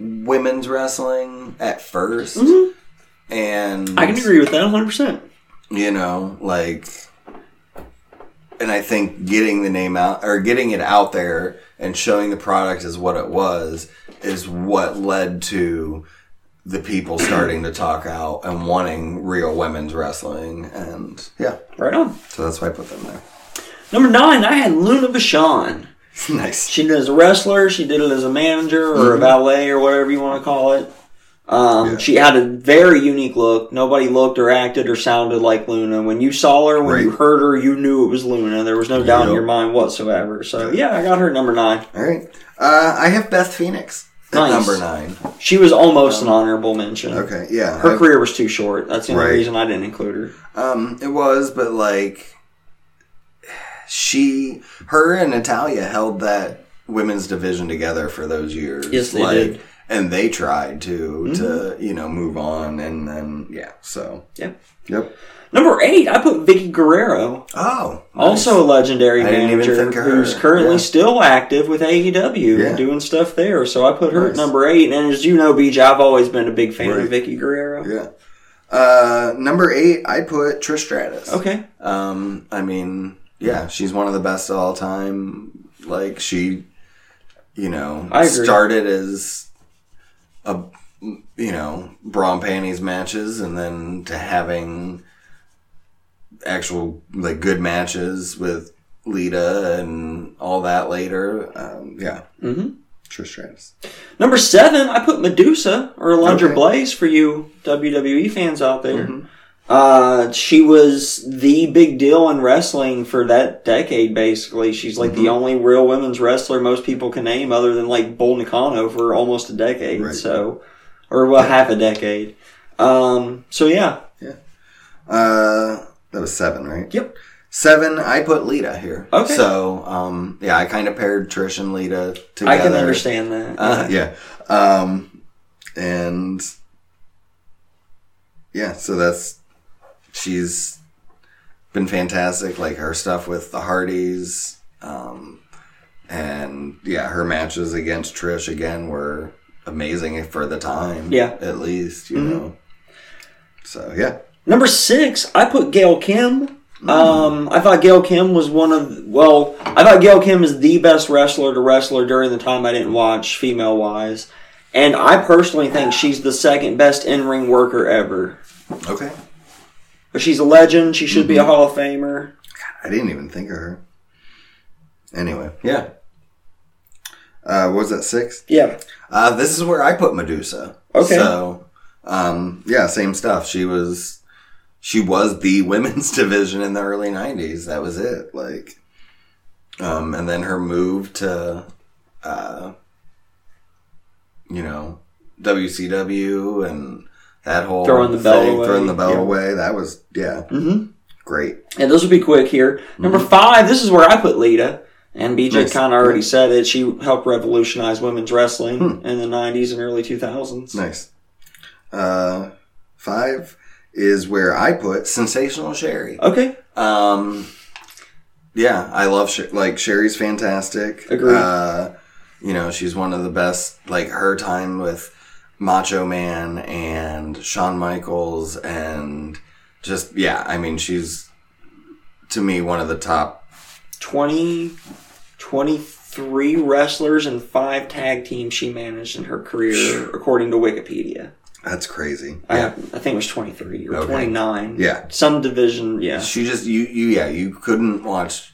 [SPEAKER 1] women's wrestling at 1st And
[SPEAKER 2] Mm-hmm. I can agree with that 100%.
[SPEAKER 1] you know, like, and I think getting the name out or getting it out there and showing the product is what it was is what led to the people starting to talk out and wanting real women's wrestling. And yeah,
[SPEAKER 2] Right on.
[SPEAKER 1] so that's why I put them there.
[SPEAKER 2] Number nine, I had Luna Bashan.
[SPEAKER 1] nice.
[SPEAKER 2] She did it as a wrestler. She did it as a manager or a valet or whatever you want to call it. Um,
[SPEAKER 1] Mm-hmm. Yeah.
[SPEAKER 2] She had a very unique look. Nobody looked or acted or sounded like Luna. When you saw her, when you
[SPEAKER 1] Right.
[SPEAKER 2] heard her, you knew it was Luna. There was no doubt in
[SPEAKER 1] Yep.
[SPEAKER 2] your mind whatsoever. So yeah, I got her number nine.
[SPEAKER 1] All right. Uh, I have Beth Phoenix at
[SPEAKER 2] Nice.
[SPEAKER 1] number nine.
[SPEAKER 2] She was almost an honorable mention.
[SPEAKER 1] Okay. Yeah.
[SPEAKER 2] Her
[SPEAKER 1] I-
[SPEAKER 2] career was too short. That's the only
[SPEAKER 1] Right.
[SPEAKER 2] reason I didn't include her.
[SPEAKER 1] Um, it was, but like she, her, and Natalia held that women's division together for those years.
[SPEAKER 2] Yes, they
[SPEAKER 1] like,
[SPEAKER 2] did. Mm-hmm.
[SPEAKER 1] and they tried to to you know move on, and then yeah, so
[SPEAKER 2] Yeah.
[SPEAKER 1] yep.
[SPEAKER 2] Number eight, I put Vicky Guerrero,
[SPEAKER 1] Oh,
[SPEAKER 2] also a legendary
[SPEAKER 1] I didn't even
[SPEAKER 2] manager
[SPEAKER 1] think of her.
[SPEAKER 2] who's currently
[SPEAKER 1] Yeah.
[SPEAKER 2] still active with AEW
[SPEAKER 1] Yeah.
[SPEAKER 2] and doing stuff there. So I put her at
[SPEAKER 1] Nice.
[SPEAKER 2] number eight. And as you know, BJ, I've always been a big fan of
[SPEAKER 1] Right.
[SPEAKER 2] Vicky Guerrero.
[SPEAKER 1] yeah. Uh, number eight, I put Trish Stratus.
[SPEAKER 2] Okay.
[SPEAKER 1] Um, I mean, yeah, she's one of the best of all time. Like she, you know,
[SPEAKER 2] I agree.
[SPEAKER 1] started as a you know bra and panties matches, and then to having actual like good matches with Lita and all that later. Um, yeah,
[SPEAKER 2] Mhm.
[SPEAKER 1] Trish Stratus.
[SPEAKER 2] Number seven, I put Medusa or Alundra
[SPEAKER 1] Okay. Mm-hmm.
[SPEAKER 2] Blaze for you WWE fans out there. Uh, she was the big deal in wrestling for that decade. Basically, she's like
[SPEAKER 1] Mm-hmm.
[SPEAKER 2] the only real women's wrestler most people can name, other than like Bull Nakano for almost a decade.
[SPEAKER 1] Right.
[SPEAKER 2] So, or well, half a decade. Um, so yeah,
[SPEAKER 1] Uh, that was seven, right?
[SPEAKER 2] Yep.
[SPEAKER 1] Seven, I put Lita here.
[SPEAKER 2] Okay.
[SPEAKER 1] So, um, yeah, I kind of paired Trish and Lita together.
[SPEAKER 2] I can understand that.
[SPEAKER 1] Uh, yeah. Um, and yeah, so that's she's been fantastic. Like her stuff with the Hardys, um, and yeah, her matches against Trish again were amazing for the time.
[SPEAKER 2] Yeah.
[SPEAKER 1] at least you know. So yeah,
[SPEAKER 2] Number six, I put Gail Kim. Um, I thought Gail Kim was one of well, I thought Gail Kim is the best wrestler to wrestler during the time I didn't watch female wise, and I personally think she's the second best in ring worker ever.
[SPEAKER 1] okay.
[SPEAKER 2] But she's a legend. She should be
[SPEAKER 1] Mm-hmm.
[SPEAKER 2] a Hall of Famer.
[SPEAKER 1] I didn't even think of her. Anyway, yeah. Uh, what was that six?
[SPEAKER 2] Yeah.
[SPEAKER 1] Uh, this is where I put Medusa.
[SPEAKER 2] Okay.
[SPEAKER 1] So, um, yeah, same stuff. She was, she was the women's division in the early '90s. That was it. Like, um, and then her move to, uh, you know, WCW and that whole
[SPEAKER 2] Throwing the bell away.
[SPEAKER 1] throwing the bell
[SPEAKER 2] Yeah.
[SPEAKER 1] away. That was yeah,
[SPEAKER 2] Mm-hmm.
[SPEAKER 1] great.
[SPEAKER 2] And those will be quick here. Number five, this is where I put Lita. And BJ
[SPEAKER 1] Mm-hmm. Nice.
[SPEAKER 2] kind of already said it. She helped revolutionize women's wrestling in the 90s and early 2000s.
[SPEAKER 1] Hmm. Nice. Uh, five is where I put sensational Sherry.
[SPEAKER 2] Okay.
[SPEAKER 1] Um, yeah, I love Sher- like Sherry's fantastic.
[SPEAKER 2] Agreed.
[SPEAKER 1] Uh, you know, she's one of the best. Like her time with Macho Man and Shawn Michaels, and just yeah, I mean, she's to me one of the top.
[SPEAKER 2] 20, 23 wrestlers and five tag teams she managed in her career, according to Wikipedia.
[SPEAKER 1] That's crazy.
[SPEAKER 2] I, I think it was 23 or
[SPEAKER 1] Okay.
[SPEAKER 2] 29.
[SPEAKER 1] Yeah.
[SPEAKER 2] Some division, yeah.
[SPEAKER 1] She just you you yeah you couldn't watch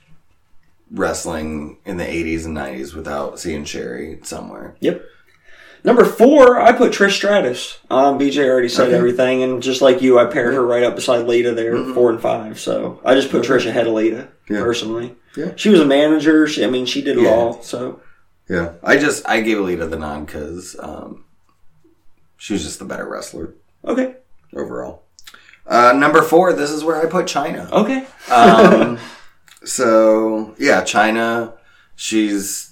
[SPEAKER 1] wrestling in the 80s and 90s without seeing Sherry somewhere.
[SPEAKER 2] Yep. Number four, I put Trish Stratus. Um, BJ already said
[SPEAKER 1] Okay. Mm-hmm.
[SPEAKER 2] everything, and just like you, I paired her right up beside Lita there, four and five. So I just put Trish ahead of Lita,
[SPEAKER 1] Yeah.
[SPEAKER 2] personally.
[SPEAKER 1] Yeah.
[SPEAKER 2] She was a manager. She, I mean, she did it
[SPEAKER 1] Yeah.
[SPEAKER 2] all. So
[SPEAKER 1] Yeah, I just I gave Lita the nod because um, she was just the better wrestler
[SPEAKER 2] okay,
[SPEAKER 1] overall. Uh, number four, this is where I put China.
[SPEAKER 2] okay,
[SPEAKER 1] Um, so yeah, China. She's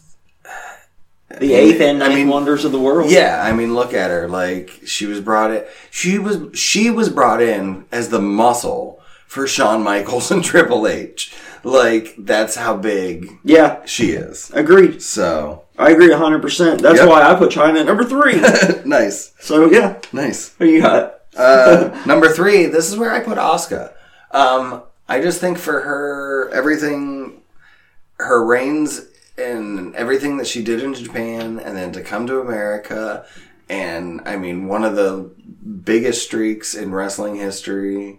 [SPEAKER 2] the eighth and
[SPEAKER 1] I
[SPEAKER 2] ninth
[SPEAKER 1] mean-
[SPEAKER 2] wonders of the world.
[SPEAKER 1] yeah. I mean, look at her. Like she was brought in. She was she was brought in as the muscle for Shawn Michaels and Triple H. Like that's how big
[SPEAKER 2] yeah,
[SPEAKER 1] she is.
[SPEAKER 2] agreed.
[SPEAKER 1] So
[SPEAKER 2] I agree hundred percent. That's
[SPEAKER 1] Yep.
[SPEAKER 2] why I put China at number three.
[SPEAKER 1] nice,
[SPEAKER 2] so yeah,
[SPEAKER 1] nice.
[SPEAKER 2] who you got?
[SPEAKER 1] Uh, number three, this is where I put Asuka. Um, I just think for her, everything, her reigns and everything that she did in Japan and then to come to America. And I mean, one of the biggest streaks in wrestling history,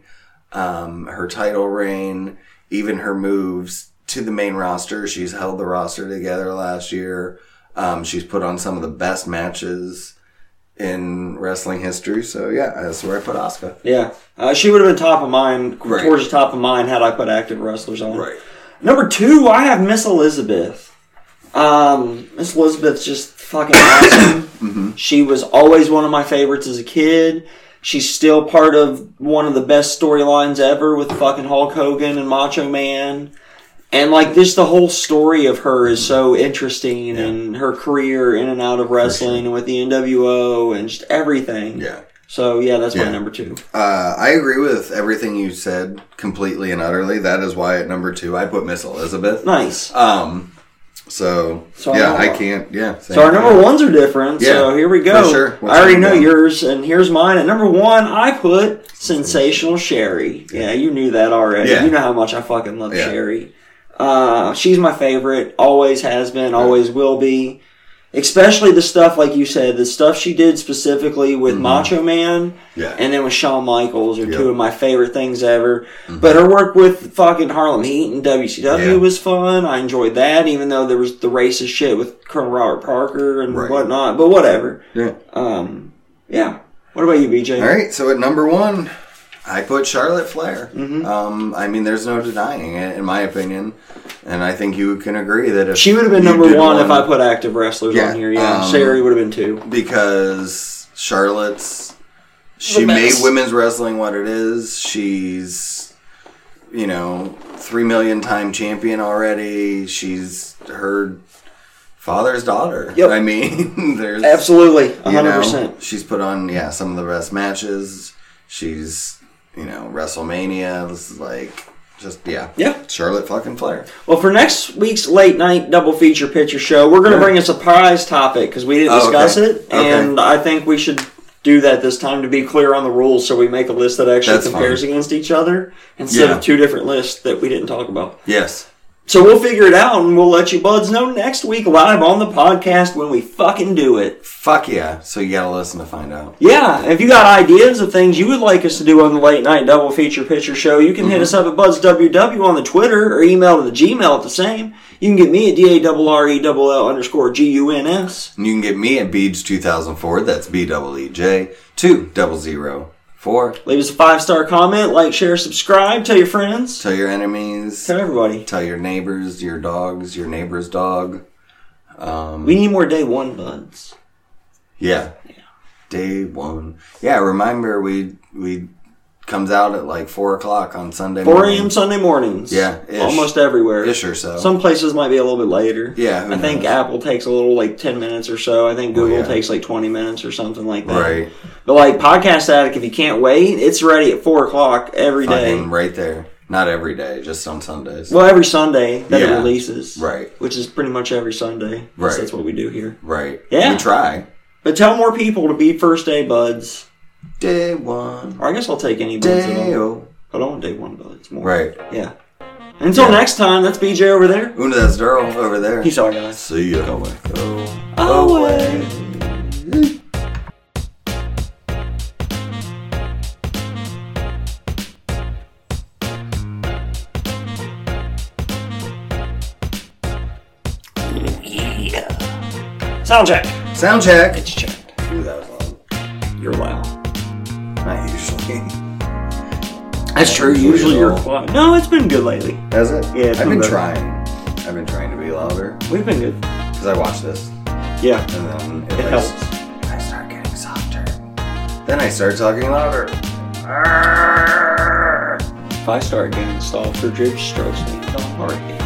[SPEAKER 1] um, her title reign, even her moves to the main roster. She's held the roster together last year. Um, she's put on some of the best matches in wrestling history. So yeah, that's where I put Asuka.
[SPEAKER 2] Yeah, uh, she would have been top of mine,
[SPEAKER 1] Right.
[SPEAKER 2] towards the top of mine, had I put active wrestlers on. Number two, I have Miss Elizabeth. Um, Miss Elizabeth's just fucking awesome.
[SPEAKER 1] Mm-hmm.
[SPEAKER 2] She was always one of my favorites as a kid. She's still part of one of the best storylines ever with fucking Hulk Hogan and Macho Man. And like this, the whole story of her is so interesting, and her career in and out of wrestling, and with the NWO, and just everything.
[SPEAKER 1] Yeah.
[SPEAKER 2] So yeah, that's my
[SPEAKER 1] Yeah.
[SPEAKER 2] number two.
[SPEAKER 1] Uh, I agree with everything you said completely and utterly. That is why at number two I put Miss Elizabeth.
[SPEAKER 2] Nice.
[SPEAKER 1] Um, so,
[SPEAKER 2] So
[SPEAKER 1] yeah,
[SPEAKER 2] our
[SPEAKER 1] I
[SPEAKER 2] number-
[SPEAKER 1] can't. Yeah. same.
[SPEAKER 2] So our number ones are different.
[SPEAKER 1] Yeah,
[SPEAKER 2] so here we go.
[SPEAKER 1] for sure. What's
[SPEAKER 2] I already
[SPEAKER 1] number
[SPEAKER 2] know
[SPEAKER 1] one?
[SPEAKER 2] yours, and here's mine. At number one, I put Sensational Sherry. Yeah, you knew that already.
[SPEAKER 1] Yeah.
[SPEAKER 2] You know how much I fucking love
[SPEAKER 1] Yeah.
[SPEAKER 2] Sherry. Uh, she's my favorite. Always has been. Always will be. Especially the stuff, like you said, the stuff she did specifically with
[SPEAKER 1] Mm-hmm.
[SPEAKER 2] Macho Man.
[SPEAKER 1] Yeah.
[SPEAKER 2] And then with Shawn Michaels are
[SPEAKER 1] Yep.
[SPEAKER 2] two of my favorite things ever. But her work with fucking Harlem Heat and WCW
[SPEAKER 1] Mm-hmm. Yeah.
[SPEAKER 2] was fun. I enjoyed that, even though there was the racist shit with Colonel Robert Parker and
[SPEAKER 1] Right.
[SPEAKER 2] whatnot. But whatever.
[SPEAKER 1] yeah.
[SPEAKER 2] Um, yeah. What about you, BJ?
[SPEAKER 1] All right. So at number one, I put Charlotte Flair.
[SPEAKER 2] Mm-hmm.
[SPEAKER 1] Um, I mean, there's no denying it, in my opinion, and I think you can agree that if
[SPEAKER 2] She would have been
[SPEAKER 1] you
[SPEAKER 2] number
[SPEAKER 1] did
[SPEAKER 2] one, if I put active wrestlers
[SPEAKER 1] Yeah,
[SPEAKER 2] on here. Yeah,
[SPEAKER 1] um,
[SPEAKER 2] Sherry would have been two.
[SPEAKER 1] because Charlotte's she
[SPEAKER 2] The
[SPEAKER 1] made
[SPEAKER 2] best.
[SPEAKER 1] women's wrestling what it is. She's you know three million time champion already. She's her father's daughter.
[SPEAKER 2] Yep.
[SPEAKER 1] I mean, there's
[SPEAKER 2] Absolutely,
[SPEAKER 1] you
[SPEAKER 2] hundred
[SPEAKER 1] know,
[SPEAKER 2] percent.
[SPEAKER 1] She's put on yeah some of the best matches. She's you know WrestleMania is like just yeah
[SPEAKER 2] Yeah.
[SPEAKER 1] Charlotte fucking Flair.
[SPEAKER 2] Well, for next week's late night double feature picture show, we're going to
[SPEAKER 1] Yeah.
[SPEAKER 2] bring a surprise topic because we didn't
[SPEAKER 1] Oh,
[SPEAKER 2] discuss
[SPEAKER 1] okay.
[SPEAKER 2] it, and I think we should do that this time to be clear on the rules, so we make a list that actually
[SPEAKER 1] That's
[SPEAKER 2] compares against each other instead
[SPEAKER 1] Yeah.
[SPEAKER 2] of two different lists that we didn't talk about.
[SPEAKER 1] Yes.
[SPEAKER 2] So we'll figure it out, and we'll let you buds know next week live on the podcast when we fucking do it.
[SPEAKER 1] Fuck yeah. So you gotta listen to find out.
[SPEAKER 2] Yeah, if you got ideas of things you would like us to do on the late night double feature picture show, you can hit
[SPEAKER 1] Mm-hmm.
[SPEAKER 2] us up at BuzzWW on the Twitter or email to the Gmail at the same. You can get me at D-A-R-R-E-L-L E underscore G-U-N-S.
[SPEAKER 1] And you can get me at Beej2004. That's B double E J two double zero four.
[SPEAKER 2] Leave us a five-star comment, like, share, subscribe, tell your friends,
[SPEAKER 1] Tell your enemies.
[SPEAKER 2] tell everybody.
[SPEAKER 1] Tell your neighbors, your dogs, your neighbor's dog. Um,
[SPEAKER 2] We need more day one buds.
[SPEAKER 1] yeah. Day one. Yeah. Remember, we we comes out at like four o'clock on Sunday.
[SPEAKER 2] 4
[SPEAKER 1] morning.
[SPEAKER 2] a.m. Sunday mornings.
[SPEAKER 1] Yeah, ish.
[SPEAKER 2] Almost everywhere.
[SPEAKER 1] ish or so.
[SPEAKER 2] Some places might be a little bit later.
[SPEAKER 1] Yeah, who
[SPEAKER 2] I think
[SPEAKER 1] knows? Oh,
[SPEAKER 2] Apple takes a little like ten minutes or so. I think Google
[SPEAKER 1] yeah.
[SPEAKER 2] takes like twenty minutes or something like that.
[SPEAKER 1] Right.
[SPEAKER 2] But like podcast addict, if you can't wait, it's ready at four o'clock every day.
[SPEAKER 1] Fucking right there. Not every day, just on Sundays.
[SPEAKER 2] Well, every Sunday that it
[SPEAKER 1] Yeah.
[SPEAKER 2] releases,
[SPEAKER 1] right,
[SPEAKER 2] Which is pretty much every Sunday.
[SPEAKER 1] Right.
[SPEAKER 2] Right. That's what we do here.
[SPEAKER 1] right.
[SPEAKER 2] Yeah.
[SPEAKER 1] We try.
[SPEAKER 2] But tell more people to be first day buds.
[SPEAKER 1] Day one.
[SPEAKER 2] Or I guess I'll take any buds. at all.
[SPEAKER 1] Day oh.
[SPEAKER 2] I don't want day one buds. More.
[SPEAKER 1] Right.
[SPEAKER 2] Yeah. Until
[SPEAKER 1] Yeah.
[SPEAKER 2] next time, that's BJ over there.
[SPEAKER 1] Una, that's Daryl over there.
[SPEAKER 2] Peace out, guys.
[SPEAKER 1] See ya.
[SPEAKER 2] Away. Sound check.
[SPEAKER 1] Sound check.
[SPEAKER 2] It's check.
[SPEAKER 1] Ooh, that was loud.
[SPEAKER 2] You're loud.
[SPEAKER 1] Not usually.
[SPEAKER 2] That's true.
[SPEAKER 1] Usually
[SPEAKER 2] Usually you're
[SPEAKER 1] at all.
[SPEAKER 2] quiet. No, it's been good lately.
[SPEAKER 1] Has it?
[SPEAKER 2] Yeah, it's
[SPEAKER 1] I've
[SPEAKER 2] been
[SPEAKER 1] been
[SPEAKER 2] better.
[SPEAKER 1] trying. I've been trying to be louder
[SPEAKER 2] We've been good.
[SPEAKER 1] because I watch this,
[SPEAKER 2] Yeah.
[SPEAKER 1] and then if
[SPEAKER 2] It
[SPEAKER 1] I,
[SPEAKER 2] helps.
[SPEAKER 1] s- if I start getting softer, then I start talking louder.
[SPEAKER 2] If I start getting soft for drip strokes, me the heartbeat.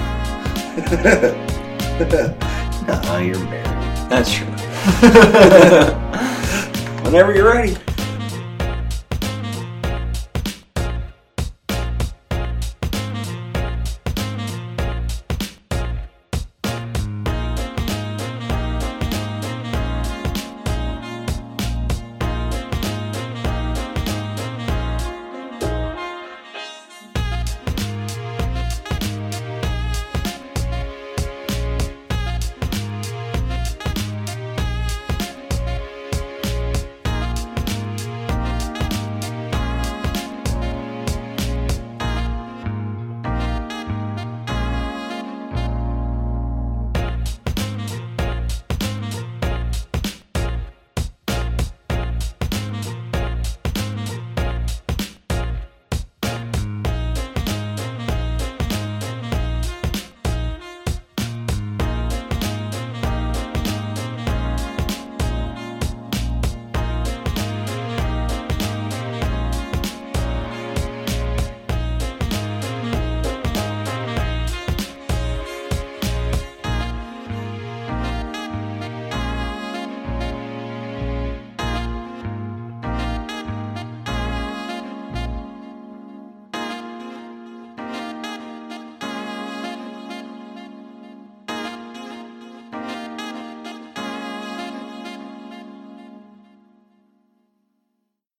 [SPEAKER 1] Nuh-uh, you're married.
[SPEAKER 2] That's true. Whenever you're ready.